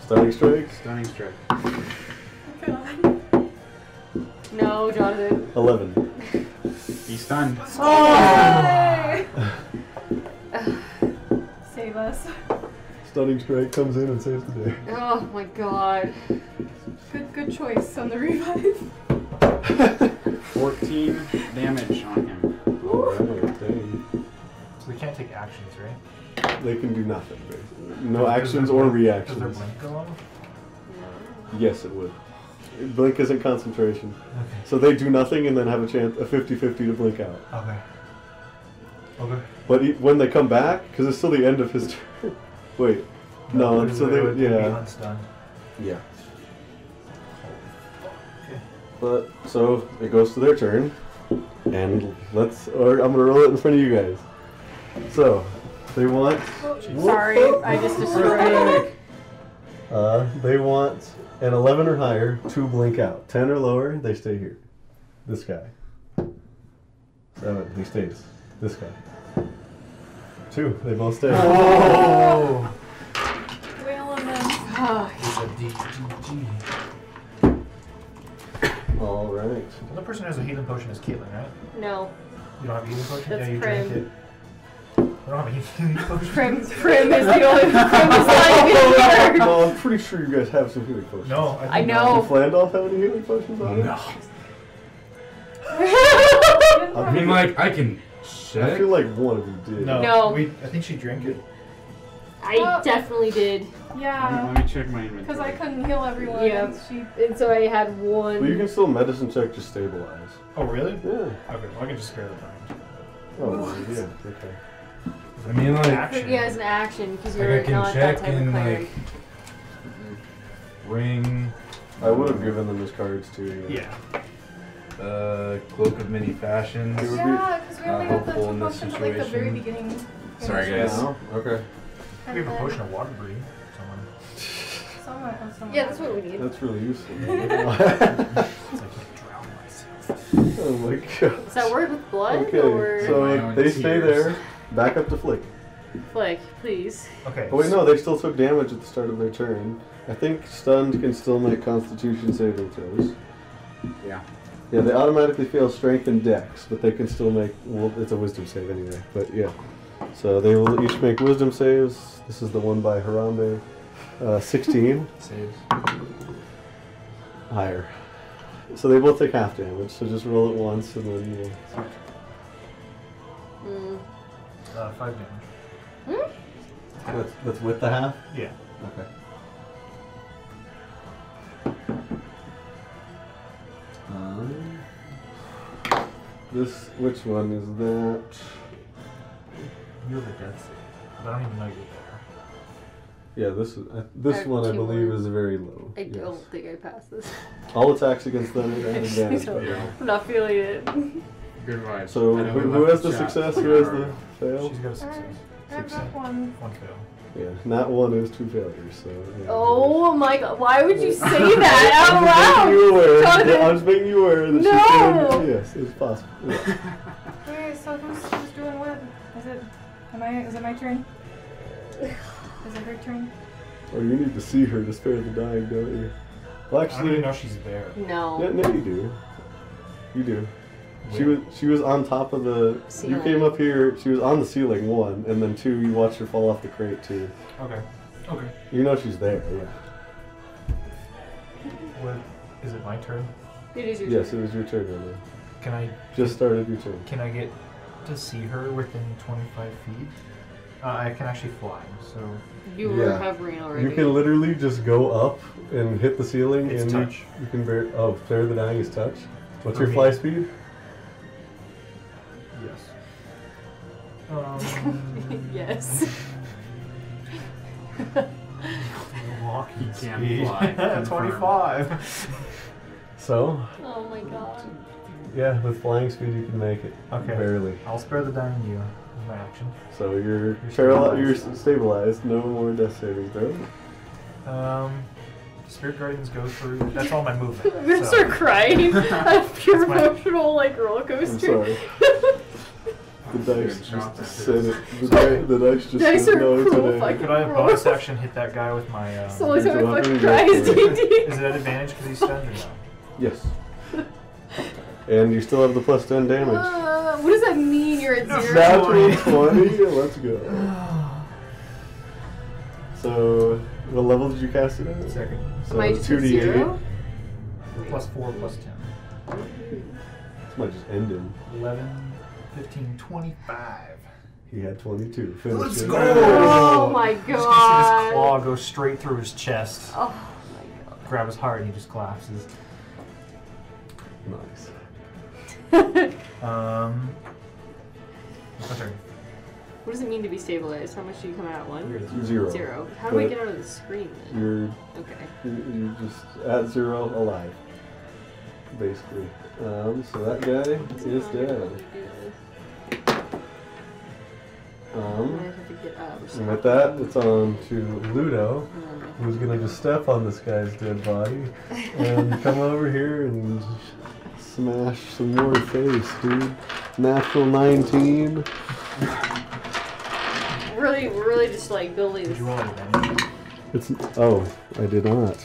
Stunning strikes. Stunning strike. God. No, Jonathan. 11. He's stunned. Yay! Save us. Stunning strike comes in and saves the day. Oh my god. Good, good choice on the revive. 14 damage on him. Alright, dang. So we can't take actions, right? They can do nothing, basically. No Does actions their or blink- Does their reactions. blink go on? Yes, it would. Blink isn't concentration. Okay. So they do nothing and then have a chance, a 50 50 to blink out. Okay. Okay. But he, when they come back, because it's still the end of his turn. Wait. No, there's so a- they would would, be yeah. unstunned. Yeah. Holy fuck. Okay. But, so it goes to their turn. And let's, or I'm going to roll it in front of you guys. So, they want. Sorry, I just destroyed it. Uh, they want an 11 or higher to blink out. 10 or lower, they stay here. This guy. 7, he stays. This guy. 2, they both stay. Oh! Wail on them. Oh, It's a DGG. Alright. The only person who has a healing potion is Caitlyn, right? no. You don't have a healing potion? That's yeah, you Prim. drank it. I don't have anything Prim, Prim is the only. Prim is not even here. well, I'm pretty sure you guys have some healing potions. No, I, think I not. know. Does Flandolf have any healing potions on him? No. I I mean, mean, like, I can I check. feel like one of you did. No, No. We, I think she drank it. I definitely did. Let me, Yeah, let me check my inventory. because I couldn't heal everyone. Yeah. and She. And so I had Well, you one. can still medicine check to stabilize. Oh, really? Okay, Yeah. Oh, well, I can just spare the time. well, Oh, yeah. Okay. I mean, like, Action. Yeah, as an action because Like, you're I can not check that type and, of cleric. like- ring, I would have given them his cards too. Yeah. uh, cloak of many fashions. It would be- Yeah, because we uh, only got the helpful in two this potions at like the very situation. beginning. Sorry, Yeah, guys. no? Okay. We have a potion of water breathing. Someone. Someone, oh, someone. Yeah, that's what we need. That's really useful. oh It's like I drown myself. my god. Is that word with blood Okay, or so My like, own they stay tears. there. Back up to Flick. like, please? Okay. Oh wait, no, they still took damage at the start of their turn. I think stunned can still make Constitution saving throws. Yeah. Yeah, they automatically fail Strength and Dex, but they can still make. Well, it's a Wisdom save anyway. But yeah, so they will each make Wisdom saves. This is the one by Harambe. Uh, 16 Saves. higher. So they both take half damage. So just roll it once and then you know, Mm. Uh, five damage. that's, that's with the half. Yeah. Okay. Uh, Um, this which one is that? You have a death save. But I don't even know you're there. Yeah, this is- uh, this Uh, one I two believe more. is very low. I yes. don't think I passed this. All attacks against them are at Actually, advantage. no. by the way. I'm not feeling it. Good vibes. So I know who, we who left has the chat. success? Who has the fail? She's got a success. I've got one. One fail. Yeah, not one is two failures. So. yeah. Oh my god, why would you say that out I'm just making loud? you aware. Jonathan. I'm just making you aware that she's No. doing- Yes, it's possible. Yeah. Okay, so who's, who's doing what? Is it? Am I? Is it my turn? Is it her turn? Oh, you need to see her to spare the dying, don't you? Well, I don't even actually, know she's there. yeah, No. no, you do. You do. She was Wait. she was on top of the. You came Ceiling. up here. She was on the ceiling one, and then two. You watched her fall off the crate too. Okay. Okay. You know she's there. Yeah. What is it my turn? It is your Yes, it turn. was your turn, Emily. Can I Just started your turn. can I get to see her within 25 feet? Uh, I can actually fly, so You were Yeah. recovering already. You can literally just go up and hit the ceiling, It's and touch. You, you can bear. Oh, Flare the Dying is touch. What's For your me. fly speed? yes. Um, yes. Walking He can speed. fly, confirmed. 25. So, oh my god. yeah, with flying speed you can make it. Okay. Barely. I'll spare the dying you. Is my action. So you're You're paralyzed. You're stabilized. s- stabilized. No more death saving throw. Um, Spirit Guardians goes through. That's all my movement. I'm gonna so- start crying. A pure That's my- emotional like roller I'm coaster. sorry. The dice Dude, shot just that said is- it. The, di- the dice just Dice said are no cruel today. fucking- Could I have bonus action hit that guy with my? It's Um, the only time I There's fucking a lot cry of is regrets. D&D. is it at advantage because he's stunned or no? Yes. and you still have the plus ten damage. Uh, what does that mean? You're at zero. Natural Zero. twenty. Let's go. So, what level did you cast it at? Second. So Am I just two at D eight. zero? Plus four, plus ten. This might just end him. 11, 15, 25. He had twenty two. Finish Let's it. go! Oh my You just gonna see this claw god. go straight through his chest, Oh my god. grab his heart, and he just collapses. Nice. Um. it's my turn. What does it mean to be stabilized? How much do you come out at one? Zero. Zero. How do I But- get out of the screen then? You're Okay. You're just at zero alive, basically. Um, so that guy is dead. Um, I Um, have to get up. and with that, it's on to Ludo, Um, who's gonna just step on this guy's dead body and come over here and smash some more face, dude. Natural 19. really, we're really just like building Did this. you roll advantage? It's oh, I did not.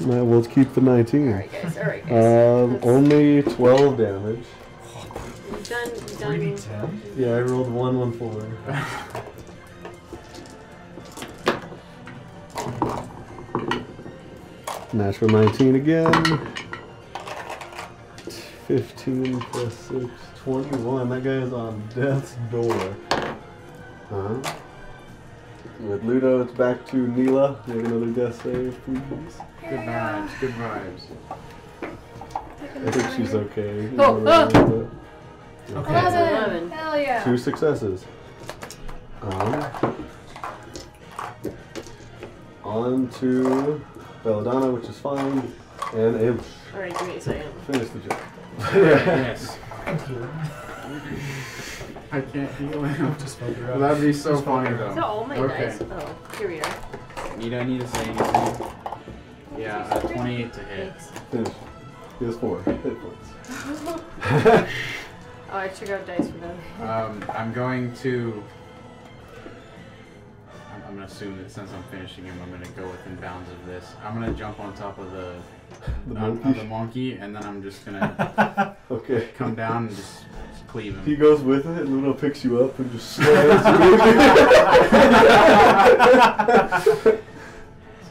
Now we'll keep the Um, 19. Uh, Alright, guys. Alright, guys. Um, only 12 damage. We've done. We've done. 3d10? Yeah, I rolled one one four. Natural 19 again. 15 plus 6, 21. That guy is on death's door. Huh? With Ludo, it's back to Neela. Make another death save, please. Good vibes. Good vibes. I think she's okay. Oh, oh. Okay. Eleven. Eleven. Hell yeah. Two successes. Um, on to Belladonna, which is fine, and Imp. All right, give me a second. Finish the job. yes. Thank you. I can't heal him. Just filled her up. That'd be so Just filled funny her up. So though. all my Okay. dice. Oh, here we are. Need I need to say anything? Yeah, uh, 28 to hit. Thanks. Finish. He has four hit points. Oh, I took out dice for them. Um, I'm going to. I'm, I'm gonna assume that since I'm finishing him, I'm gonna go within bounds of this. I'm gonna jump on top of the The on, on the monkey. monkey, and then I'm just gonna Okay. come down and just cleave He him. goes with it, and Ludo picks you up and just slams you.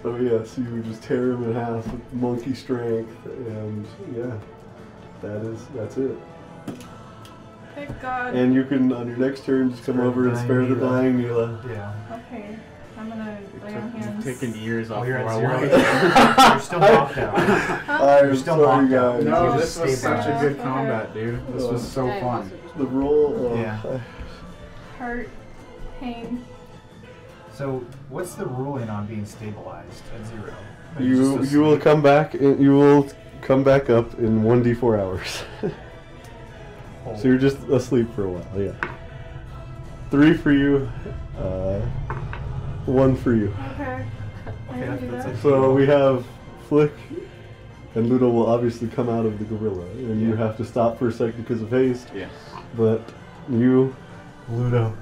so yes, you just tear him in half with monkey strength, and yeah, that is that's it. Thank God. And you can, on your next turn, just come Spare over and the spare the dying dying Mila. Yeah. okay. I'm gonna lay on Took- hands. Taking years off Oh, you're of at our zero. life. You're still knocked out. I'm You're still sorry, knocked out. guys. Oh, You just No, Oh, this was stayed such a back. good combat, dude. This was so Yeah, it fun. was- The roll. Oh, Yeah. Heart pain. So, what's the ruling on being stabilized at zero? Are just You you asleep? will come back. In, you will come back up in one d4 hours. Hold. so you're just asleep for a while. Yeah. Three for you. Uh, one for you. Okay. I Okay, can do that's- that. that's So we have Flick. And Ludo will obviously come out of the gorilla, and you Yeah. have to stop for a second because of haste. Yes. But you, Ludo,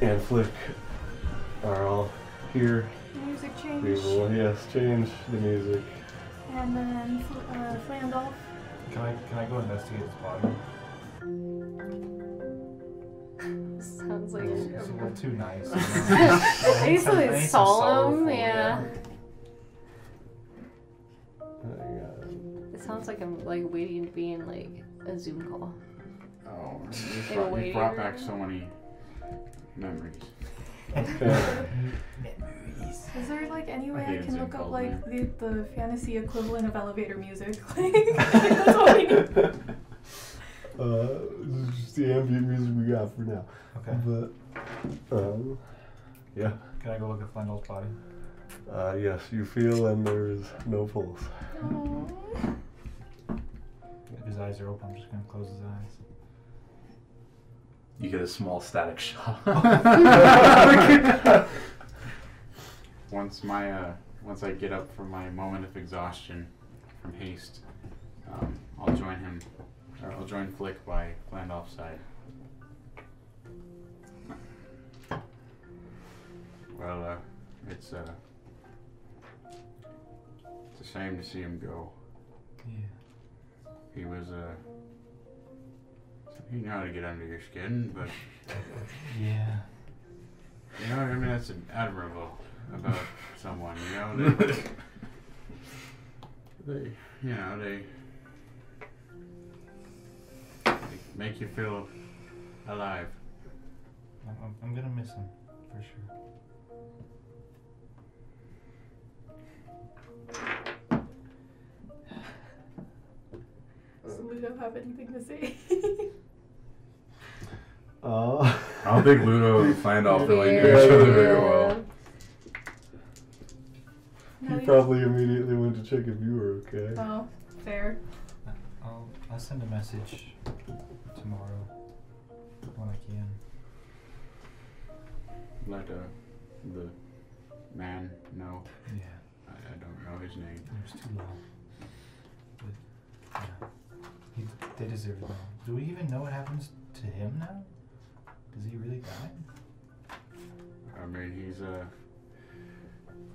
and Flick are all here. Music We change. will, yes, change the music. And then Fl- uh, Flandolf. Can I can I go investigate his body? Sounds like. It's it's a little too nice. Basically, Nice and solemn. sorrowful, Yeah. I It sounds like I'm like waiting to be in like a Zoom call. Oh, you In a brought, you waiting brought back room? so many memories. got- Is there like any I way think I it's can look up called like the, the fantasy equivalent of elevator music? Like that's what we need. uh, this is just the ambient music we got for now. okay. But, um, yeah. Can I go look at Flandel's body? Uh, yes, you feel and there is no pulse. Aw. If his eyes are open, I'm just gonna close his eyes. You get a small static shock. Uh, Once my uh, once I get up from my moment of exhaustion from haste, um, I'll join him, or I'll join Flick by Glandalf's side. Well, uh, it's uh, it's a shame to see him go. Yeah. He was uh, he knew how to get under your skin, but Yeah. You know, I mean, that's admirable about someone. You know, they, they, you know, they, they make you feel alive. I'm, I'm, I'm gonna miss him for sure. Does Ludo have anything to say? Uh, I don't think Ludo and Flandolf really knew Yeah. each other very well. No, he you- probably immediately went to check if you were okay. Oh, fair. I'll I'll send a message tomorrow when I can. Let uh, the man know. Yeah. I, I don't know his name. It was too long. But yeah. He, they deserve it all. Do we even know what happens to him now? Does he really die? I mean, he's uh,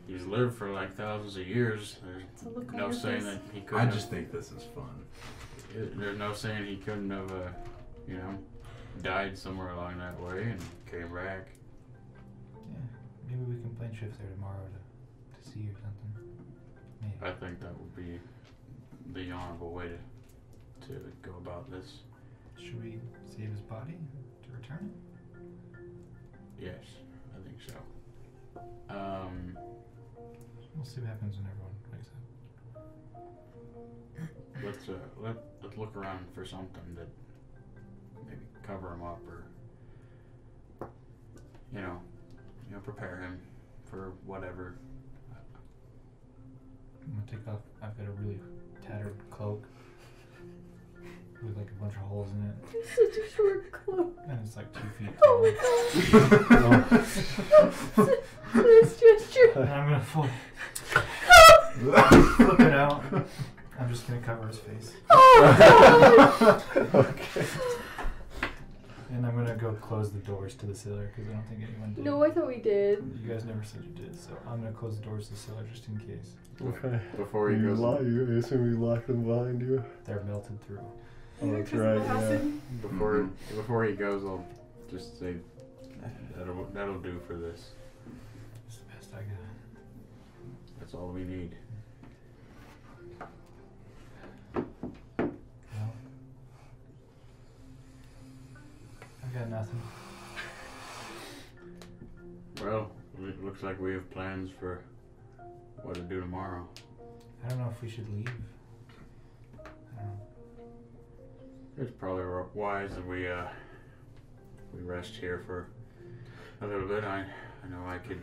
he's lived for like thousands of years. There's It's a look on no your saying face. that he couldn't. I have- just think this is fun. there's no saying he couldn't have uh, you know, died somewhere along that way and came back. Maybe we can plan shift there tomorrow to, to see or something. Maybe. I think that would be the honorable way to, to go about this. Should we save his body to return it? Yes, I think so. Um, We'll see what happens when everyone wakes up. let's uh, let let's look around for something that maybe cover him up or you know you know prepare him for whatever. I'm gonna take off. I've got a really tattered cloak with like a bunch of holes in it, Such a short cloak. and it's like two feet Oh tall. my Oh. god. That's just your. and I'm gonna flip, flip it out. I'm just gonna cover his face, Oh god. okay. and I'm gonna go close the doors to the cellar because I don't think anyone did. No, I thought we did. You guys never said you did, so I'm gonna close the doors to the cellar just in case Okay. Before he You, goes, lo- you I assume you locked them behind you. they're melted through. Oh, Either that's 'cause of right, the house yeah. and- before before he goes, I'll just say that'll that'll do for this. It's the best I got. That's all we need. No. I've got nothing. Well, it looks like we have plans for what to do tomorrow. I don't know if we should leave. I don't know. It's probably r- wise that we uh we rest here for a little bit. I I know I could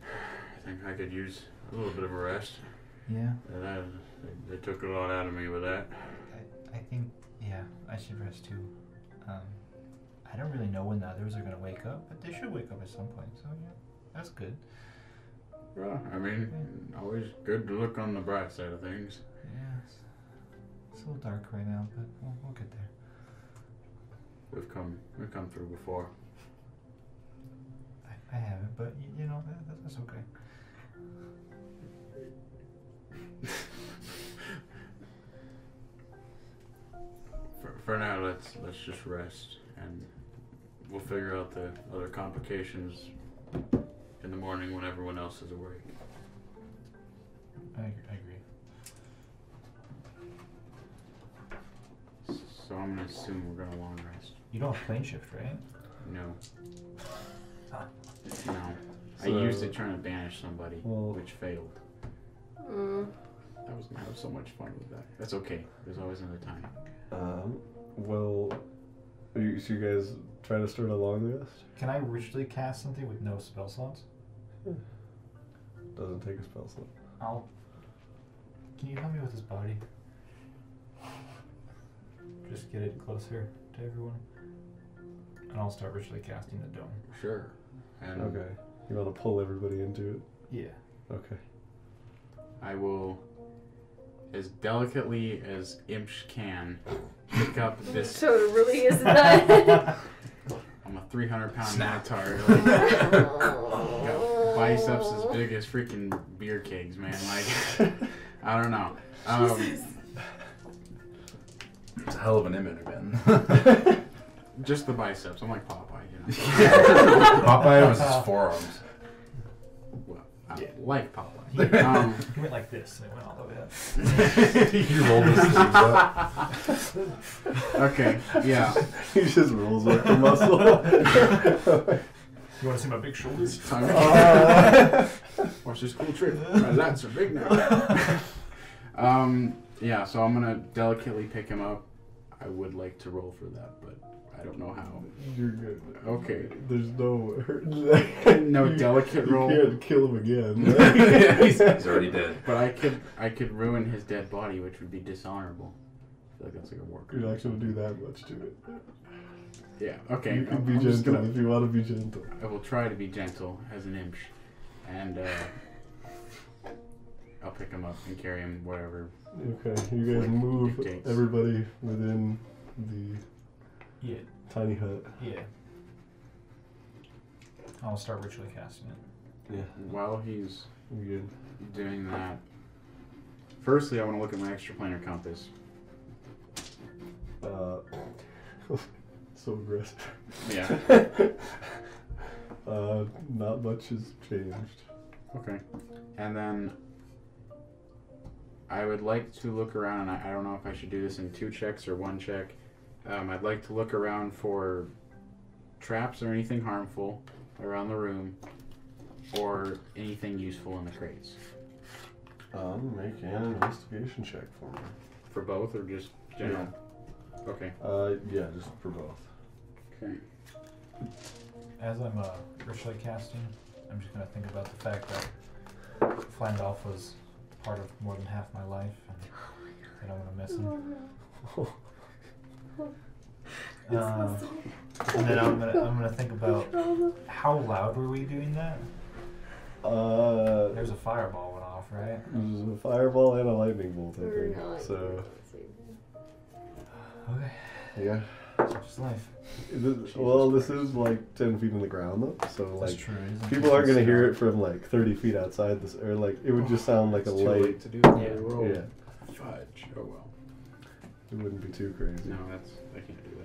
I think I could use a little bit of a rest. Yeah. Uh, That, they took a lot out of me with that. I think, yeah, I should rest too. Um, I don't really know when the others are gonna wake up, but they should wake up at some point. So yeah, that's good. Well, I mean, always good to look on the bright side of things. Yeah, it's, it's a little dark right now, but we'll, we'll get there. We've come we've come through before. I, I haven't, but y- you know that, that- that's okay. For, for now, let's let's just rest and we'll figure out the other complications in the morning when everyone else is awake. I, ag- I agree. So I'm gonna assume we're gonna long rest. You don't have plane shift, right? No. Ah. No. So- I used it trying to banish somebody, Well- which failed. Mm. That was I had so much fun with that. That's okay. There's always another time. Um, well, you, so you guys try to start a long rest? Can I ritually cast something with no spell slots? Doesn't take a spell slot. I'll. Can you help me with his body? Just get it closer to everyone, and I'll start ritually casting the dome. Sure. And Okay. You want to pull everybody into Yeah. it? Okay. I will, as delicately as Imsh can, pick up this. So it really is that. I'm a 300 pound Snap. minotaur. Like, got biceps as big as freaking beer kegs, man. Like, I don't know. Um, It's a hell of an image, Ben. just the biceps. I'm like Popeye, you know. Popeye was his forearms. I Yeah. like Popeye. Um, He went like this, and it went all the way up. you rolled his sleeves up. okay, yeah. he just rolls up the muscle. You want to see my big shoulders? Ah. Watch this cool trick. My lats are big now. um, yeah, so I'm gonna delicately pick him up. I would like to roll for that, but I don't know how. You're good. Okay. There's no No delicate you roll. can't kill him again. he's, he's already dead. But I could I could ruin his dead body, which would be dishonorable. I feel like that's like a work. You're not gonna do that much to it. Yeah. Okay. you can I'm, be I'm just gentle gonna. if you want to be gentle. I will try to be gentle as an imp, and uh, I'll pick him up and carry him wherever. Okay, you guys Like move dictates. everybody within the Yeah, tiny hut. yeah. I'll start ritually casting it. Yeah. While he's You good? doing that, firstly, I want to look at my extra planar compass. Uh, so aggressive. Yeah. uh, not much has changed. Okay. And then I would like to look around, and I, I don't know if I should do this in two checks or one check. Um, I'd like to look around for traps or anything harmful around the room or anything useful in the crates. Um, make an investigation check for me. For both or just general? Okay. Uh, yeah, just for both. Okay. As I'm uh, ritually casting, I'm just gonna think about the fact that Flandolf was part of more than half my life, and that I'm gonna miss him. Uh, and then I'm gonna I'm gonna think about how loud were we doing that? Uh, There's a fireball went off, right? there's a fireball and a lightning bolt, I We're think. not. So, Okay, yeah. such is life. This- well, this is like 10 feet in the ground, though. So, That's like, true. isn't people aren't going to uh, hear it from like 30 feet outside this, or like, it would just sound like a It's too light. late to do Yeah. that. Roll. Yeah, Fudge. Oh well. it wouldn't be too crazy. No, that's I can't do that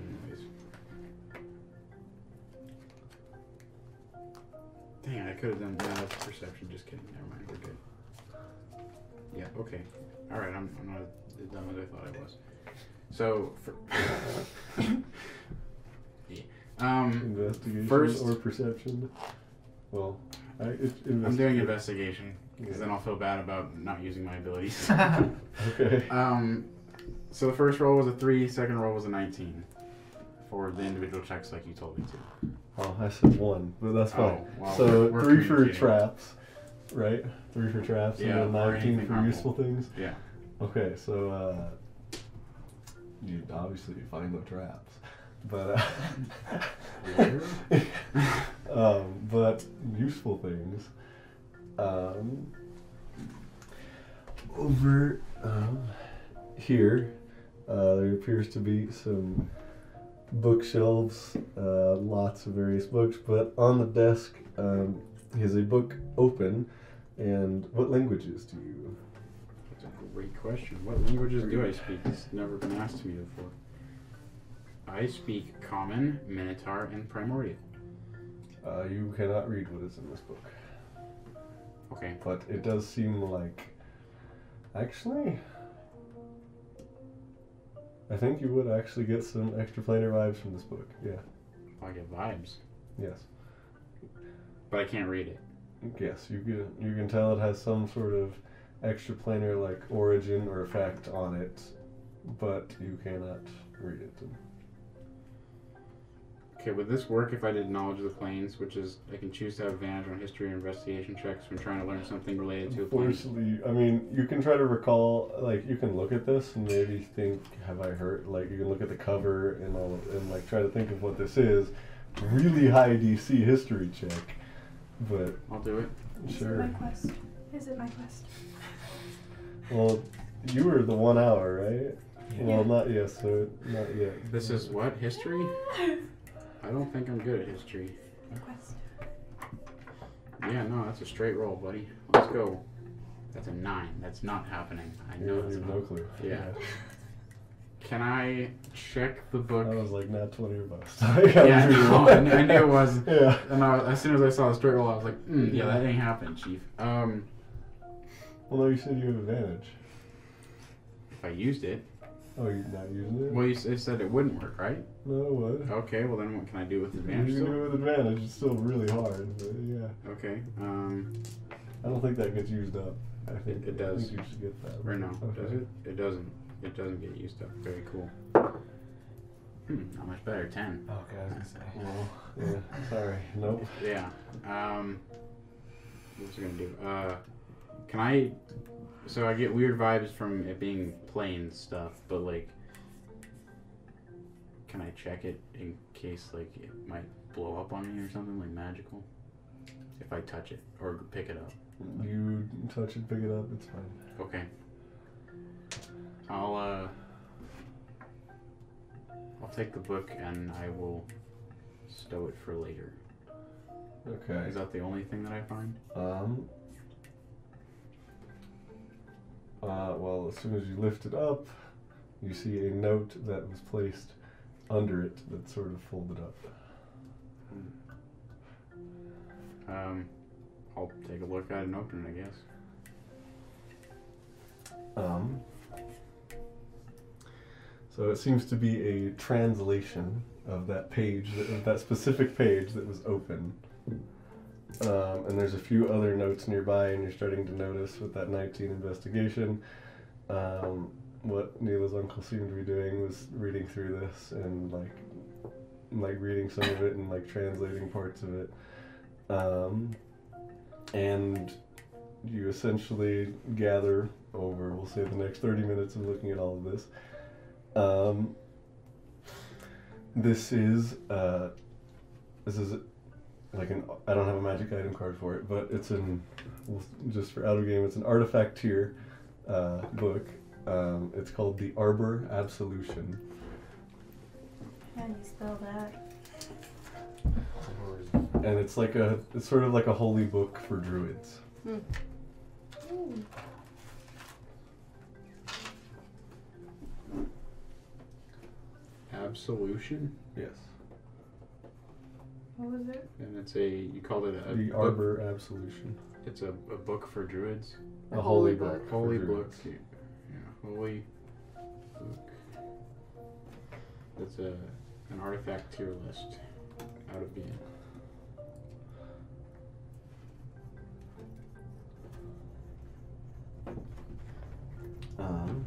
anyways. Dang, I could have done no, that's perception. Just kidding. Never mind. We're good. Yeah. Okay. All right. I'm, I'm not as dumb as I thought I was. So, for, Yeah. um, Investigation First- or perception? Well, I, it, I'm doing investigation. investigation because then I'll feel bad about not using my abilities. Okay. Um, so the first roll was a three, second roll was a 19 for the individual checks, like you told me to. Oh, I said one, but that's Oh, fine. wow, so we're- we're three for communicating. traps, right? Three for traps, Yeah, and then or nineteen anything for harmful. useful things. Yeah. Okay, so uh, you obviously find no traps, but uh, um, but useful things. Um, over um, here, uh, there appears to be some bookshelves, uh, lots of various books, but on the desk um, is a book open. And what languages do you? That's a great question. What languages do I speak? It's never been asked to me before. I speak Common, Minotaur, and Primordial. Uh, you cannot read what is in this book, Okay. but it does seem like. Actually, I think you would actually get some extraplanar vibes from this book. Yeah. I get vibes, Yes. but I can't read it. Yes, you can. You can tell it has some sort of extraplanar like origin or effect on it, but you cannot read it. Okay, would this work if I did Knowledge of the Planes, which is I can choose to have advantage on history and investigation checks when trying to learn something related to a plane? Unfortunately, I mean, you can try to recall, like, you can look at this and maybe think, have I heard? Like, you can look at the cover and all, and like try to think of what this is. Really high DC history check, but I'll do it. Is it sure. my quest? Is it my quest? Well, you were the one hour, right? Well, not yet, so not yet. This is what? History? I don't think I'm good at history. My quest. Yeah, no, that's a straight roll, buddy. Let's go. That's a nine. That's not happening. I You know have that's not. no clue. Yeah. Can I check the I book? was like, not 20 or bust. yeah, Yeah, no, I kn- I knew it was. Yeah. And I, as soon as I saw the straight roll, I was like, mm, yeah, that ain't happening, chief. Um, Well, no, you said you have advantage. if I used it, Oh, you're not using it? well, you s- it said it wouldn't work, right? No, what? Okay, well then, what can I do with You can advantage? do Still? it with advantage. It's still really hard, but yeah. Okay. Um, I don't think that gets used up. I think it I does. think you should get that. or no? Okay. Does it? It doesn't. It doesn't get used up. Very cool. Hmm, not much better. Ten. Okay, Oh, I was gonna say. Well, yeah. Sorry. Nope. Yeah. Um, what's it gonna do? Uh, can I? So I get weird vibes from it being plain stuff, but like, can I check it in case like it might blow up on me or something like magical? If I touch it or pick it up. You touch it, pick it up. It's fine. Okay. I'll uh. I'll take the book and I will stow it for later. Is Okay. that the only thing that I find? Um. Uh, well, as soon as you lift it up, you see a note that was placed under it that's sort of folded up. Um, I'll take a look at it and open it, I guess. Um, so it seems to be a translation of that page, of that specific page that was open. Um, and there's a few other notes nearby, and you're starting to notice with that 19 investigation. Um, what Neela's uncle seemed to be doing was reading through this and like, like reading some of it and like translating parts of it. Um, and you essentially gather over, we'll say, the next 30 minutes of looking at all of this. Um, this is uh, this is like an I don't have a magic item card for it, but it's an we'll- just for out of game. It's an artifact tier uh, book. Um, it's called the Arbor Absolution. How do you spell that? Or is and it's like a it's sort of like a holy book for druids. Hmm. Absolution, Yes, What was it? and it's a you called it a the book- Arbor Absolution, It's a, a book for druids. a holy, book, for Holy book. druids. Yeah, holy book. That's a an artifact tier list out of being. Um,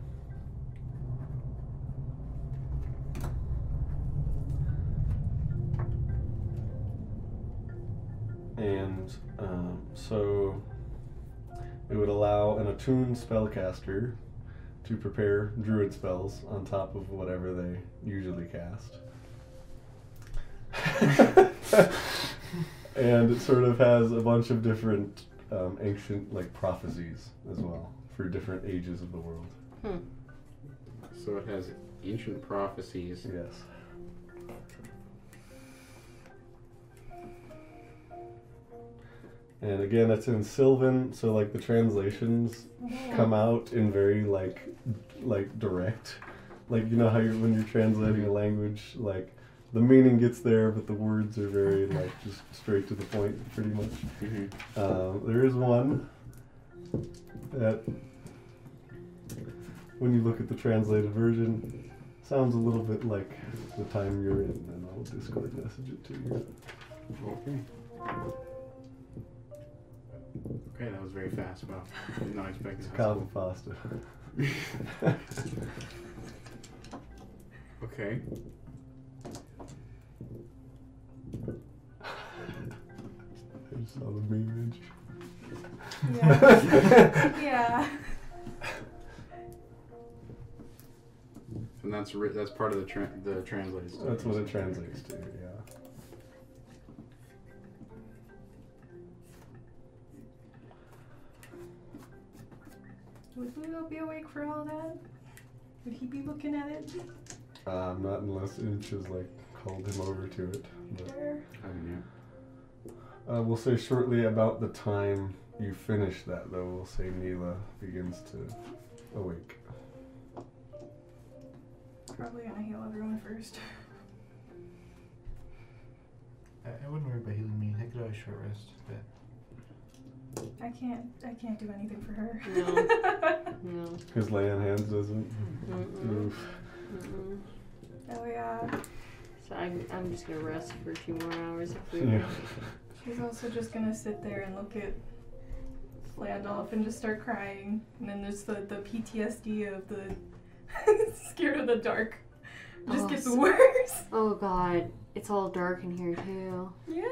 and um, so it would allow an attuned spellcaster to prepare druid spells on top of whatever they usually cast. and it sort of has a bunch of different um, ancient like prophecies as well for different ages of the world. So it has ancient prophecies. Yes. And again, it's in Sylvan, so like the translations come out in very like, like direct, like you know how you're, when you're translating a language, like the meaning gets there, but the words are very like just straight to the point, pretty much. Mm-hmm. Um, there is one that, when you look at the translated version, sounds a little bit like the time you're in, and I'll Discord message it to you. Okay. Okay, that was very fast, Wow. Did not expect It's that. Kava pasta. Okay. I just saw the meme image. Yeah. yeah. And that's ri- that's part of the tra- the translated stuff. That's what it translates to, yeah. Would Lilo be awake for all that? Would he be looking at it? Um, not unless Inch has like called him over to it. But, Or I mean, uh, we'll say shortly about the time you finish that, though. We'll say Neela begins to awake. probably gonna heal everyone first. I, I Uh, wouldn't worry about healing me. I could always short rest, but I can't. I can't do anything for her. No. No. His laying hands doesn't. Mm. Mm-mm. Oof. Mm-mm. oh yeah. So I'm, I'm just gonna rest for two more hours if we Yeah. She's also just gonna sit there and look at Landolph and just start crying. And then there's the, the PTSD of the scared of the dark. Just Oh, gets so- worse. Oh god, it's all dark in here too. Yeah.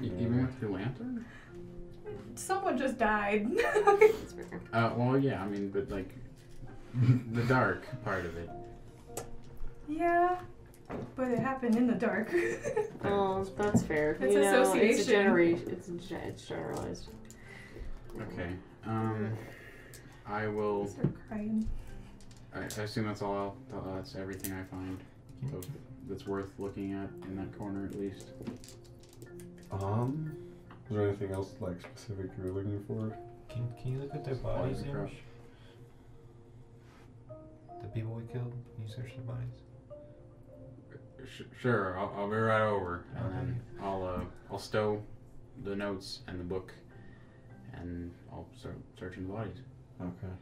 yeah. E- Even with your lantern? Someone just died. It's weird. Uh, well, yeah. I mean, but like the dark part of it. yeah. But it happened in the dark. Oh, that's fair. It's you know, It's a association. generation. It's, a gen- it's generalized. Okay. Um, I will. start crying. I, I assume that's all. I'll, uh, that's everything I find of, that's worth looking at in that corner, at least. Um, is there anything else like specific you're looking for? can, can you look at their Just lying bodies, across. Image? The people we killed? Can you search their bodies? Sh- sure, I'll, I'll be right over, and then I'll uh, I'll stow the notes and the book, and I'll start searching the bodies. Okay.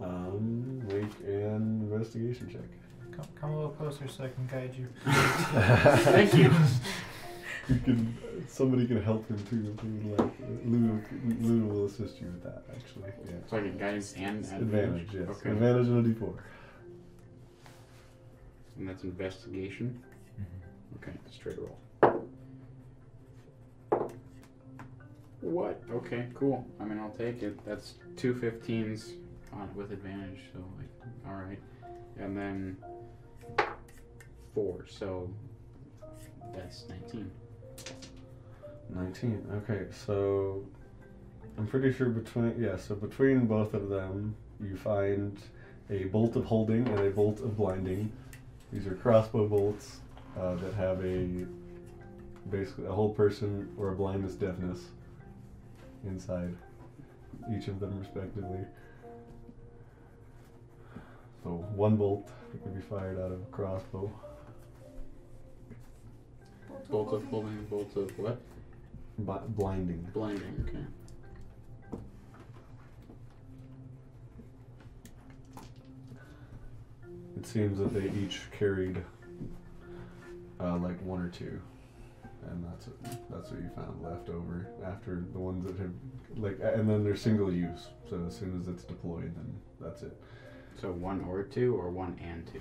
Um, make an investigation check. Come, come a little closer so I can guide you. Thank you. You can. Somebody can help him too. if you Like Luna, Luna will assist you with that. Actually, yeah. So I get guidance and Advantage, yes. Okay, Advantage on a D4. and that's investigation. Mhm. Mm-hmm. Okay, straight roll. What? Okay, cool. I mean, I'll take it. That's two 15s on with advantage, so like, all right, and then four, so that's 19. 19. Okay, so I'm pretty sure between yeah, so between both of them, you find a bolt of holding and a bolt of blinding. These are crossbow bolts uh, that have a basically a whole person or a blindness deafness inside each of them respectively. So one bolt that can be fired out of a crossbow. Bolt of holding, bolt of what? Bi blinding. Blinding. Okay. It seems that they each carried uh, like one or two, and that's that's what you found left over after the ones that have like, a- and then they're single use. So as soon as it's deployed, then that's it. So one or two, or one and two.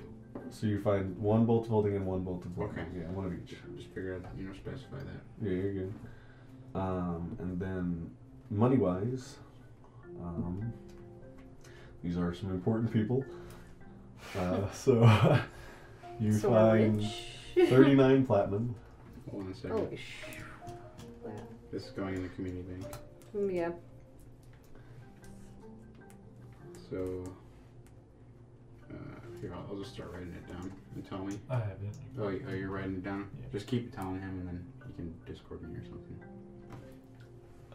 So you find one bolt of holding and one bolt of blocking. Okay. Yeah, one of each. Just figure out, you know, specify that. Yeah, you're good. Um, and then money wise, um, these are some important people. Uh, so you so find. we're rich. 39 platinum. Hold on a second. Holy sh! Wow. This is going in the community bank. Mm, Yeah. So, uh, here, I'll, I'll just start writing it down. You tell me. I have it. Oh, y- oh, you're writing it down? Yeah. Just keep telling him and then you can Discord me or something.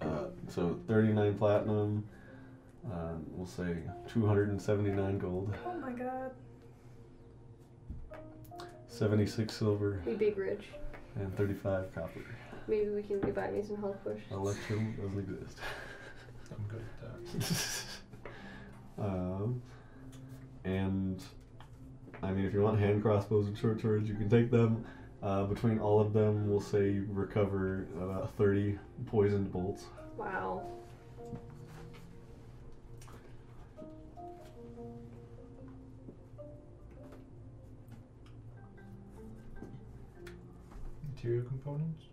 Uh, so 39 platinum. Um, we'll say 279 gold, Oh my god. 76 silver, We big rich. and 35 copper. Maybe we can go buy me some health potions. Electrum doesn't I'm good at that. exist. um, and I mean, if you want hand crossbows and short swords, you can take them. Uh, between all of them, we'll say you recover about 30 poisoned bolts. Wow. Interior components?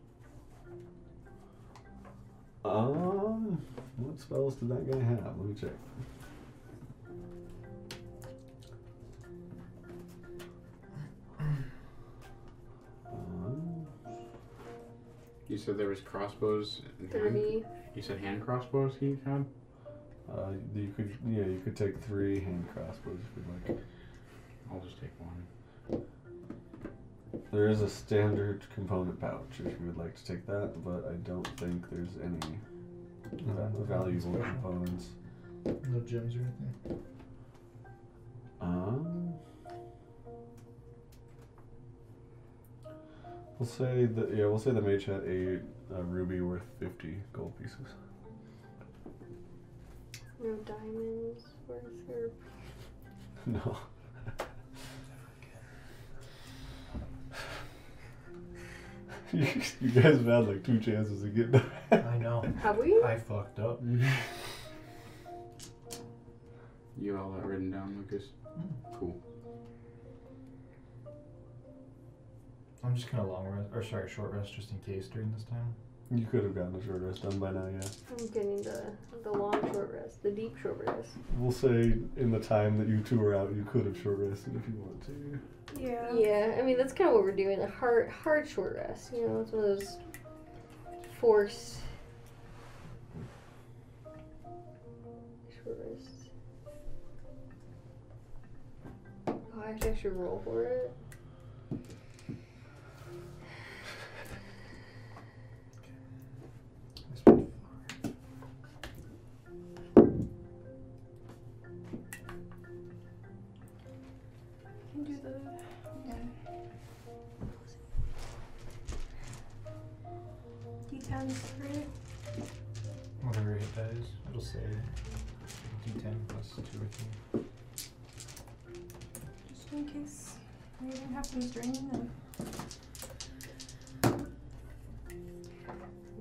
Um, what spells did that guy have? Let me check. Um, You said there was crossbows and hand, Thirty. You said hand crossbows he had? uh, you could, yeah, you could take three hand crossbows if you'd like. I'll just take one. There is a standard component pouch if you would like to take that, but I don't think there's any va- valuable components. No gems or anything? Um, we'll say that yeah, we'll say the mage had a, a ruby worth fifty gold pieces. No diamonds worth or No. you, you guys have had like two chances to get that. I know. have we? I fucked up. You all that written down, Lucas? Hmm. Cool. I'm just gonna long rest, or sorry, short rest just in case during this time. You could have gotten a short rest done by now, yeah. I'm getting the the long short rest, the deep short rest. We'll say in the time that you two were out, you could have short rested if you want to. Yeah. Yeah, I mean that's kind of what we're doing. A hard hard short rest. You know, it's one of those forced short rests. Oh, I have to actually roll for it. You can do the. Yeah. You didn't have to drain them.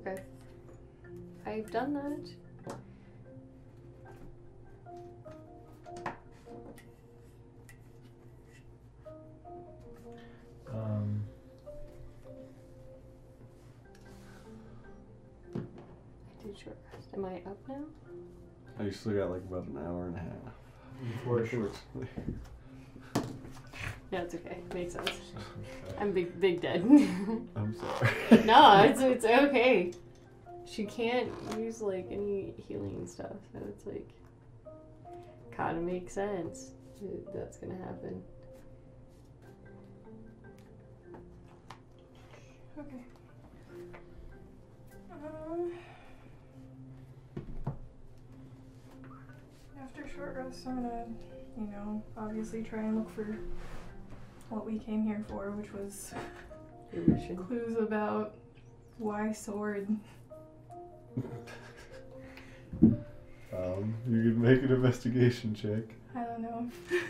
Okay. I've done that. Um, I did short rest. Am I up now? I still got like about an hour and a half. before short. No, it's okay. Makes sense. Okay. I'm big, big dead. I'm sorry. no, it's it's okay. She can't use like any healing stuff, so it's like kind of makes sense. that That's gonna happen. Okay. Um, after short rest, I'm gonna, you know, obviously try and look for what we came here for, which was Your mission. clues about why sword. Um, you can make an investigation check. I don't know if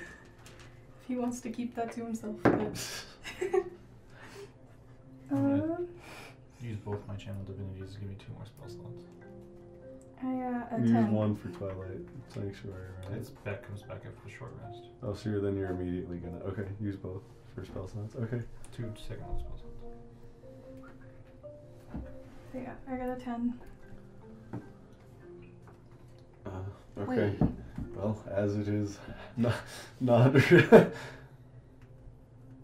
he wants to keep that to himself. But um, Use both my channel divinities to give me two more spell slots. I uh, You use attend. one for Twilight Sanctuary, right? It's back comes back after the short rest. Oh, so you're, then you're immediately gonna. Okay, use both for spell slots. Okay. Two second level spell slots. Yeah, I got a ten. Uh, okay. Wait. Well, as it is, not, not as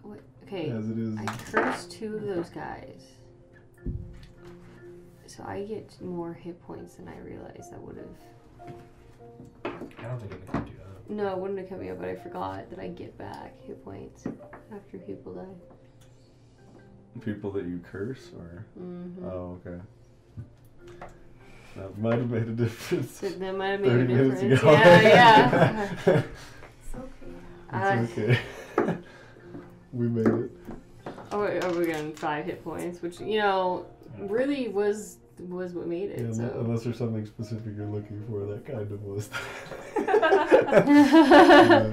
What? Okay. it is. I cursed two of those guys. So I get more hit points than I realized that would have. I don't think I can do that. No, it wouldn't have kept me up, but I forgot that I get back hit points after people die. People that you curse, or Mm-hmm. oh, okay. That might have made a difference. That, that might have made a Thirty minutes difference. ago. Yeah, yeah. It's Uh, okay. it's okay. we made it. oh, wait, are we getting five hit points? Which you know, Yeah. really was was what made Yeah, it. unle- so. unless there's something specific you're looking for, that kind of was. we kind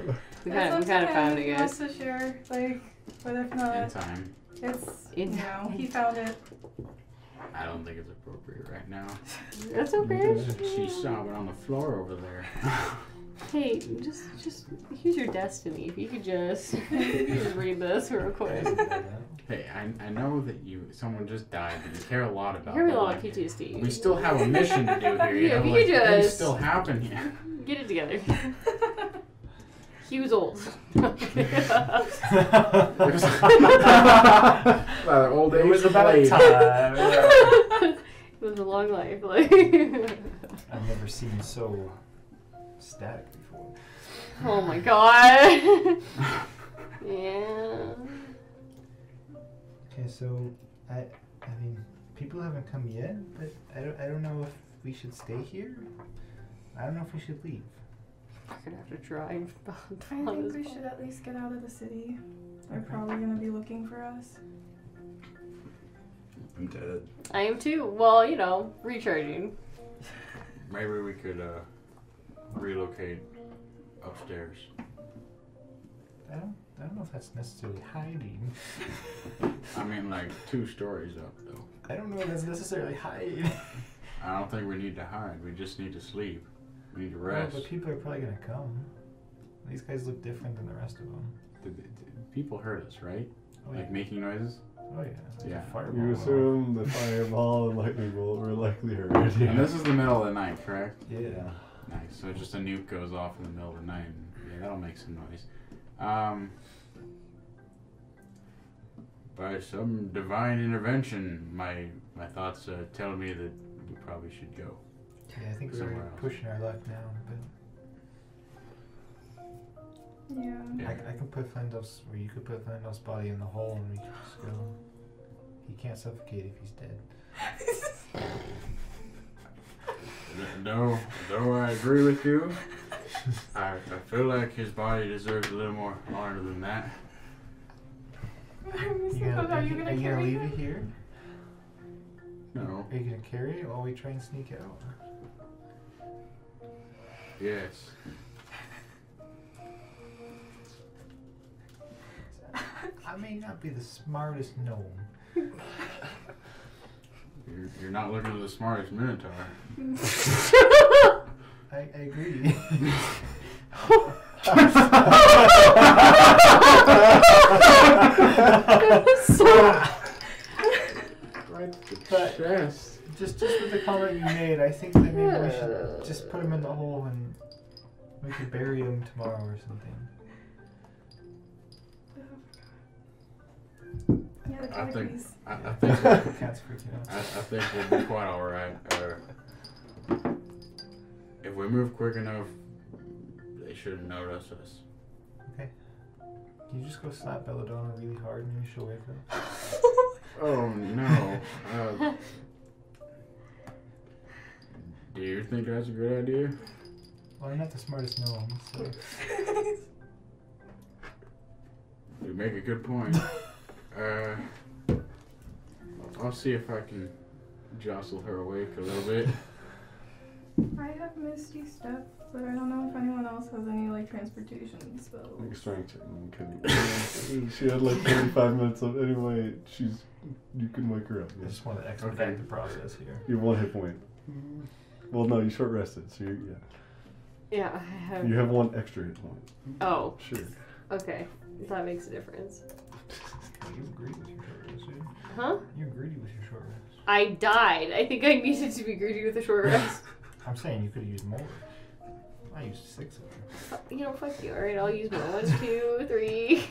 of It's we kind of okay, found he it, wants guys. to share, like, but if In Uh, not, time. it's you In know he found it. I don't think it's appropriate right now. That's okay. She's sobbing on the floor over there. Hey, just just here's your destiny. If you could just, you could just read this real quick. hey, I, I know that you someone just died, but you care a lot You about. hear me it, a lot of like, PTSD. We still have a mission to do here. You Yeah, know, we like, could things just- still happen here. Get it together. he was old. Well, old It age was about blade. time. it was a long life. Like, I've never seen so static before. oh my god. yeah. Okay, so I, I mean, people haven't come yet, but I don't, I don't know if we should stay here. I don't know if we should leave. We're gonna have to try and I find think this we ball. should at least get out of the city. They're Okay. probably gonna be looking for us. I'm dead. I am too. Well, you know, recharging. Maybe we could uh, relocate upstairs. I don't, I don't know if that's necessarily hiding. I mean, like two stories up though. I don't know if that's necessarily hiding. I don't think we need to hide. We just need to sleep. We need to Well, rest. but people are probably gonna come. These guys look different than the rest of them. Did- did- people heard us, right? Oh yeah, Like making noises. oh yeah. It's like a Yeah. fireball You went assume the fireball and lightning bolt were likely heard. And this is the middle of the night, correct? off. Yeah. Nice. So just a nuke goes off in the middle of the night. And, yeah, that'll make some noise. Um, by some divine intervention, my my thoughts uh, tell me that we probably should go. Yeah, I think we're Somewhere else. pushing our luck now, but Yeah. I, Yeah. I can put Flandel's, or you could put Flandel's body in the hole and we can just go. He can't suffocate if he's dead. No, though I agree with you, I, I feel like his body deserves a little more honor than that. I'm just You gonna, like, are are you you, are gonna you gonna carry leave it him? here? No. Are you gonna carry it while we try and sneak out? Yes. I may not be the smartest gnome. You're, you're not looking at the smartest Minotaur. I, I agree. so, Right the But- chest. just just with the comment you made, I think that maybe we Yeah. should just put him in the hole and we could bury him tomorrow or something. Oh, Yeah, the I color think- piece. I, I think I, The cat's freaking out. I think we'll be quite all right. Uh, if we move quick enough, they should have noticed us. Can you just go slap Belladonna really hard and maybe she'll wake up? Oh no. Uh, do you think that's a good idea? Well, I'm not the smartest gnome, so You make a good point. Uh, I'll see if I can jostle her awake a little bit. I have Misty Step, but I don't know if anyone else has any like transportation spells. Like strength and couldn't. she had like 35 minutes of anyway. She's you can wake her up. I Yes. just want to expedite Okay. the process here. You have one hit point. Well, no, you short rested, so you yeah, I yeah. have. You have one extra hit point. Oh, Sure. okay. That makes a difference. You agree with your short rest, dude. Huh? You're greedy with your short rest. I died. I think I needed to be greedy with a short rest. I'm saying you could have used more. I used six of them. Fu- you know, fuck you. Alright, I'll use my one, two, three,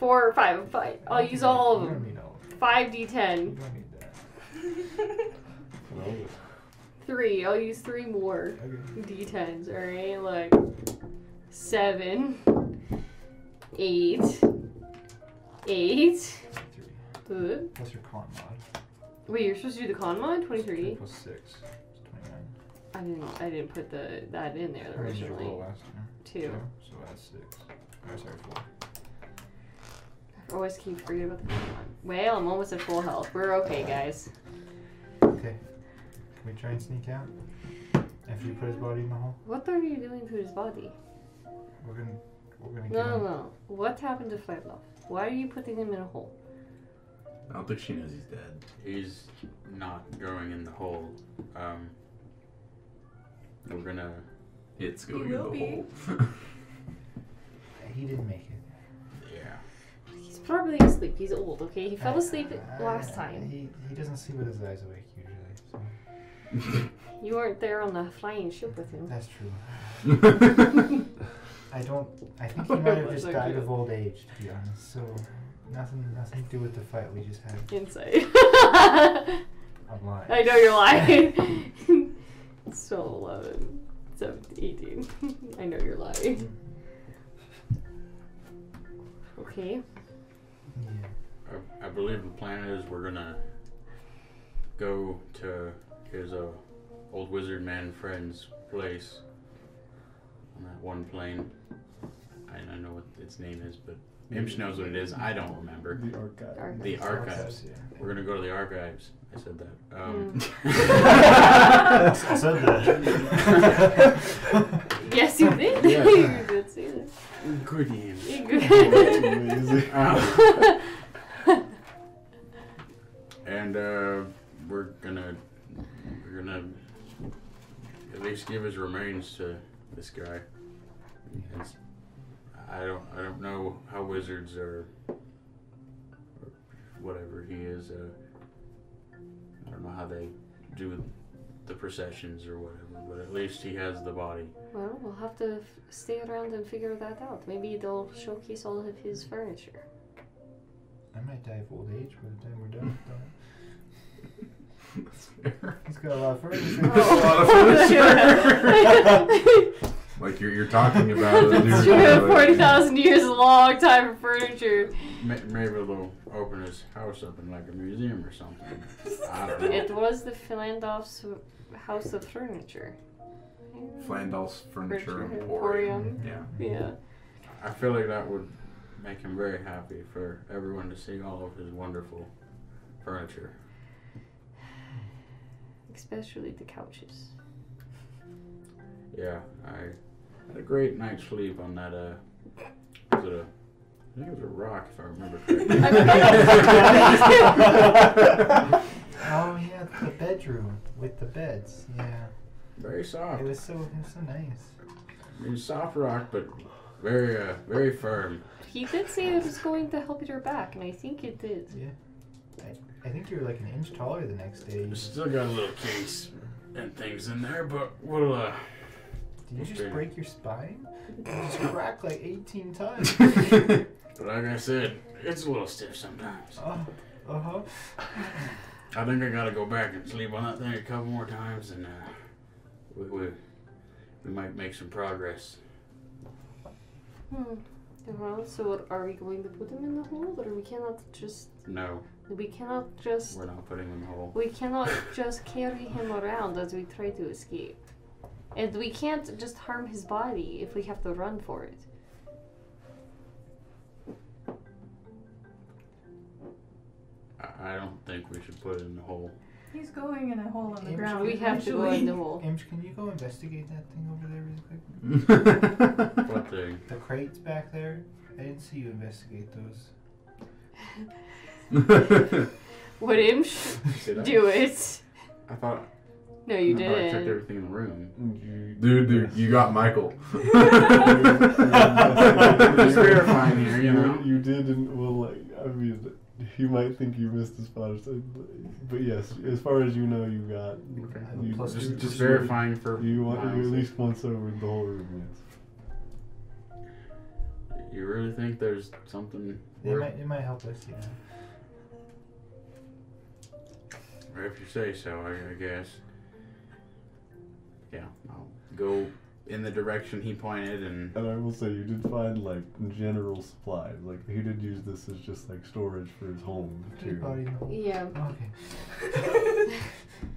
four, five. Five. I'll Oh, use all of You them. don't need all of them. Five You d10. don't need that. Well, Three. I'll use three more Okay. d10s. Alright, like seven, eight, eight. Three. Ugh. Plus your con mod. Wait, you're supposed to do the con mod? Three 23? plus six. It's 29. I didn't. I didn't put the that in there How many did you roll originally. last time? Two. So that's six. Or sorry, four. I always keep forgetting about the con mod. Well, I'm almost at full health. We're okay, guys. Okay. Can we try and sneak out? After you put his body in the hole? What are you doing to his body? We're gonna we're gonna No, get no, him. no. What happened to Flatlov? Why are you putting him in a hole? I don't think she knows he's dead. He's not going in the hole. Um, we're gonna. It's He going in the will be. hole. He didn't make it. Yeah. He's probably asleep. He's old. Okay, he fell Uh, asleep uh, last time. He he doesn't sleep with his eyes awake usually, so You weren't there on the flying ship with him. that's true. I don't I think he might That's have just so died cute. of old age to be honest. So nothing nothing to do with the fight we just had. Inside. I'm lying. I know you're lying. so 11, 17, 18. I know you're lying. Okay. Yeah. I, I believe the plan is we're gonna go to his uh, old wizard man friend's place on that one plane. I don't know what its name is, but Imps knows what it is. I don't remember. the archive. Archive. The archives. Archives, yeah. We're gonna go to the archives. I said that. Um, I said that. Um, Yes, you did. Yeah. you did say that. Good names. You That's good. amazing. Um, and uh, we're gonna we're gonna at least give his remains to this guy. It's, I don't I don't know how wizards are or whatever he is. Uh, I don't know how they do the processions or whatever, but at least he has the body. well, we'll have to f- stay around and figure that out. Maybe they'll showcase all of his furniture. I might die of old age by the time we're done. Don't- That's fair. He's got a lot of furniture. That's a lot of furniture. Like you're, you're talking about. it, That's dude. true. Forty thousand years, is a long time for furniture. Ma- Maybe they'll open his house up in like a museum or something. I don't know. It was the Philandoff's house of furniture. Flandol's Furniture Furniture Emporium. Emporium. Yeah. Yeah. I feel like that would make him very happy for everyone to see all of his wonderful furniture. Especially the couches. Yeah, I had a great night's sleep on that. Uh, was it a I think it was a rock, if I remember I correctly. Oh yeah, the bedroom with the beds. Yeah, very soft. it was so it was so nice. I mean, soft rock, but very, uh, very firm. He did say it was going to help get her back, and I think it did. I think you were like an inch taller the next day. It's Did Still got a little kinks and things in there, but we'll. Uh, you just break your spine? You just cracked like 18 times. but like I said, it's a little stiff sometimes. oh, uh huh. I think I gotta go back and sleep on that thing a couple more times, and uh, we, we we might make some progress. Hmm. Well, so are we going to put him in the hole, or we cannot just No, we cannot just we're not putting him in the hole. we cannot just carry him around as we try to escape, and we can't just harm his body if we have to run for it. I, I don't think we should put it in the hole. He's going in a hole in the Image ground. We have to go in the hole. Imge, can you go investigate that thing over there really quick? What thing? The crates back there? I didn't see you investigate those. Would Imsh Did I? do it? I thought No, you I thought I checked didn't. everything in the room. Dude, dude, you got Michael. Just verifying here, you know. You did, and well, like, I mean, he might think you missed a spot or something, but- but yes, as far as you know, you got. I Okay. have a you- plus Just, two. just verifying for You want you Miles. at least once over the whole room, yes. You really think there's something? It worth- might, it might help us, yeah. If you say so, I, I guess. Yeah, I'll go in the direction he pointed, and And I will say, you did find like general supplies. Like he did use this as just like storage for his home Dead too. body in the hole. Yeah, Okay.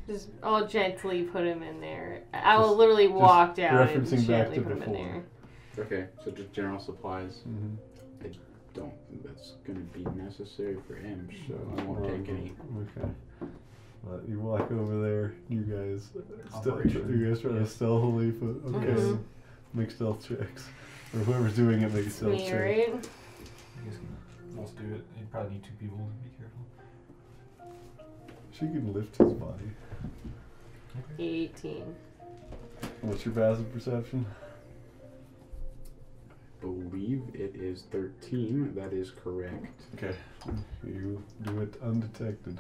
just I'll gently put him in there. I will literally walk down and referencing back gently to put him in before. there. okay. So just general supplies. Mhm. Don't think that's gonna be necessary for him, so I won't Well, take any. Okay. But you walk over there. You guys, uh, stealth- Operation. you guys try to Yeah. stealthily, but uh, okay, Mhm. make stealth checks, or whoever's doing it make a It's stealth me, check. right? I guess let's do it. You probably need two people to be careful. She can lift his body. Eighteen. What's your passive perception? Believe it is thirteen. That is correct. Okay. You do it undetected.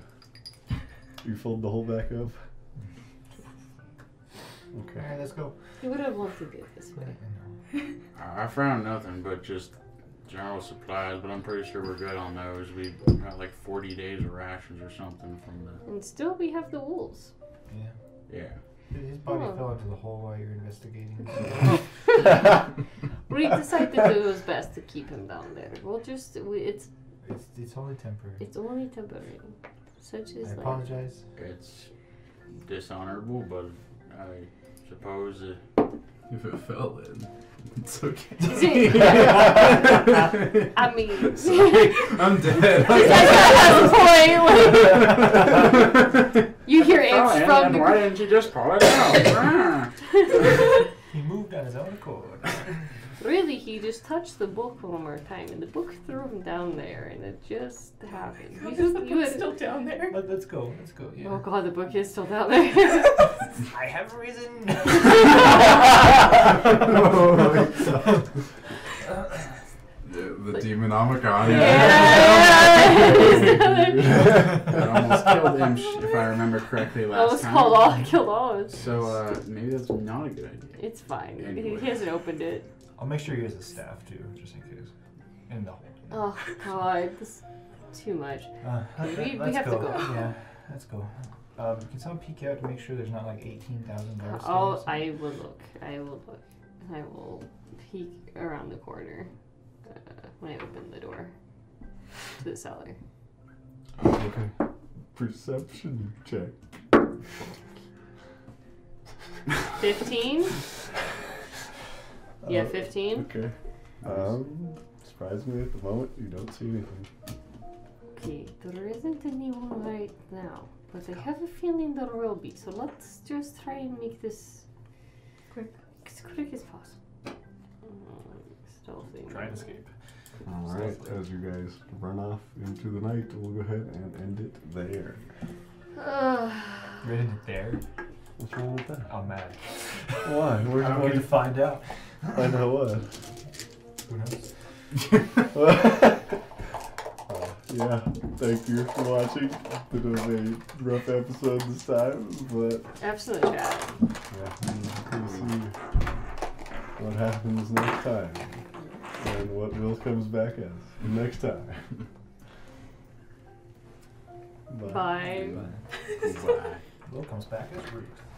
You fold the hole back up. Okay. Alright, let's go. You would have wanted it this way. I I found nothing but just general supplies, but I'm pretty sure we're good on those. We got like 40 days of rations or something from the. And still, we have the wolves. Yeah. Yeah. Dude, His body Huh. fell into the hole while you were investigating. We decided that it was best to keep him down there. We'll just, we, it's it's, it's only temporary. it's only temporary. Such I is life. apologize. It's dishonorable, but I suppose. It, If it fell in, it's okay. Is it- I mean, Sorry. I'm That's the point. dead. Like, you hear Oh, imps and- from and the why didn't you just call it out? He moved on his own accord. Really, he just touched the book one more time, and the book threw him down there, and it just happened. You just- you He's had- still down there. Let, let's go. Let's go. Yeah. oh god, the book is still down there. I have risen. the the demonomicon. yeah, it's down there. That almost killed him, sh- if I remember correctly, last Almost time. called all killed all. So uh, maybe that's not a good idea. It's fine. He, Anyway. he hasn't opened it. I'll make sure he has a staff too, just in case. And the hole. Oh god, this is too much. Uh, We- we let's have to go. Yeah, let's go. Um, can someone peek out to make sure there's not like 18,000 guards? Oh, I will look. I will look. And I will peek around the corner uh, when I open the door to the cellar. okay. Perception check. 15? Yeah, Uh, 15. Okay. Um, surprise me at the moment. You don't see anything. Okay, there isn't anyone right now, but I have a feeling there will be, so let's just try and make this Quick. as quick as possible. Um, Stealthy. Try and escape. All right, as you guys run off into the night, we'll go ahead and end it there. You ended it there? What's wrong with that? I'm mad. Why? Where's I don't get to going? find out. I know what. Who knows? Uh, yeah, thank you for watching. Bit of a rough episode this time, but Absolute chat. yeah, we'll see what happens next time and what Will comes back as next time. Bye. Goodbye. Will comes back as Ruth.